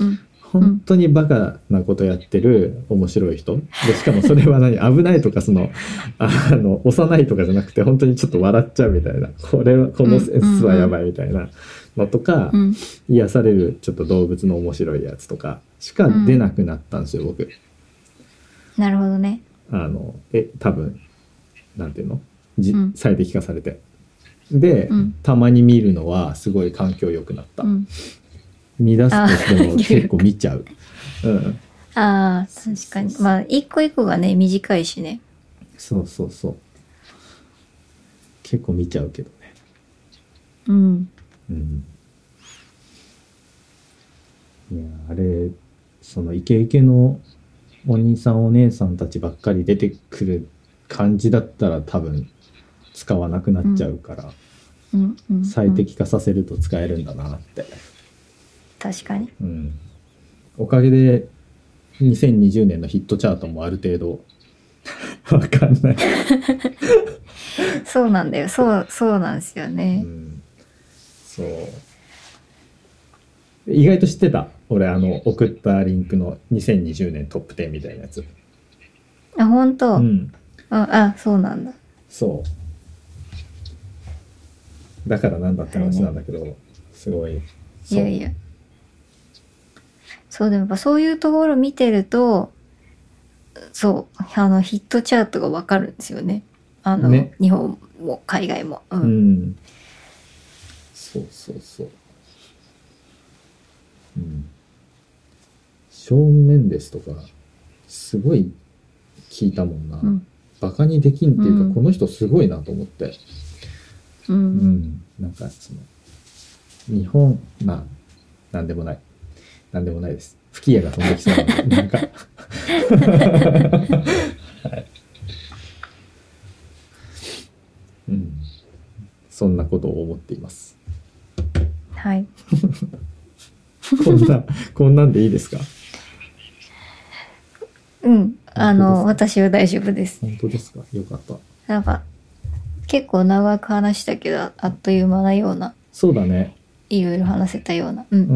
Speaker 2: うん。
Speaker 1: 本当にバカなことやってる面白い人でしかもそれは何 危ないとかそのあの幼いとかじゃなくて本当にちょっと笑っちゃうみたいなこれはこのセンスはやばいみたいなのとか、
Speaker 2: うん。
Speaker 1: 癒されるちょっと動物の面白いやつとかしか出なくなったんですよ、僕
Speaker 2: なるほどね。
Speaker 1: あのえ多分なんていうのじ、
Speaker 2: うん
Speaker 1: 最適化されてで、
Speaker 2: うん
Speaker 1: たまに見るのはすごい環境良くなった、
Speaker 2: うん。
Speaker 1: 見出すとしても
Speaker 2: あ
Speaker 1: 結構見ちゃう、うん、
Speaker 2: ああ、確かに。まあ、一個一個がね、短いしね。
Speaker 1: そうそうそう結構見ちゃうけどね、
Speaker 2: うん。
Speaker 1: うん、いやあれそのイケイケのお兄さんお姉さんたちばっかり出てくる感じだったら多分使わなくなっちゃうから、
Speaker 2: うん。うん。
Speaker 1: 最。適化させると使えるんだなって、
Speaker 2: 確かに。
Speaker 1: うん、おかげで2020年のヒットチャートもある程度わかんない、
Speaker 2: そうなんだよ。そう、そうなんですよ
Speaker 1: う
Speaker 2: ね。
Speaker 1: ん、そう意外と知ってた俺あの送ったリンクの2020年トップ10みたいなやつ
Speaker 2: あ、本当、
Speaker 1: ん
Speaker 2: あ、あ、そうなんだ。
Speaker 1: そうだからなんだって話なんだけど、すごい
Speaker 2: いやいや。そう、でもやっぱそういうところ見てると、そう、あの、ヒットチャートがわかるんですよね。あの、
Speaker 1: ね
Speaker 2: 日本も海外も。う。
Speaker 1: うんん。そうそうそう。うん。ショーン・メンデスとか、すごい聞いたもんな。
Speaker 2: うん。
Speaker 1: バカにできんっていうか、
Speaker 2: うん
Speaker 1: この人すごいなと思って。
Speaker 2: う。
Speaker 1: うんん。なんか、その、日本、まあ、なんでもない。なんでもないです。吹き矢が飛んできそうなんで、なんか。 はいうん、そんなことを思っています。
Speaker 2: はい。
Speaker 1: こんな、こんなんでいいですか
Speaker 2: うん。あの、
Speaker 1: 本当
Speaker 2: 私は大丈夫です。
Speaker 1: 本当ですかよかった。
Speaker 2: なんか、結構長く話したけど、あっという間なような、
Speaker 1: そうだね。
Speaker 2: いろいろ話せたような。うん
Speaker 1: う。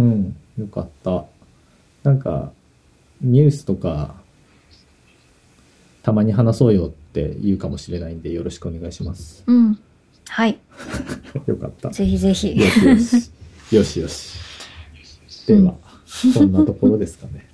Speaker 1: ん。よかった。なんか、ニュースとか、たまに話そうよって言うかもしれないんで、よろしくお願いし ます。
Speaker 2: うん。はい。
Speaker 1: よかった。よ
Speaker 2: ぜひぜひ。
Speaker 1: しよし。よしよし。では、こんなところですかね。